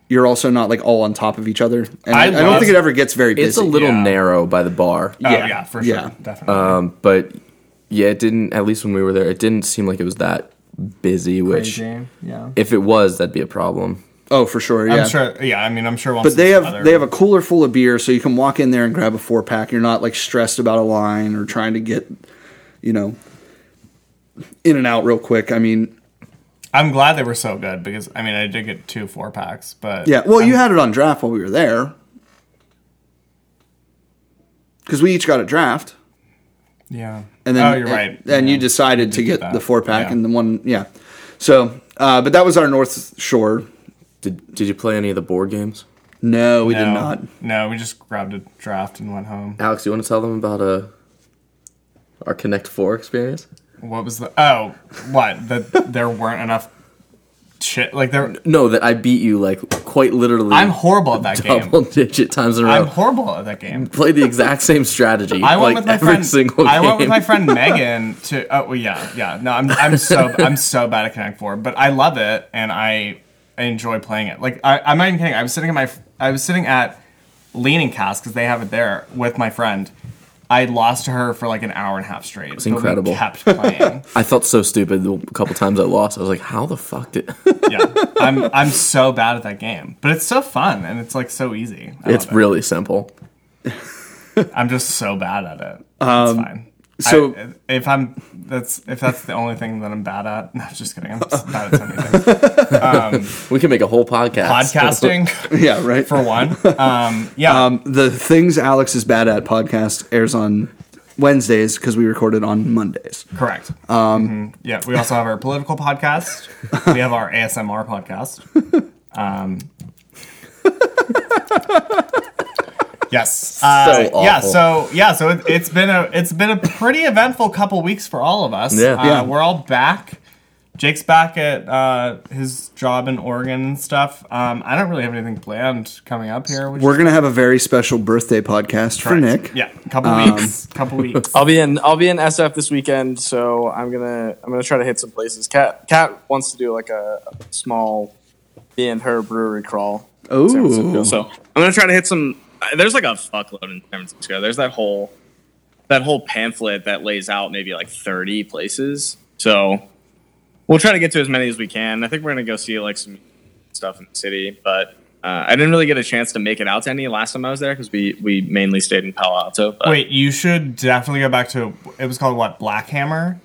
[SPEAKER 3] you're also not like all on top of each other. And
[SPEAKER 1] I
[SPEAKER 3] I, I don't
[SPEAKER 1] love-
[SPEAKER 3] think it ever gets very busy.
[SPEAKER 2] It's a little
[SPEAKER 1] Yeah.
[SPEAKER 2] narrow by the bar.
[SPEAKER 1] Oh,
[SPEAKER 3] Yeah,
[SPEAKER 1] yeah, for sure
[SPEAKER 3] yeah. Uh,
[SPEAKER 1] definitely
[SPEAKER 2] Um, but yeah, it didn't. At least when we were there, it didn't seem like it was that busy. Which,
[SPEAKER 1] Crazy, yeah
[SPEAKER 2] if it was, that'd be a problem.
[SPEAKER 3] oh, for sure. Yeah.
[SPEAKER 1] i'm sure yeah i mean i'm sure
[SPEAKER 3] But they have they have a cooler full of beer, so you can walk in there and grab a four pack. You're not like stressed about a line or trying to get, you know, in and out real quick. I mean,
[SPEAKER 1] i'm glad they were so good because i mean i did get two four packs but
[SPEAKER 3] yeah. Well, you had it on draft while we were there, because we each got a draft,
[SPEAKER 1] yeah
[SPEAKER 3] and then
[SPEAKER 1] oh you're right
[SPEAKER 3] and, and
[SPEAKER 1] Yeah.
[SPEAKER 3] you decided to get
[SPEAKER 1] that.
[SPEAKER 3] the four pack
[SPEAKER 1] Yeah.
[SPEAKER 3] and the one, yeah. So, uh, but that was our North Shore.
[SPEAKER 2] Did Did you play any of the board games,
[SPEAKER 3] No, we did
[SPEAKER 1] no,
[SPEAKER 3] not.
[SPEAKER 1] No, we just grabbed a draft and went home.
[SPEAKER 2] Alex? You want to tell them about uh, our Connect Four experience?
[SPEAKER 1] What was the? Oh, what? That there weren't enough shit. Like there,
[SPEAKER 2] No, that I beat you like quite literally.
[SPEAKER 1] I'm horrible at that game.
[SPEAKER 2] double digit times in a row.
[SPEAKER 1] I'm horrible at that game.
[SPEAKER 2] Play the exact same strategy.
[SPEAKER 1] I went
[SPEAKER 2] like
[SPEAKER 1] with my
[SPEAKER 2] every
[SPEAKER 1] friend.
[SPEAKER 2] single game.
[SPEAKER 1] I went with my friend Megan to. Oh well, yeah, yeah. No, I'm I'm so I'm so bad at Connect Four, but I love it and I I enjoy playing it. Like I, I'm not even kidding. I was sitting at my I was sitting at Leaning Cast because they have it there with my friend. I lost to her for like an hour and a half straight. It's
[SPEAKER 2] incredible.
[SPEAKER 1] kept playing.
[SPEAKER 2] I felt so stupid the couple times I lost. I was like, how the fuck did.
[SPEAKER 1] yeah, I'm I'm so bad at that game, but it's so fun and it's like so easy. I
[SPEAKER 2] it's
[SPEAKER 1] love it.
[SPEAKER 2] really simple.
[SPEAKER 1] I'm just so bad at it. it's fine.
[SPEAKER 3] so-
[SPEAKER 1] I, if I'm that's if that's the only thing that I'm bad at, no, just kidding. I'm just bad at so many things.
[SPEAKER 2] We can make a whole podcast.
[SPEAKER 1] Podcasting
[SPEAKER 3] Yeah, right.
[SPEAKER 1] for one. Um, yeah,
[SPEAKER 3] um, the things Alex is bad at podcast airs on Wednesdays because we recorded on Mondays.
[SPEAKER 1] correct. Um, Yeah, we also have our political podcast. we have our ASMR podcast. Um, yes. Uh, Yeah.
[SPEAKER 2] awful.
[SPEAKER 1] So yeah. So it, it's been a it's been a pretty eventful couple weeks for all of us.
[SPEAKER 2] Yeah.
[SPEAKER 1] Uh,
[SPEAKER 2] Yeah.
[SPEAKER 1] We're all back. Jake's back at uh, his job in Oregon and stuff. Um, I don't really have anything planned coming up here. Which
[SPEAKER 3] We're gonna have a very special birthday podcast for Nick.
[SPEAKER 1] Yeah, couple weeks. Couple weeks.
[SPEAKER 5] I'll be in I'll be in SF this weekend, so I'm gonna I'm gonna try to hit some places. Cat Cat wants to do like a, a small me and her brewery crawl. in San Francisco.
[SPEAKER 3] Ooh.
[SPEAKER 5] so I'm gonna try to hit some. uh, There's like a fuckload in San Francisco. There's that whole that whole pamphlet that lays out maybe like 30 places. So we'll try to get to as many as we can. I think we're gonna go see like some stuff in the city, but. Uh, I didn't really get a chance to make it out to any last time I was there because we, we mainly stayed in Palo Alto. But
[SPEAKER 1] Wait, you should definitely go back to it was called what Black Hammer.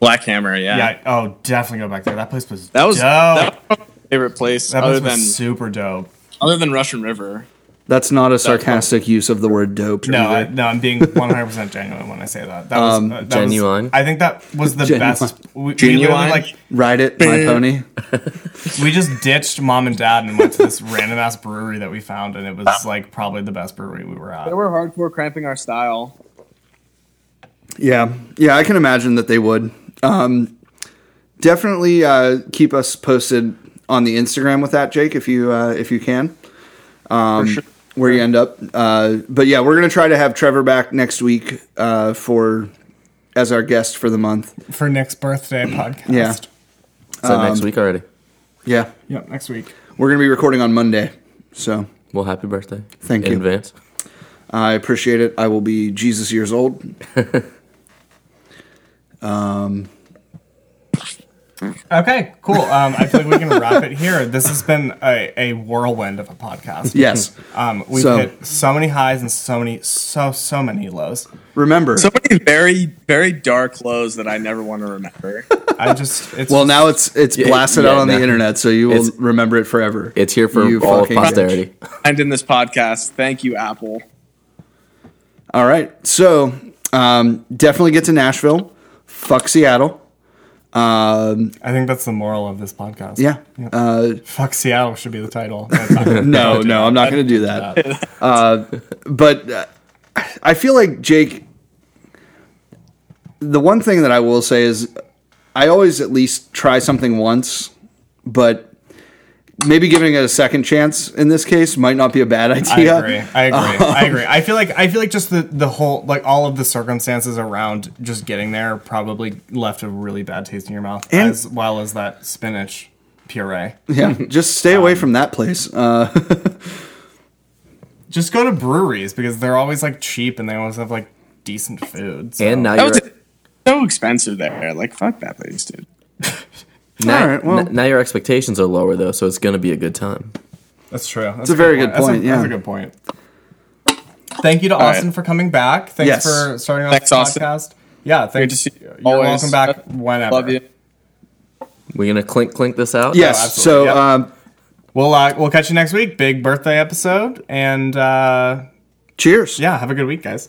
[SPEAKER 5] Black Hammer, yeah.
[SPEAKER 1] Yeah. Oh, definitely go back there. That place was
[SPEAKER 5] That was
[SPEAKER 1] dope.
[SPEAKER 5] that
[SPEAKER 1] That,
[SPEAKER 5] was my favorite place
[SPEAKER 1] place
[SPEAKER 5] other
[SPEAKER 1] was
[SPEAKER 5] than
[SPEAKER 1] super dope.
[SPEAKER 5] other than Russian River.
[SPEAKER 3] That's not a sarcastic use of the word dope.
[SPEAKER 1] No, I,
[SPEAKER 3] either.
[SPEAKER 1] no, I'm being 100 percent genuine when I say that. That was
[SPEAKER 5] Um,
[SPEAKER 1] uh, that was-
[SPEAKER 2] genuine?
[SPEAKER 1] I think that was the
[SPEAKER 3] Genuine.
[SPEAKER 1] best. We, we literally,
[SPEAKER 5] Genuine?
[SPEAKER 1] like
[SPEAKER 3] ride it, my pony.
[SPEAKER 1] we just ditched mom and dad and went to this random ass brewery that we found, and it was like probably the best brewery we were at.
[SPEAKER 5] They were hardcore cramping our style.
[SPEAKER 3] Yeah, yeah, I can imagine that they would. Um, definitely uh, keep us posted on the Instagram with that, Jake, if you uh, if you can. Um, Where you end up, uh, but yeah, we're gonna try to have Trevor back next week uh, for as our guest for the month.
[SPEAKER 1] For Nick's birthday podcast.
[SPEAKER 3] Yeah.
[SPEAKER 2] Is that
[SPEAKER 1] Um,
[SPEAKER 2] next week already?
[SPEAKER 3] Yeah,
[SPEAKER 1] Yep. Next week.
[SPEAKER 3] we're gonna be recording on Monday, so
[SPEAKER 2] Well, happy birthday.
[SPEAKER 3] Thank
[SPEAKER 2] in
[SPEAKER 3] you.
[SPEAKER 2] advance.
[SPEAKER 3] I appreciate it. I will be Jesus years old.
[SPEAKER 1] Okay. Cool. Um, I feel like we can wrap it here. This has been a, a whirlwind of a podcast.
[SPEAKER 3] Yes.
[SPEAKER 1] Um, we've
[SPEAKER 3] So-
[SPEAKER 1] hit so many highs and so many, so so many lows.
[SPEAKER 3] Remember.
[SPEAKER 5] So many very, very dark lows that I never want to remember.
[SPEAKER 1] I just it's
[SPEAKER 3] well, now it's it's blasted
[SPEAKER 2] yeah,
[SPEAKER 3] out on
[SPEAKER 2] now-
[SPEAKER 3] the internet, so you will
[SPEAKER 2] it's-
[SPEAKER 3] remember it forever.
[SPEAKER 2] It's here for
[SPEAKER 3] You
[SPEAKER 2] all of
[SPEAKER 3] fucking bitch.
[SPEAKER 2] posterity.
[SPEAKER 5] and in this podcast, thank you, Apple.
[SPEAKER 3] All right. So um, definitely get to Nashville. Fuck Seattle. Um,
[SPEAKER 1] I think that's the moral of this podcast.
[SPEAKER 3] yeah. Uh,
[SPEAKER 1] Fuck Seattle should be the title. That's not gonna-
[SPEAKER 3] no, no, I'm not going to do that. Uh, but uh, I feel like Jake. The one thing that I will say is, I always at least try something once, but maybe giving it a second chance in this case might not be a bad
[SPEAKER 1] I
[SPEAKER 3] idea.
[SPEAKER 1] agree. I agree. I agree. I feel like I feel like just the the whole like all of the circumstances around just getting there probably left a really bad taste in your mouth,
[SPEAKER 3] And-
[SPEAKER 1] as well as that spinach puree.
[SPEAKER 3] Yeah, just stay away
[SPEAKER 1] Um,
[SPEAKER 3] from that place. Uh,
[SPEAKER 1] Just go to breweries because they're always like cheap and they always have like decent food. so-
[SPEAKER 2] And now
[SPEAKER 5] That
[SPEAKER 2] you're
[SPEAKER 5] was so expensive there. Like fuck that place, dude.
[SPEAKER 2] now,
[SPEAKER 3] All right, well-
[SPEAKER 2] n- now your expectations are lower though, so it's gonna be a good time.
[SPEAKER 1] That's true. That's
[SPEAKER 3] a very good
[SPEAKER 1] That's a-
[SPEAKER 3] point, yeah.
[SPEAKER 1] that's a good point. Thank you to Austin for coming back. Thanks
[SPEAKER 3] Yes.
[SPEAKER 1] for starting off
[SPEAKER 5] Thanks,
[SPEAKER 1] the
[SPEAKER 5] Austin.
[SPEAKER 1] podcast. Yeah, thanks.
[SPEAKER 5] to see you.
[SPEAKER 1] You're
[SPEAKER 5] Always.
[SPEAKER 1] welcome back whenever.
[SPEAKER 5] Love you.
[SPEAKER 2] We're gonna clink clink this out.
[SPEAKER 3] yes.
[SPEAKER 1] absolutely,
[SPEAKER 3] so
[SPEAKER 1] yeah.
[SPEAKER 3] um,
[SPEAKER 1] We'll uh, we'll catch you next week. Big birthday episode, and uh,
[SPEAKER 3] cheers.
[SPEAKER 1] yeah, have a good week, guys.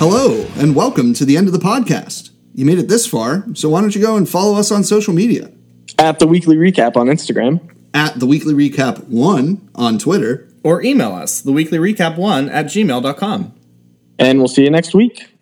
[SPEAKER 3] Hello, and welcome to the end of the podcast. you made it this far, so why don't you go and follow us on social media?
[SPEAKER 4] At the weekly recap on Instagram.
[SPEAKER 3] At the weekly recap one on Twitter.
[SPEAKER 1] Or email us, theweeklyrecap1 at gmail.com.
[SPEAKER 4] And we'll see you next week.